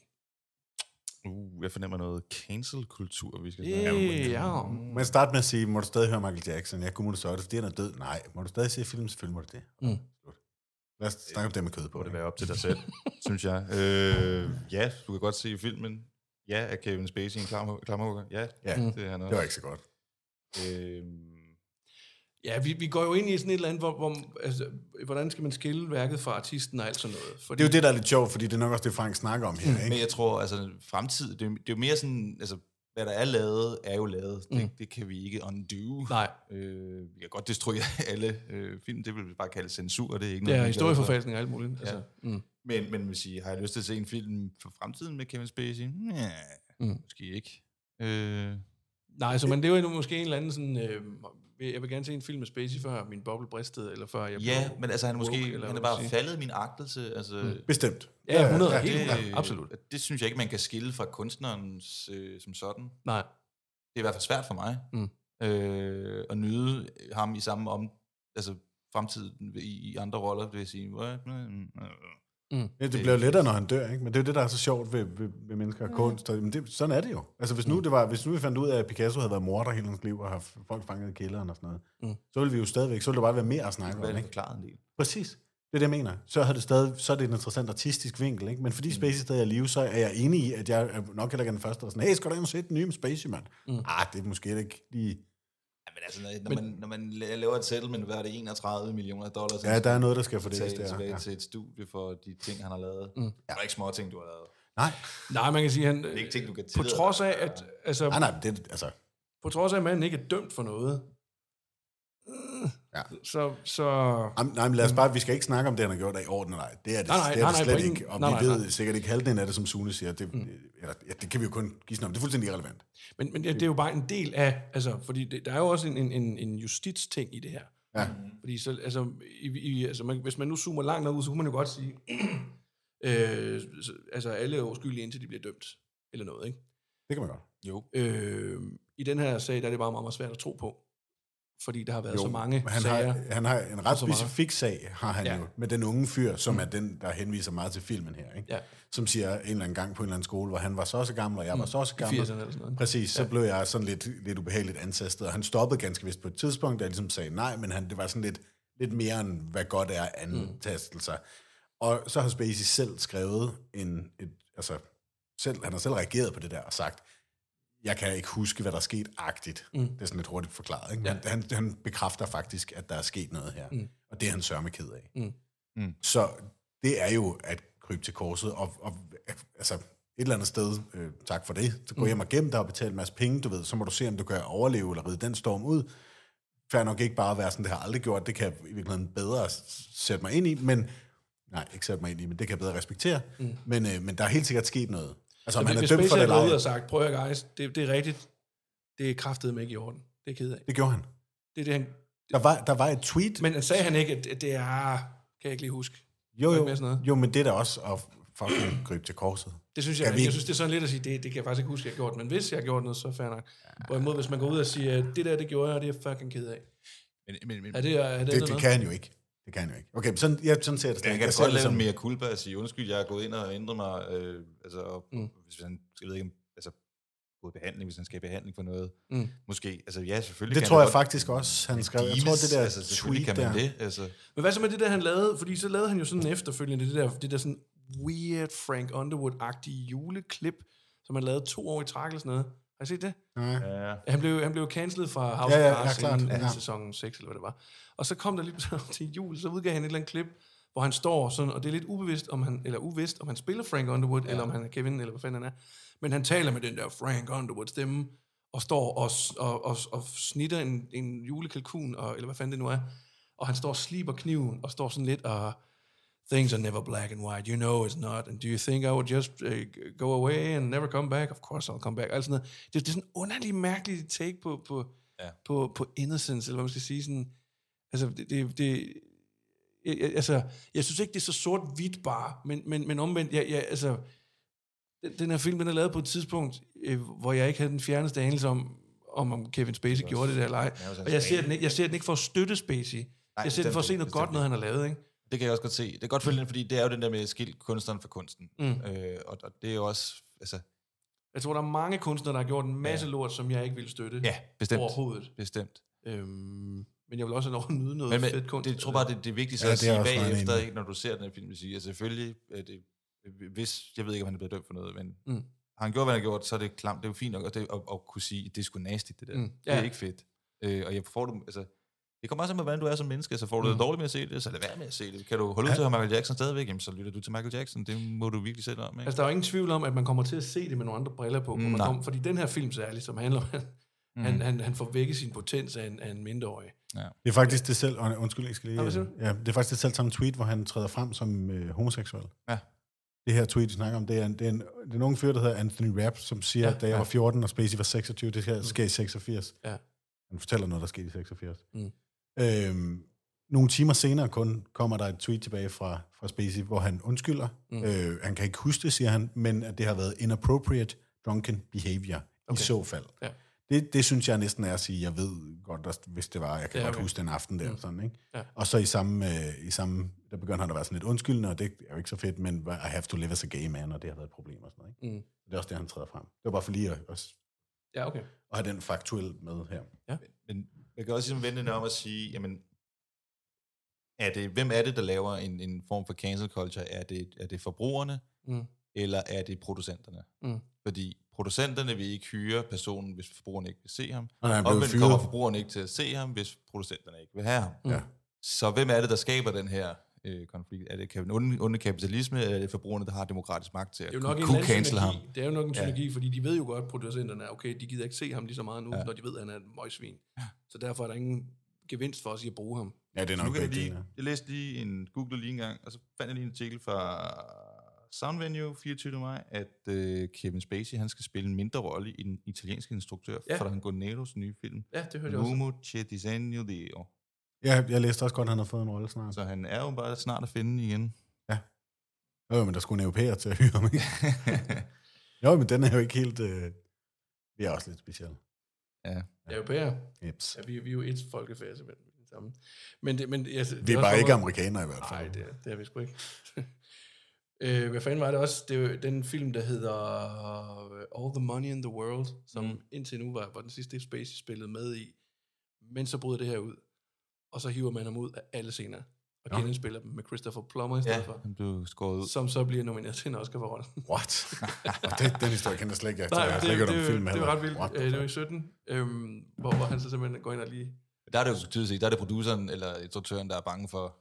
S7: Uh, jeg fornemmer noget cancel-kultur, vi skal
S5: Yeah. Ja.
S6: Man starter med at sige, må du stadig høre Michael Jackson? Ja, kunne du så det, fordi han er død? Nej. Må du stadig se filmen? Selvfølgelig må du det.
S5: Mm.
S6: Slut. Lad os snakke om det med kød på.
S7: må det være op til dig selv, synes jeg. Øh, ja, du kan godt se filmen. Ja, er Kevin Spacey en klam- klammerhugger? Ja,
S6: Ja,
S7: det er han
S6: det var
S7: også.
S6: ikke så godt.
S7: Øh,
S5: Ja, vi, vi går jo ind i sådan et eller andet, hvor, hvor altså, hvordan skal man skille værket fra artisten og alt sådan noget? Fordi,
S6: Det er jo det, der er lidt sjovt, fordi det er nok også det, Frank snakker om
S5: Hmm.
S6: her,
S7: men
S6: ikke?
S7: jeg tror, altså fremtid, det, er jo- det er jo mere sådan, altså hvad der er lavet, er jo lavet. Det, det kan vi ikke undo.
S5: Nej.
S7: Øh, vi kan godt destruere alle øh, film, det vil vi bare kalde censur, og det er ikke
S5: det
S7: vi er
S5: er
S7: glade for.
S5: historieforfalskning og alt muligt. Ja. Altså, mm.
S7: Men, men vil sige, har jeg lyst til at se en film for fremtiden med Kevin Spacey? Næh,
S5: Mm.
S7: mm. måske ikke. Øh,
S5: Nej, så man lever endnu måske en eller anden sådan... Øh, jeg vil gerne se en film med Spacey, før min boble bristede, eller før jeg
S7: ja,
S5: blev
S7: men altså han er
S5: woke,
S7: måske,
S5: eller
S7: han er
S5: hvad man
S7: bare
S5: siger.
S7: faldet i min agtelse. Altså, mm.
S6: Bestemt.
S5: Ja, 100,
S6: ja,
S5: helt
S7: det,
S5: klart, absolut.
S7: at Det synes jeg ikke, man kan skille fra kunstnerens øh, som sådan. Det
S5: Nej,
S7: er i hvert fald svært for mig
S5: Mm.
S7: øh, at nyde ham i samme om, altså fremtiden i, i andre roller, vil jeg sige. What? Mm.
S6: Ja, det bliver jo lettere, når han dør, ikke? Men det er jo det, der er så sjovt ved, ved, ved mennesker og kunst. Og, men det, sådan er det jo. Altså, hvis nu, det var, hvis nu vi fandt ud af, at Picasso havde været morder hele hans liv, og har f- folk fanget i kælderen og sådan noget, mm. så ville vi jo stadigvæk, så ville der bare være mere at snakke
S7: Hvad er
S6: om,
S7: det
S6: ikke?
S7: forklaret en del?
S6: Præcis. Det er det, jeg mener. Så, havde det stadig, så er det en interessant artistisk vinkel, ikke? Men fordi Spacey stadig er i live, så er jeg enig i, at jeg er nok heller ikke den første, der er sådan, hey, skal du ind og se den nye med Spacey, mand? Mm. Ah, det er måske heller ikke lige...
S7: Ja, men altså, når, når, man, når man la- laver et settlement, hvad er det, 31 millioner dollars?
S6: Ja, der er noget, der skal fordeles
S7: betale
S6: der.
S7: tilbage
S6: Ja.
S7: til et studie for de ting, han har lavet. Mm. Der er ikke små ting, du har lavet.
S6: Nej,
S5: Nej, man kan sige, han, det
S7: er ikke ting, du kan
S5: på
S7: tillade
S5: trods
S7: dig
S5: af,
S7: at
S5: at, altså,
S6: nej, nej, men det, altså,
S5: på trods af, at manden ikke er dømt for noget,
S6: Ja.
S5: så, så
S6: Jamen, nej, men lad os bare, vi skal ikke snakke om det, han har gjort er i orden, nej. Det er det,
S5: Nej, nej,
S6: det, er
S5: nej,
S6: det
S5: nej,
S6: slet
S5: på ingen-
S6: ikke, og
S5: nej,
S6: vi
S5: nej,
S6: ved
S5: nej.
S6: sikkert ikke halvdelen af det, som Sune siger. Det, eller, ja, det kan vi jo kun gisne om. Det er fuldstændig irrelevant.
S5: men, men det er jo bare en del af, altså, fordi det, der er jo også en, en, en, en justitsting i det her.
S6: Ja.
S5: Fordi så, altså, i, i, altså man, hvis man nu zoomer langt nok ud, så kunne man jo godt sige, Øh, så- altså alle er uskyldige, indtil de bliver dømt, eller noget, ikke?
S6: Det kan man godt. Jo.
S5: Øh, I den her sag, der er det bare meget, meget svært at tro på, fordi der har været jo, så mange
S6: han
S5: sager.
S6: Har, han har en ret
S5: så meget.
S6: specifik sag, har han
S5: Ja. Mm.
S6: ja. jo, med den unge fyr, som er den, der henviser meget til filmen her, ikke?
S5: Ja.
S6: som siger en eller anden gang på en eller anden skole, hvor han var så og så gammel, og jeg var så og så
S5: Mm. i
S6: gammel.
S5: 80'erne eller sådan noget.
S6: Præcis, så blev jeg sådan lidt, lidt ubehageligt ansastet, og han stoppede ganske vist på et tidspunkt, da jeg ligesom sagde nej, men han, det var sådan lidt, lidt mere end, hvad godt er antastelser. Og så har Spacey selv skrevet en, et, altså selv, han har selv reageret på det der og sagt, jeg kan ikke huske, hvad der er sket agtigt. Mm. Det er sådan lidt hurtigt forklaret. Ikke? Men han, han bekræfter faktisk, at der er sket noget her. Mm. Og det er han sørme ked af. Mm. Mm. Så det er jo at krybe til korset. Og, og altså, et eller andet sted, øh, tak for det,
S5: Mm.
S6: så gå hjem og gem dig og betal en masse penge, du ved. Så må du se, om du kan overleve eller ride den storm ud. Fær nok ikke bare at være sådan, det har jeg aldrig gjort. Det kan jeg i virkeligheden bedre s- sætte mig ind i, men... Nej, ikke sætte mig ind i, men det kan jeg bedre respektere. Mm. Men, øh, men der er helt sikkert sket noget. Altså, om
S5: Men
S6: han er
S5: hvis
S6: dømt for
S5: Spacey
S6: det eller
S5: havde gået ud
S6: ej.
S5: og sagt, prøv at høre, guys, det, det er rigtigt, det er kraftedeme ikke i orden, det er jeg ked af.
S6: Det gjorde han.
S5: Det er det, han,
S6: Der var, der var et tweet.
S5: men sagde han ikke, at det er, kan jeg ikke lige huske.
S6: jo,
S5: ikke
S6: jo,
S5: mere sådan noget.
S6: jo, men det er da også at fucking gribe til korset.
S5: Det synes jeg,
S6: Kan vi
S5: jeg, jeg
S6: ikke-
S5: synes, det er sådan lidt at sige, det, det kan jeg faktisk ikke huske, jeg har gjort, men hvis jeg har gjort noget, så fair nok. Hvorimod, hvis man går ud og siger, det der, det gjorde jeg, og det er jeg fucking ked af.
S7: Men, men, men,
S5: Er det, er det,
S6: Det, det, kan han jo ikke. Det kan han jo ikke. Okay, men sådan, jeg, sådan ser jeg ligesom- det slet
S7: Jeg kan
S6: ikke. Jeg
S7: da
S6: ser
S7: godt
S6: det
S7: lave en
S6: som-
S7: mere kulpa og sige, undskyld, jeg er gået ind og ændret mig, øh, altså, og, mm. hvis han, jeg ved ikke, om- altså, gået i behandling, hvis han skal i behandling for noget, mm. måske, altså ja, selvfølgelig
S6: Det
S7: kan
S6: tror
S7: han
S6: jeg
S7: godt
S6: faktisk også, han skrev. Jeg tror,
S7: deales,
S6: det der
S7: altså, selvfølgelig
S6: tweet
S7: kan man
S6: der.
S7: det, altså,
S5: Men hvad så med det der, han lavede? Fordi så lavede han jo sådan efterfølgende, det der, det der sådan weird Frank Underwood-agtige juleklip, som han lavede to år i træk eller sådan noget. Har I set det?
S7: ja.
S5: Han blev, han blev cancelet fra House
S6: Ja, ja,
S5: of Cards
S6: ja, klart,
S5: inden ja.
S6: ja.
S5: sæson 6, eller hvad det var. Og så kom der lige pludselig til jul, så udgav han et eller andet klip, hvor han står sådan, og det er lidt ubevidst, om han, eller uvist, om han spiller Frank Underwood, ja. eller om han er Kevin, eller hvad fanden han er. Men han taler med den der Frank Underwood-stemme, og står og, s- og, og, og snitter en, en julekalkun, og, eller hvad fanden det nu er. Og han står og sliber kniven, og står sådan lidt og... Things are never black and white. You know it's not. And do you think I would just uh, go away and never come back? Of course I'll come back. Altså sådan noget. Det, det er sådan en underlig, mærkelig take på, på, ja. på, på innocence, eller hvad man skal sige. Sådan, altså, det, det, det, jeg, jeg- altså, jeg synes ikke, det er så sort-hvidt bare, men, men, men omvendt, jeg, jeg, altså, den- den her film, den er lavet på et tidspunkt, øh, hvor jeg ikke havde den fjerneste anelse om, om, om Kevin Spacey gjorde det der eller ej. Og jeg ser, den ikke, jeg ser den ikke for at støtte Spacey. Nej, jeg ser den
S7: bestemt
S5: for at se
S7: ikke,
S5: noget
S7: bestemt
S5: godt, noget han har lavet, ikke?
S7: Det kan jeg også godt se. Det kan godt følge den, fordi det er jo den der med skilt kunstneren fra kunsten. Mm. Øh, og, og det er jo også, altså,
S5: Jeg tror, der er mange kunstnere, der har gjort en masse ja. lort, som jeg ikke ville støtte
S7: ja, bestemt.
S5: overhovedet.
S7: Bestemt.
S5: Øhm, men jeg vil også have lov at nyde noget
S7: Men, men
S5: fedt kunst.
S7: det, jeg tror bare, det, det er vigtigt så
S6: Ja,
S7: ja, at
S6: det er
S7: sige
S6: også meget
S7: bagefter,
S6: enig.
S7: ikke, når du ser den her film, at sige, at altså, selvfølgelig, at det, hvis, jeg ved ikke, om han er blevet dømt for noget, men
S5: Mm.
S7: mm. har han gjort, hvad han har gjort, så er det klamt, det er jo fint nok, og det, at, at kunne sige, det er sgu nasty, det der.
S5: Mm.
S7: Mm. Det
S5: Ja.
S7: er ikke fedt. Øh, og jeg får det, altså, det kommer også an på, hvordan du er som menneske, så får
S5: Mm.
S7: du det dårligt med at se det, så lad være med at se det. Kan du holde ud til at høre Michael Jackson stadigvæk, jamen, så lytter du til Michael Jackson, det må du virkelig selv om, ikke?
S5: Altså, der er jo ingen tvivl om, at man kommer til at se det med nogle andre briller på. Mm, man
S7: nej. Mhm.
S5: kommer, fordi den her film særligt, som handler om, at mm. han, han, han får vækket sin potens af en, af en mindreårig.
S6: Det er faktisk det selv... og- Undskyld, jeg skal lige...
S5: Nå, hvad siger du?
S6: Ja, det er faktisk det selv samme tweet, hvor han træder frem som øh, homoseksuel.
S7: Ja.
S6: Det her tweet, vi snakker om, det er en, det er en, det er en unge fyr, der hedder Anthony Rapp, som siger,
S5: Ja,
S6: ja, da jeg
S5: ja.
S6: var 14 og Spacey var 26, det
S5: Mm.
S6: her sker i 86.
S5: Ja.
S6: Han fortæller noget, der skete i 86.
S5: Mm.
S6: Øhm, nogle timer senere kun kommer der et tweet tilbage fra, fra Spacey, hvor han undskylder. Mm. Øh, han kan ikke huske det, siger han, men at det har været inappropriate drunken behavior okay. i så fald.
S5: Ja.
S6: Det, det synes jeg næsten er at sige, jeg ved godt, at hvis det var, jeg kan
S5: Ja,
S6: ja, godt
S5: okay.
S6: huske den aften der. Mm. Sådan, ikke?
S5: Ja.
S6: Og så i samme, øh, i samme, der begynder han at være sådan lidt undskyldende, og det er jo ikke så fedt, men I have to live as a gay man, og det har været et problem og sådan noget. Ikke?
S5: Mm.
S6: Det er også det, han træder frem. Det var bare for lige at, at,
S5: Ja, okay.
S6: at have den faktuelt med her.
S7: Men man kan også ligesom vende den om og sige, jamen, er det, hvem er det, der laver en, en form for cancel culture? Er det, er det forbrugerne,
S5: Mm.
S7: eller er det producenterne?
S5: Mm.
S7: Fordi producenterne vil ikke hyre personen, hvis forbrugerne ikke vil se ham.
S6: Og når han
S7: Og
S6: blev
S7: men
S6: fyret-
S7: kommer forbrugerne ikke til at se ham, hvis producenterne ikke vil have ham.
S5: Mm.
S6: Ja.
S7: Så hvem er det, der skaber den her øh, konflikt? Er det kan- onde, onde kapitalisme, eller er det forbrugerne, der har demokratisk magt til at
S5: Det er jo nok
S7: kunne,
S5: en
S7: kunne
S5: eller anden
S7: cancel ham?
S5: synergi. Det er jo nok en synergi, ja. fordi de ved jo godt, producenterne er, okay, de gider ikke se ham lige så meget nu, ja. når de ved, at han er et møgsvin. Ja. Så derfor er der ingen gevinst for os i at bruge ham.
S6: Ja, det er
S7: Nu
S6: nok
S7: kan jeg,
S6: begge
S7: lige,
S6: dele.
S7: jeg læste lige en, googlede lige en gang, og så fandt jeg lige en artikel fra Soundvenue 24. maj, at øh, Kevin Spacey, han skal spille en mindre rolle i den italienske instruktør,
S5: Ja.
S7: ja. Fernando Goneros nye film,
S5: Ja, det hørte jeg også.
S7: Mumo Cetisenio di Oro.
S6: Ja, jeg læste også godt, at han havde fået en rolle snart.
S7: Så han er jo bare snart at finde igen.
S6: Ja. Jo, men der skulle en europæer til at hyre ham. ikke? jo, men den er jo ikke helt... Øh... Det er også lidt speciel.
S7: ja.
S5: Europæer.
S6: Eps.
S5: Ja, vi, vi er jo et folkefærd, simpelthen. Det samme. Men det, men, altså,
S6: Vi er bare ikke amerikanere i hvert fald.
S5: Nej, det, er- det er vi sgu ikke. øh, hvad fanden var det også? Det er jo den film, der hedder øh, All the Money in the World, som mm. indtil nu var, var den sidste Space spillede med i. Men så bryder det her ud, og så hiver man ham ud af alle scener, og ja. genindspiller dem med Christopher Plummer i stedet
S7: Ja,
S5: ja. for,
S7: han blev skåret ud.
S5: som så bliver nomineret til en Oscar for rollen.
S6: What? Og det, den historie kender jeg slet ikke. Altså, Jeg tror, jeg
S5: Nej,
S6: har
S5: det,
S6: slet ikke
S5: det,
S6: hørt om
S5: det,
S6: filmen
S5: det, det var ret vildt.
S6: What the
S5: Øh, det var i
S6: fuck?
S5: 17, øhm, hvor, hvor han så simpelthen går ind og lige
S7: Der er det jo tydeligt set, der er det produceren eller instruktøren, der er bange for.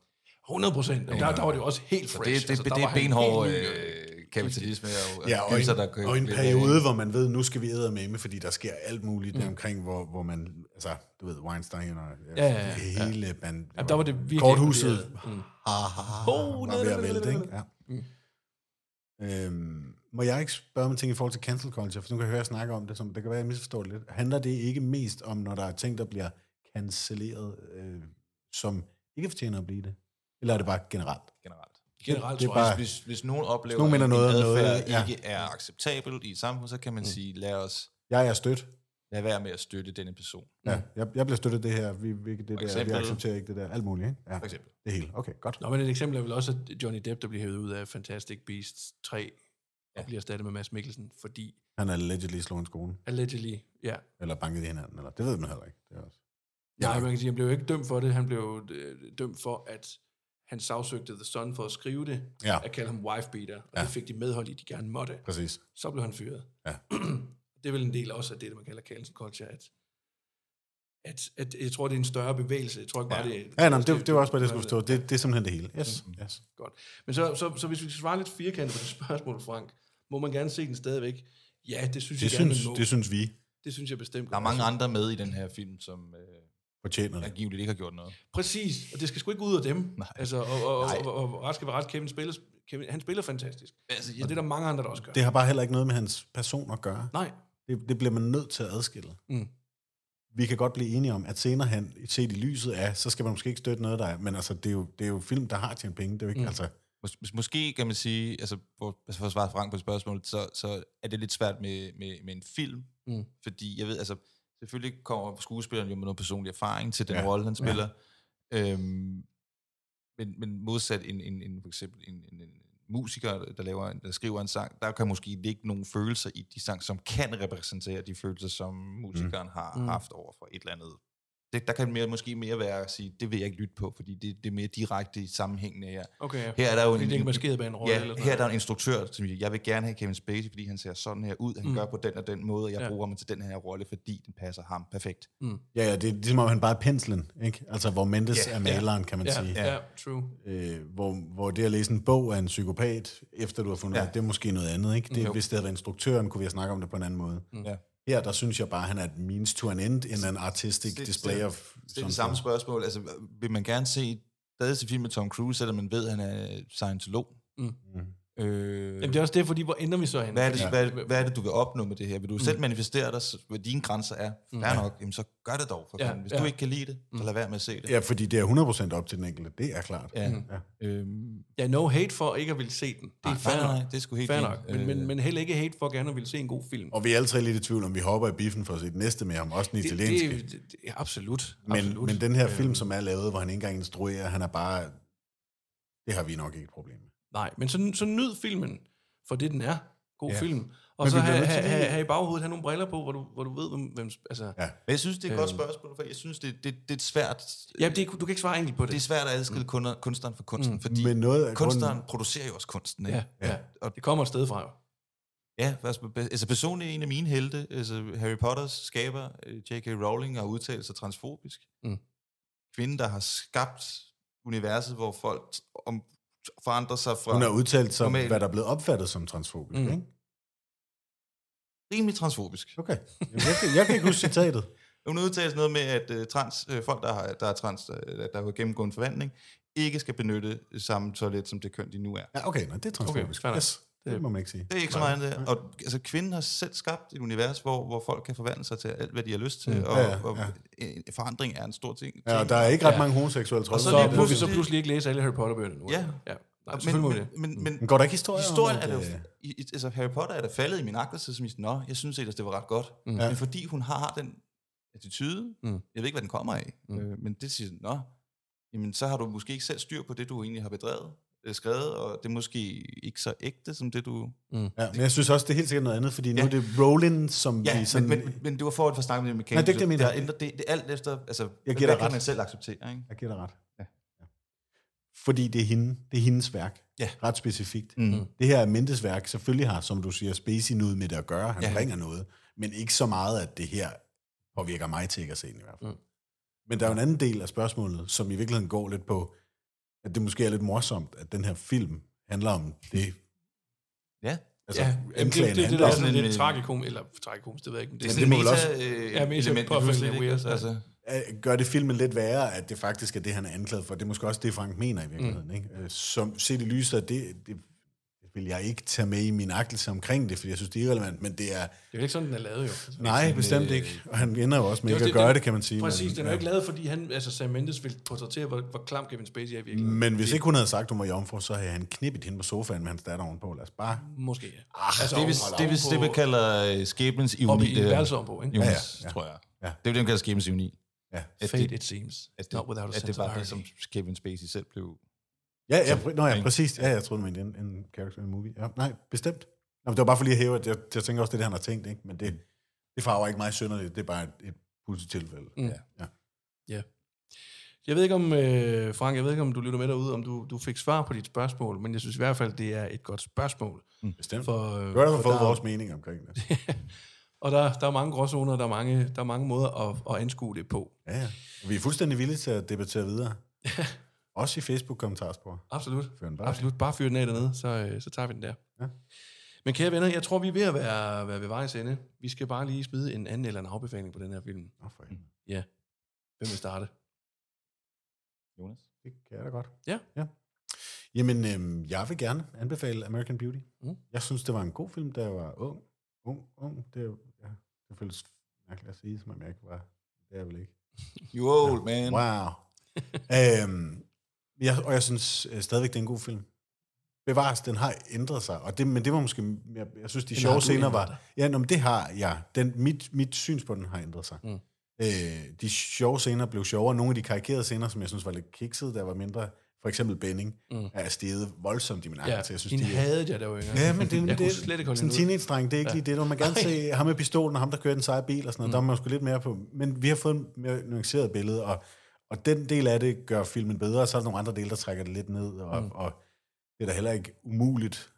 S5: 100 procent. Der, der var det jo også helt
S7: Så
S5: fresh.
S7: det, det,
S5: Altså,
S7: det,
S5: der
S7: det
S5: var
S7: er
S5: han
S7: benhård
S5: helt ny, jo.
S7: øh, kapitalisme. Og, altså,
S6: Ja, og,
S7: gyser,
S6: en, og en
S7: bliver-
S6: periode, hvor man ved, nu skal vi æde med, fordi der sker alt muligt mm. omkring, hvor, hvor man, altså, du ved, Weinstein og
S5: Ja, ja, ja.
S6: hele banden.
S5: Jamen, der var det virkelig...
S6: Korthuset
S5: Mm.
S6: oh, var ved at vælte, ikke? Ja. Mm. Øhm, må jeg ikke spørge om en ting i forhold til cancel culture, for nu kan jeg høre jer snakke om det, som det kan være, jeg misforstår det lidt. Handler det ikke mest om, når der er ting, der bliver cancelleret, øh, som ikke fortjener at blive det? Eller er det bare generelt?
S7: generelt.
S5: Generelt
S6: Det er
S5: tror jeg.
S6: bare-
S7: Hvis, hvis nogen oplever,
S6: nogen mener
S7: at
S6: noget
S7: en
S6: om noget,
S7: adfærd
S6: ja. Mm.
S7: ikke er acceptabel i et samfund, så kan man sige, lad os
S6: Jeg er stødt.
S7: lad være med at støtte denne person.
S6: Ja, jeg, jeg bliver støttet af det her, vi, vi, ikke det der, vi
S7: eksempel-
S6: accepterer ikke det der, alt muligt, ikke? Ja,
S7: For eksempel.
S6: det hele. Okay, godt.
S5: Nå, men et eksempel er vel også, at Johnny Depp, der bliver hævet ud af Fantastic Beasts 3, ja. og bliver erstattet med Mads Mikkelsen, fordi
S6: Han er allegedly slået en skole,
S5: allegedly, ja.
S6: eller banket i hinanden, eller det ved man heller ikke. Det er også.
S5: ja. Nej, man kan sige, han blev jo ikke dømt for det. Han blev øh, dømt for, at han sagsøgte The Sun for at skrive det,
S6: Ja.
S5: at kalde ham wifebeater, og ja. det fik de medhold i, de gerne måtte.
S6: Præcis.
S5: Så blev han fyret.
S6: Ja.
S5: det er vel en del også af det, der man kalder cancel culture, at, at, at jeg tror, det er en større bevægelse. Jeg tror ikke bare, det er...
S6: Ja, nej, men det, det var også bare det, jeg skulle forstå. Det, det er simpelthen det hele. Yes, mm. yes.
S5: Godt. Men så, så, så hvis vi skal svare lidt firkantet på det spørgsmål, Frank, må man gerne se den stadigvæk? Ja, det synes
S6: Det,
S5: jeg gerne,
S6: synes,
S5: synes, man må.
S6: det
S5: Det,
S6: synes vi
S5: det synes jeg bestemt.
S7: Der er mange andre med i den her film, som øh,
S6: fortjener det.
S7: angiveligt ikke har gjort noget.
S5: Præcis, og det skal sgu ikke ud af dem. Nej. Altså, og, og, og,
S7: Nej.
S5: og, og, og ret skal være ret, Kevin spiller, Kevin, han spiller fantastisk.
S7: Altså,
S5: Og det er der mange andre, der også gør.
S6: Det har bare heller ikke noget med hans person at gøre.
S5: Nej,
S6: Det, det bliver man nødt til at adskille.
S5: Mm.
S6: Vi kan godt blive enige om, at senere hen, set i lyset af, så skal man måske ikke støtte noget, der er. Men altså, det er jo, det er jo film, der har tjent penge. Det er jo ikke, mm. altså,
S7: Mås- mås- måske kan man sige, altså for, altså for at svare Frank på spørgsmålet, så, så er det lidt svært med, med, med en film,
S5: Mm.
S7: fordi jeg ved, altså selvfølgelig kommer skuespilleren jo med noget personlig erfaring til den
S6: Ja,
S7: ja. rolle, han
S6: ja.
S7: spiller, ja. øhm, men, men modsat en, en, en for eksempel en, en, en musiker, der, laver, en- der skriver en sang, der kan måske ligge nogle følelser i de sang, som kan repræsentere de følelser, som musikeren mm. har
S5: Mm.
S7: haft over for et eller andet. Det, der kan mere, måske mere være at sige, det vil jeg ikke lytte på, fordi det, det er mere direkte i sammenhængende her.
S5: okay.
S7: Her er der jo
S5: Fordi
S7: en,
S5: det er maskeret bag en rolle
S7: Ja,
S5: eller sådan
S7: her er der
S5: noget.
S7: en instruktør, som siger, jeg vil gerne have Kevin Spacey, fordi han ser sådan her ud, han
S5: Mm.
S7: mm. gør på den og den måde, og jeg
S5: Ja.
S7: ja. bruger ham til den her rolle, fordi den passer ham perfekt.
S6: ja, ja, det er ligesom om, han bare er penslen, ikke? Altså, hvor Mendes
S7: Ja,
S6: er maleren, kan man
S5: Ja,
S6: sige.
S5: ja, true.
S6: Øh, hvor, hvor det at læse en bog af en psykopat, efter du har fundet ja.
S7: Ja. Mm,
S6: ud af, det er måske noget andet, ikke? Det,
S7: Jo.
S6: hvis det havde været instruktøren, kunne vi have snakket om det på en anden måde.
S7: Mm. Ja.
S6: Her, der synes jeg bare, han er et means to an end, end an artistic
S7: Det-
S6: display
S7: det-
S6: of...
S7: Det er
S6: something.
S7: det samme spørgsmål, altså vil man gerne se stadig til film med Tom Cruise, selvom man ved, at han er scientolog?
S5: Mm.
S7: Øh,
S5: Jamen, det er også det, fordi hvor ender vi så hen?
S7: hvad, er det,
S5: Fordi-
S7: ja. hvad, hvad er det, du vil opnå med det her? Vil du mm. selv manifestere dig, så- hvad dine grænser er? Fair nok, jamen, så gør det dog. For
S5: Ja,
S7: ja. Hvis
S5: ja.
S7: ja. Mm. du ikke kan lide det, så lad være med at se det.
S6: Ja, fordi det er 100% op til den enkelte, det er klart.
S7: Ja. Mm.
S6: Ja.
S7: Øhm,
S5: Ja, no hate for ikke at ville se den. Det er
S7: Nej,
S5: fair
S7: Ah, nej, nej,
S5: nok.
S7: det er sgu helt
S5: fair
S7: fint.
S5: nok. Men, men,
S7: Øh.
S5: men heller ikke hate for gerne at ville se en god film.
S6: Og vi er alle tre lidt i tvivl, om vi hopper i biffen for at se den næste med ham, også den
S5: det,
S6: italienske.
S5: det, det, det, absolut.
S6: men,
S5: absolut. Øh,
S6: men den her
S7: Øh.
S6: film, som er lavet, hvor han ikke engang instruerer, han er bare... Det har vi nok ikke et problem med.
S5: Nej, men så, så nyd filmen for det, den er. God ja.
S6: Ja.
S5: film. Og
S6: Men
S5: så
S6: vi bliver
S5: have,
S6: nødt til
S5: have,
S6: lige-
S5: have, have i baghovedet, have nogle briller på, hvor du, hvor du ved, hvem... hvem altså, ja.
S6: Ja.
S7: men jeg synes, det er et godt
S5: Øhm.
S7: spørgsmål, for jeg synes, det, det, det er et svært
S5: ja, det, er- du kan ikke svare enkelt på det.
S7: det er svært at adskille kunder, kunstneren fra kunsten, mm. fordi
S6: Men noget af
S7: kunstneren
S6: grunden-
S7: producerer jo også kunsten. Ikke?
S5: ja,
S7: Ja.
S5: ja. Og det kommer et sted fra jo.
S7: ja altså, altså personligt er en af mine helte, altså Harry Potters skaber, øh, J.K. Rowling, har udtalt sig transfobisk.
S5: Mm.
S7: Kvinden, der har skabt universet, hvor folk om, forandrer sig fra
S6: Hun har udtalt sig,
S7: Normalt.
S6: hvad der er blevet opfattet som transfobisk,
S5: Mm.
S7: Mhm.
S6: mm. ikke?
S7: rimelig transfobisk.
S6: Okay. Jamen, jeg, kan, jeg kan ikke huske citatet.
S7: Hun har udtalt sig noget med, at øh, trans, øh, folk, der, har, der er trans, øh, der har gennemgået en forvandling, ikke skal benytte samme toilet, som det køn, de nu er.
S6: Ja, okay, nej, det er
S5: Okay,
S6: transfobisk.
S5: fair nok.
S6: yes, det må man ikke sige.
S7: Det er ikke så meget end det. Og altså, kvinden har selv skabt et univers, hvor, hvor folk kan forvandle sig til alt, hvad de har lyst til. Mm. Og,
S6: Ja, ja,
S7: og
S6: ja.
S7: en- forandring er en stor ting.
S6: Ja, og der er ikke ret mange homoseksuelle, tror
S7: Og
S6: jeg.
S7: så
S5: Så
S7: lige
S5: må vi
S7: pludselig-
S5: så pludselig ikke læse alle Harry Potter-bøgerne nu.
S7: Ja.
S5: ja. Nej,
S7: men,
S5: selvfølgelig må vi
S7: men,
S5: det.
S7: men, men
S6: ligesom- Mm. Men går der ikke historier om,
S7: historien
S6: at,
S7: er
S6: øh,
S7: det, i, i- altså Harry Potter er da faldet i min agtelse, som i, sådan, nå, jeg synes ellers, det var ret godt. Mm. Men fordi hun har den attitude,
S5: Mm.
S7: mm. jeg ved ikke, hvad den kommer af, mm. øh, men det siger, nå, jamen, så har du måske ikke selv styr på det, du egentlig har bedrevet, øh, skrevet, og det er måske ikke så ægte, som det du...
S6: Ja, men jeg synes også, det er helt sikkert noget andet, fordi nu er det Roland, som
S7: Ja,
S6: vi sådan...
S7: men, men, men det var for at få snakket med mekanikere.
S6: det er ikke det, jeg mener.
S7: Det, ændrer- det, det er alt efter, altså, hvad,
S6: giver dig
S7: hvad kan
S6: ret.
S7: man selv acceptere, ikke?
S6: Jeg giver dig ret.
S7: Ja.
S6: Fordi det er, hende, det er hendes værk.
S7: Ja.
S6: Ret specifikt.
S7: Mm.
S6: Det her er Mendes værk. Selvfølgelig har, som du siger, Spacey noget med det at gøre. Han
S7: Ja.
S6: ja. bringer noget. Men ikke så meget, at det her påvirker mig til ikke at se den i hvert fald. Mm. Men der er jo en anden del af spørgsmålet, som i virkeligheden går lidt på, at det måske er lidt morsomt, at den her film handler om det.
S7: Ja.
S6: Altså,
S5: Ja, jamen, det,
S6: anklagen
S5: det, det, det,
S6: handler
S5: er
S6: om-
S5: sådan
S7: om-
S5: lidt tragikom, eller tragikomst, det ved jeg ikke. men
S7: Det er
S5: er
S7: sådan
S6: må
S7: et
S6: vel også-
S7: øh,
S5: Ja, meta-
S7: meta-element,
S5: påfølgende
S7: pludselig, ikke?
S5: weird,
S7: Altså,
S5: ja.
S7: altså,
S6: øh, gør det filmen lidt værre, at det faktisk er det, han er anklaget for. Det er måske også det, Frank mener i virkeligheden. Mm. Ikke? Øh, Som set i lyset af det, det vil jeg ikke tage med i min agtelse omkring det, fordi jeg synes, det er irrelevant, men det er...
S5: jo ikke sådan, den er lavet, jo. Altså.
S6: Nej, bestemt ikke. Og han ender jo også med
S5: Det er
S6: ikke
S5: også
S6: at gøre
S5: den-
S6: det, kan man sige.
S5: Præcis,
S6: men,
S5: den er jo ikke lavet, fordi han, altså Sam Mendes ville portrættere, hvor, hvor klam Kevin Spacey er i virkeligheden.
S6: Men hvis ikke hun havde sagt, hun var jomfru, så havde han knippet hende på sofaen med hans datter ovenpå. Lad os bare...
S5: Måske, ja.
S7: Altså, det er vist det, er vist det, man kalder øh, skæbnens ironi.
S5: Om i
S7: det
S5: en
S7: her.
S5: værelse ovenpå, ikke?
S7: Jonas,
S6: Ja,
S7: ja,
S6: ja.
S7: ja. tror jeg.
S6: Ja.
S7: Ja. Det er jo det, man kalder skæbnens ironi.
S6: Ja,
S7: At
S5: Fate,
S7: det,
S5: it seems.
S7: at det,
S5: Not without a
S7: at
S5: sense
S7: det
S5: of
S7: var
S5: irony.
S7: det, som Kevin Spacey selv blev...
S6: ja, ja,
S5: Altså,
S6: pr- nå, ja præcis. Ja, jeg troede, man en, en character in a movie. Ja, nej, bestemt. Nå, men det var bare for lige at hæve, at jeg, jeg tænker også, det er det, han har tænkt, ikke? men
S5: Mm.
S6: det, det farver ikke mig synderligt. Det er bare et, et pudsigt tilfælde.
S5: Mm.
S6: ja.
S5: Ja. Jeg ved ikke om, øh, Frank, jeg ved ikke, om du lytter med derude, om du, du fik svar på dit spørgsmål, men jeg synes i hvert fald, det er et godt spørgsmål.
S6: Bestemt. For,
S5: For, øh,
S6: du har i hvert fald fået
S5: der-
S6: vores mening omkring det.
S5: Og der, der er mange gråzoner, og der er mange, der er mange måder at, at anskue det på.
S6: Ja, ja. Og Vi er fuldstændig villige til at debattere videre. Også i Facebook-kommentarspor.
S5: Absolut.
S6: Fyr den bare af.
S5: Absolut. Bare fyr den af dernede, så, øh, så tager vi den der.
S6: Ja.
S5: Men kære venner, jeg tror, vi er ved at være, være ved vejs ende. Vi skal bare lige smide en anden eller en afbefaling på den her film.
S6: Nå, for helvede.
S5: Ja. Hvem vil starte?
S7: Jonas?
S6: Det kan jeg da godt.
S5: Ja.
S6: ja. Jamen, øhm, jeg vil gerne anbefale American Beauty.
S5: Mm.
S6: Mm. Jeg synes, det var en god film, da jeg var ung. Ung, ung. Det, er jo- ja, det føles mærkeligt at sige, som om jeg ikke var. Det er jeg vel ikke.
S7: You old man.
S6: Wow. øhm, jeg, og jeg synes øh, stadigvæk, det er en god film. Bevares, den har ændret sig, og det, men det var måske, jeg, jeg synes, de
S5: Den har
S6: sjove
S5: du
S6: scener
S5: ændret
S6: var, ja, nå, men det har jeg, den, mit, mit syn på den har ændret sig. Mm. Øh, de sjove scener blev sjovere, nogle af de karikerede scener, som jeg synes var lidt kiksede, der var mindre, for eksempel Benning, mm. er steget voldsomt i min
S5: Ja,
S6: angst, jeg synes,
S5: hende
S6: de er
S5: havde jeg da jo yngre.
S6: Ja, men det,
S5: jeg
S6: det,
S5: kunne
S6: det
S5: slet ikke holde
S6: sådan en
S5: hende ud.
S6: teenage-dreng, det er ikke ja. lige det. Der må man gerne se ham med pistolen og ham, der kører den seje bil og sådan noget. Mm. Der er man sgu lidt mere på. Men vi har fået en mere nuanceret billede, og, og den del af det gør filmen bedre, og så er der nogle andre dele, der trækker det lidt ned. Og, mm. og det er da heller ikke umuligt,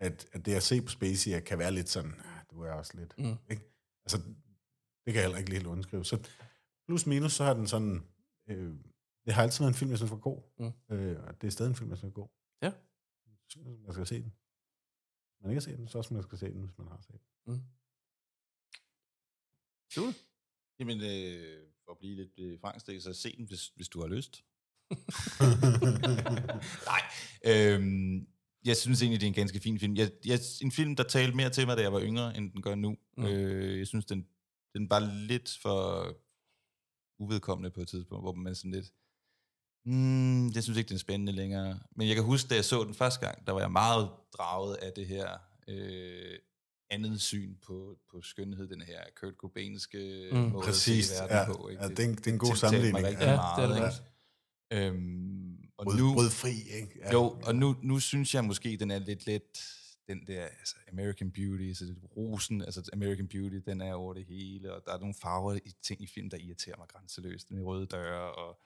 S6: at, at det at se på Spacey at kan være lidt sådan, "Ah, du er også lidt... Mm. Ikke? Altså, det kan jeg heller ikke lige helt undskrive. Så plus minus, så har den sådan... Øh, det har altid været en film, jeg synes var god. Mm. Øh, og det er stadig en film, jeg synes er god.
S5: Ja.
S6: Så Man skal se den. Hvis man ikke har set den, så også man skal se den, hvis man har set den.
S7: Du? Jamen, øh, for at blive lidt øh, frangstik, så se den, hvis, hvis du har lyst. Nej. Øhm, jeg synes egentlig, det er en ganske fin film. Jeg, jeg, en film, der talte mere til mig, da jeg var yngre, end den gør nu. Mm. Øh, jeg synes, den, den var lidt for uvedkommende på et tidspunkt, hvor man sådan lidt... Mm, jeg synes ikke, den er spændende længere. Men jeg kan huske, da jeg så den første gang, der var jeg meget draget af det her øh, andet syn på, på skønhed, den her Kurt Cobainske mm, måde
S6: Præcis,
S7: at se verden
S6: ja.
S7: på. Ikke?
S6: Ja, det er en- det er en god
S7: tiltalte mig
S6: sammenligning.
S7: rigtig
S5: Ja,
S7: meget,
S5: det er det
S7: ikke? Øhm, og
S6: Rød,
S7: nu,
S6: rød fri, ikke? Ja.
S7: jo, og nu, nu synes jeg måske, den er lidt let, den der altså American Beauty, så det, rosen, altså American Beauty, den er over det hele, og der er nogle farver i ting i film, der irriterer mig grænseløst, med røde døre, og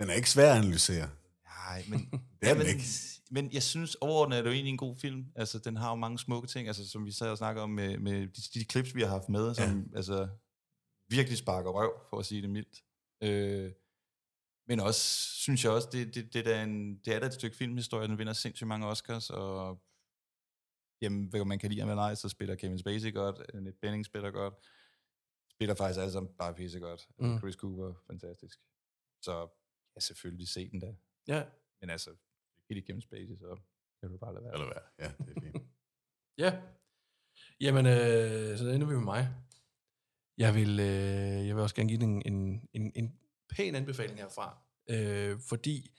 S6: Den er ikke svær at analysere.
S7: nej, men,
S6: er den
S7: men,
S6: ikke.
S7: men jeg synes overordnet er det jo egentlig en god film, altså den har jo mange smukke ting, altså som vi sad og snakkede om med, med de, de clips, vi har haft med, som ja. altså virkelig sparker røv, for at sige det mildt. Øh, men også, synes jeg også, det, det, det, er da en, det er da et stykke filmhistorie, den vinder sindssygt mange Oscars, og jamen, hvad man kan lide ham eller ej, så spiller Kevin Spacey godt, Annette Bening spiller godt, spiller faktisk alle sammen bare pisse godt.
S5: Mm.
S7: Mm. Chris Cooper, fantastisk. Så ja, selvfølgelig se den da.
S5: Ja.
S7: Men altså, ikke lige Kevin Spacey, så kan du bare lade være.
S6: Eller hvad? Ja, det er fint.
S5: Ja. Jamen, øh, så ender vi med mig. Jeg vil, øh, jeg vil også gerne give den en, en, en pæn anbefaling herfra. Øh, fordi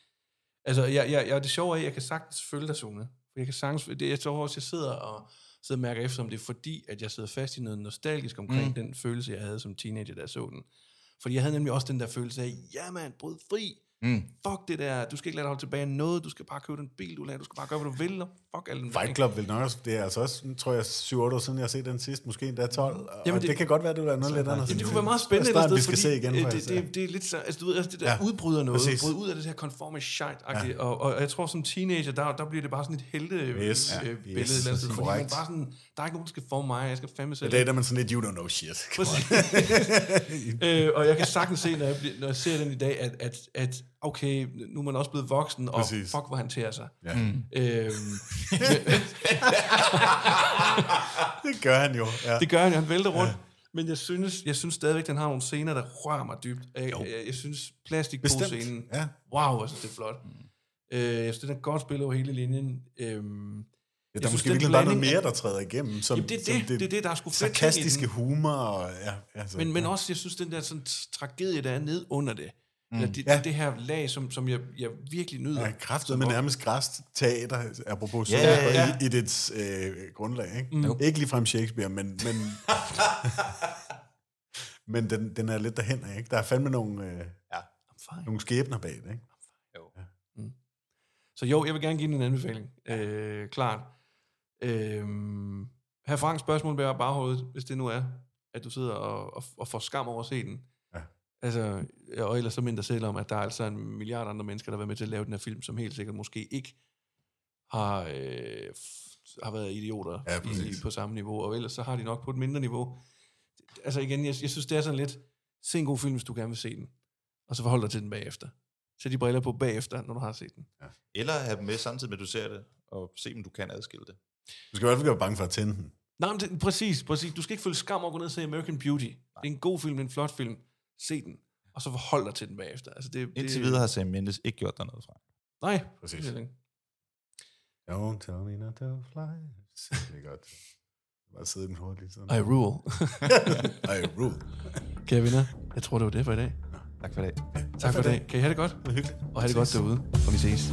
S5: Altså, jeg, jeg, jeg, det sjove er, at jeg kan sagtens følge dig, Sune. Jeg kan sagtens, det, jeg tror også, jeg sidder og sidder og mærker efter, om det er fordi, at jeg sidder fast i noget nostalgisk omkring mm. den følelse, jeg havde som teenager, da jeg så den. Fordi jeg havde nemlig også den der følelse af, ja man, bryd fri. Mm. Fuck det der, du skal ikke lade dig holde tilbage af noget, du skal bare købe den bil, du lader, du skal bare gøre, hvad du vil, og fuck alle den
S6: Fight Club vil nok også, det er altså også, tror jeg, 7-8 år siden, jeg har set den sidst, måske endda 12. Jamen,
S5: Jamen,
S6: og
S5: det-
S6: det, det, kan godt være, det vil være noget lidt andet.
S5: Jamen, Altså, det kunne være meget spændende
S6: Det er
S5: et
S6: snart,
S5: sted,
S6: vi skal se igen,
S5: øh,
S6: faktisk,
S5: det,
S6: ja.
S5: det, det, er lidt så, altså, du ved, altså, det der ja,
S6: Ja,
S5: udbryder noget, præcis.
S6: præcis.
S5: bryder ud af det her conformist shit ja. og, og, jeg tror som teenager, der, der bliver det bare sådan et helte yes,
S6: Yes,
S5: øh,
S6: ja,
S5: billede,
S6: yes,
S5: yes, eller andet, sted, fordi man
S6: korrekt.
S5: bare sådan, der er ikke nogen, der skal forme mig, jeg skal fandme selv.
S6: I dag er man sådan lidt, you don't know shit.
S5: Præcis. øh, og jeg kan sagtens se, når jeg, bliver, når jeg ser den i dag, at, at, at okay, nu er man også blevet voksen, og Præcis.
S6: Præcis.
S5: fuck, hvor han tager sig.
S6: Ja. Mm.
S5: Øhm,
S6: Det gør han jo. Ja.
S5: det gør han, jo, han vælter rundt. Men jeg synes, jeg synes stadigvæk, den har nogle scener, der rører mig dybt. Jeg, jeg, jeg synes, plastikposcenen,
S6: Bestemt, ja. Mm.
S5: wow, jeg synes, det er flot. Øh, jeg synes, den er godt spillet over hele linjen. Øhm,
S6: Ja,
S5: Jeg
S6: der er
S5: synes,
S6: måske
S5: den
S6: virkelig bare noget
S5: blanding
S6: mere,
S5: af-
S6: der træder igennem. Som,
S5: Jamen, det er
S6: som
S5: det. Det er det, der er sgu fedt ting i
S6: Sarkastiske
S5: den.
S6: humor. Og, ja, altså,
S5: men, men
S6: ja.
S5: også, jeg synes, den der sådan, tragedie, der er ned under det. Mm. Eller det, ja.
S6: Ja.
S5: det her lag, som, som jeg, jeg virkelig nyder.
S6: Ja, kraftet med nærmest græst teater, apropos
S7: Ja,
S6: ja,
S7: ja,
S6: ja,
S5: ja.
S6: ja. I, i dets øh, grundlag. Ikke, mm. ikke ligefrem Shakespeare, men, men, men den, den er lidt derhen. Ikke? Der er fandme nogle, øh,
S5: Fine.
S6: nogle skæbner bag det. Ikke?
S5: Så jo, jeg vil gerne give den en anbefaling. Øh, klart. Øh, her Frank, spørgsmålet bærer baghovedet, hvis det nu er, at du sidder og, og, og får skam over at se den.
S6: Ja.
S5: Altså, og ellers så mind dig selv om, at der er altså en milliard andre mennesker, der har været med til at lave den her film, som helt sikkert måske ikke har, øh, f- har været idioter
S6: Ja,
S5: i,
S6: præcis.
S5: på samme niveau, og ellers så har de nok på et mindre niveau. Altså igen, jeg, jeg synes, det er sådan lidt, se en god film, hvis du gerne vil se den, og så forhold dig til den bagefter. Sæt de briller på bagefter, når du har set den.
S7: Eller have dem med samtidig med, at du ser det, og se, om du kan adskille det.
S6: Du skal i hvert fald ikke være bange for at tænde den.
S5: Nej, men det, præcis, præcis. Du skal ikke føle skam over at gå ned og se American Beauty. Det er en god film, det er en flot film. Se den, og så forhold dig til den bagefter. Altså, det,
S7: Indtil
S5: det,
S7: videre har Sam Mendes ikke gjort der noget fra.
S5: Nej,
S6: Præcis.
S5: det er det ikke.
S6: Don't tell me not to fly. Det er godt. Bare sidde i den hoved lige sådan.
S5: I rule.
S6: I rule.
S5: Kære venner, jeg tror, det var det for i dag.
S7: Tak for det.
S5: Tak for i dag. Kan I have det godt?
S6: Det er hyggeligt.
S5: Og have det godt derude, og vi ses.